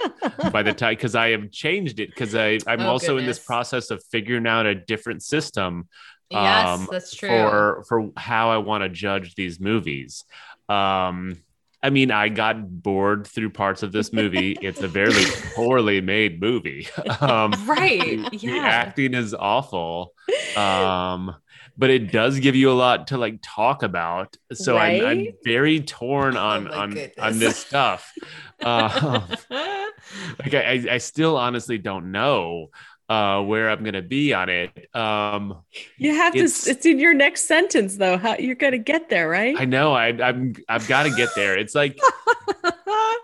S2: by the time because I have changed it because I I'm
S1: Oh,
S2: also in this
S1: goodness.
S2: process of figuring out a different system
S1: Mm-hmm. yes,
S2: um,
S1: that's true. (laughs)
S2: for (laughs) for how I want to judge these movies. Um, I mean, I got bored through parts of this
S1: (laughs)
S2: movie. it's a very poorly made movie. (laughs) Um,
S1: right.
S2: The
S1: Yeah.
S2: acting is awful, um, but it does give you a lot to like talk about. So I'm, I'm
S3: Right?
S2: very torn
S1: Oh
S2: on
S1: my
S2: on on
S1: goodness.
S2: this
S1: (laughs)
S2: stuff. Um, like I, I- I still honestly don't know uh, where I'm gonna be on it. Um,
S3: (laughs) You have
S2: It's-
S3: to. It's in your next sentence, though. How you're gonna get there, right?
S2: I know I, I'm I've got to get there. It's
S1: (laughs)
S2: like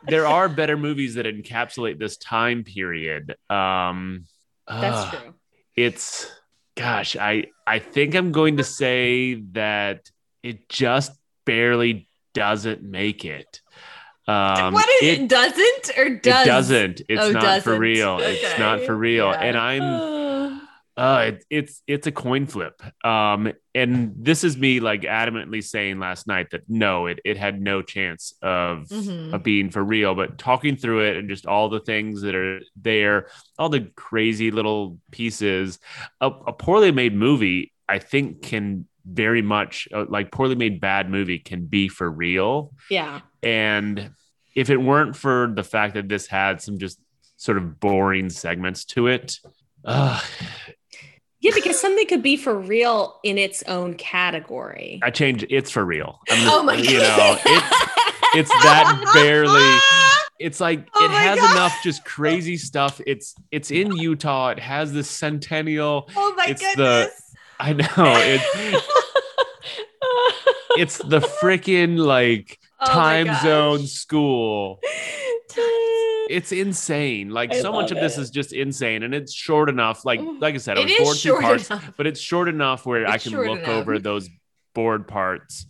S2: there are better movies that encapsulate this time period. Um,
S3: That's
S2: ugh,
S3: true.
S2: It's gosh, I I think I'm going to say that it just barely doesn't make it. Um,
S1: what is it, doesn't or does?
S2: it doesn't. It's
S1: Oh,
S2: not for
S1: doesn't.
S2: real. It's not
S1: Okay.
S2: for real.
S1: Yeah.
S2: And I'm
S1: (sighs)
S2: uh it, it's it's a coin flip um and this is me like adamantly saying last night that no it it had no chance of
S1: Mhm.
S2: of being for real but talking through it and just all the things that are there all the crazy little pieces a, a poorly made movie i think can very much uh, like poorly made bad movie can be for real
S3: yeah.
S2: and if it weren't for the fact that this had some just sort of boring segments to it uh,
S3: Yeah, because something could be for real in its own category. (laughs)
S2: I changed it's for real. I'm just-
S1: Oh my god.
S2: You know, it's, it's that
S1: (laughs)
S2: barely. It's like
S1: Oh
S2: it
S1: my
S2: has
S1: God.
S2: enough just crazy stuff. It's it's in Utah. It has this centennial.
S1: Oh my
S2: it's the-
S1: goodness.
S2: I know it's it's the freaking like
S1: (laughs) Oh my
S2: time
S1: gosh.
S2: zone school. It's insane. Like
S3: I
S2: so much
S3: love
S2: of this
S3: it.
S2: is just just insane, and it's short enough. Like like I said, I
S1: It
S2: was
S1: is
S2: bored two
S1: short
S2: parts,
S1: enough.
S2: but it's short enough where I
S1: It's
S2: can
S1: short
S2: look
S1: enough.
S2: over those bored parts,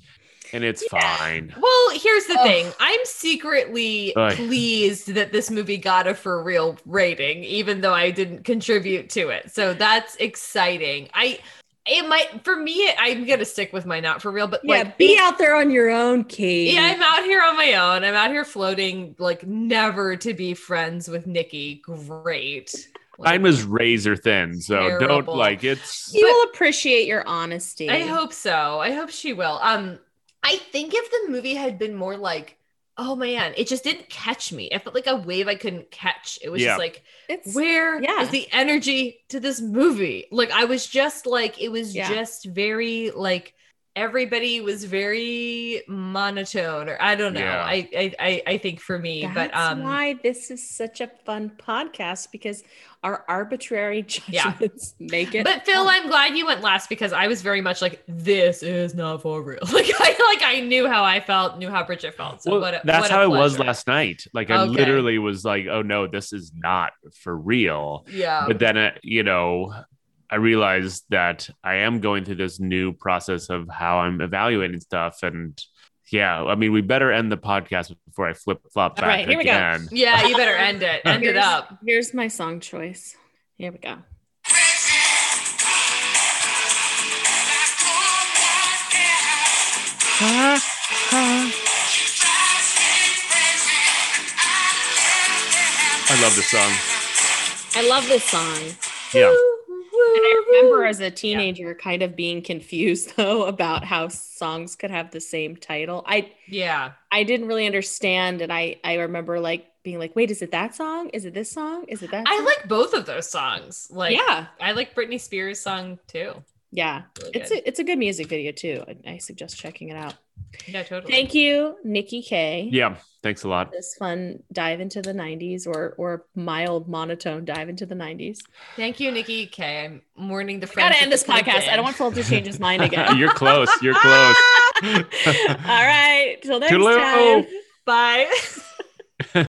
S2: and it's fine.
S1: Well, here's the
S3: Ugh.
S1: thing. I'm secretly
S2: Ugh.
S1: pleased that this movie got a for real rating, even though I didn't contribute to it. So that's exciting. I it might for me. I'm gonna stick with my not for real, but
S3: yeah,
S1: like
S3: be out there on your own, Kate.
S1: Yeah, I'm out here on my own. I'm out here floating, like never to be friends with Nikki. Great. Like,
S2: Time is razor thin, so don't
S1: Terrible.
S2: like it's.
S3: you will appreciate your honesty.
S1: I hope so. I hope she will. Um, I think if the movie had been more like, oh man, it just didn't catch me. I felt like a wave I couldn't catch. It was
S2: Yeah.
S1: just like,
S3: it's
S1: where is
S3: yeah.
S1: the energy to this movie? Like I was just like, it was
S3: Yeah.
S1: just very like everybody was very monotone or I don't know.
S2: Yeah.
S1: I, I I I think for me,
S3: That's
S1: but um
S3: why this is such a fun podcast because our arbitrary (laughs)
S1: Yeah.
S3: judgments make it.
S1: but Phil,
S3: fun.
S1: I'm glad you went last because I was very much like this is not for real. (laughs) Like I like I knew how I felt, knew how Bridget felt. So
S2: Well,
S1: what a,
S2: that's
S1: what a
S2: how it was
S1: pleasure.
S2: last night. Like I
S1: Okay.
S2: literally was like, "Oh no, this is not for real."
S1: Yeah.
S2: But then, uh, you know, I realized that I am going through this new process of how I'm evaluating stuff, and yeah, I mean, we better end the podcast before I flip flop back
S3: All right, here we go.
S2: again.
S1: yeah, you better end
S3: (laughs)
S1: it. End it
S3: Here's-
S1: up.
S3: Here's my song choice. Here we go.
S2: I love this song.
S3: I love this song.
S2: Yeah,
S3: And I remember as a teenager kind of being confused (laughs) though about how songs could have the same title. I
S1: Yeah.
S3: I didn't really understand and I I remember like being like, "Wait, is it that song? Is it this song? Is it that?"
S1: I
S3: song?"
S1: like both of those songs. Like
S3: Yeah.
S1: I like Britney Spears song too.
S3: Yeah.
S1: Really
S3: It's
S1: good.
S3: a, it's a good music video too. I, I suggest checking it out.
S1: yeah, totally.
S3: Thank you, Nikki K.
S2: yeah. Thanks a lot.
S3: This fun dive into the 90s or or mild monotone dive into the 90s.
S1: Thank you, Nikki K. I'm mourning the friends.
S3: Gotta
S1: that
S3: end this
S1: could have
S3: podcast. I
S1: been.
S3: don't want Phil to change his
S1: (laughs)
S3: mind again.
S2: You're
S3: (laughs)
S2: close. You're close.
S3: All right. Till
S2: (laughs)
S3: next
S2: Toodaloo.
S3: time.
S1: Bye. (laughs)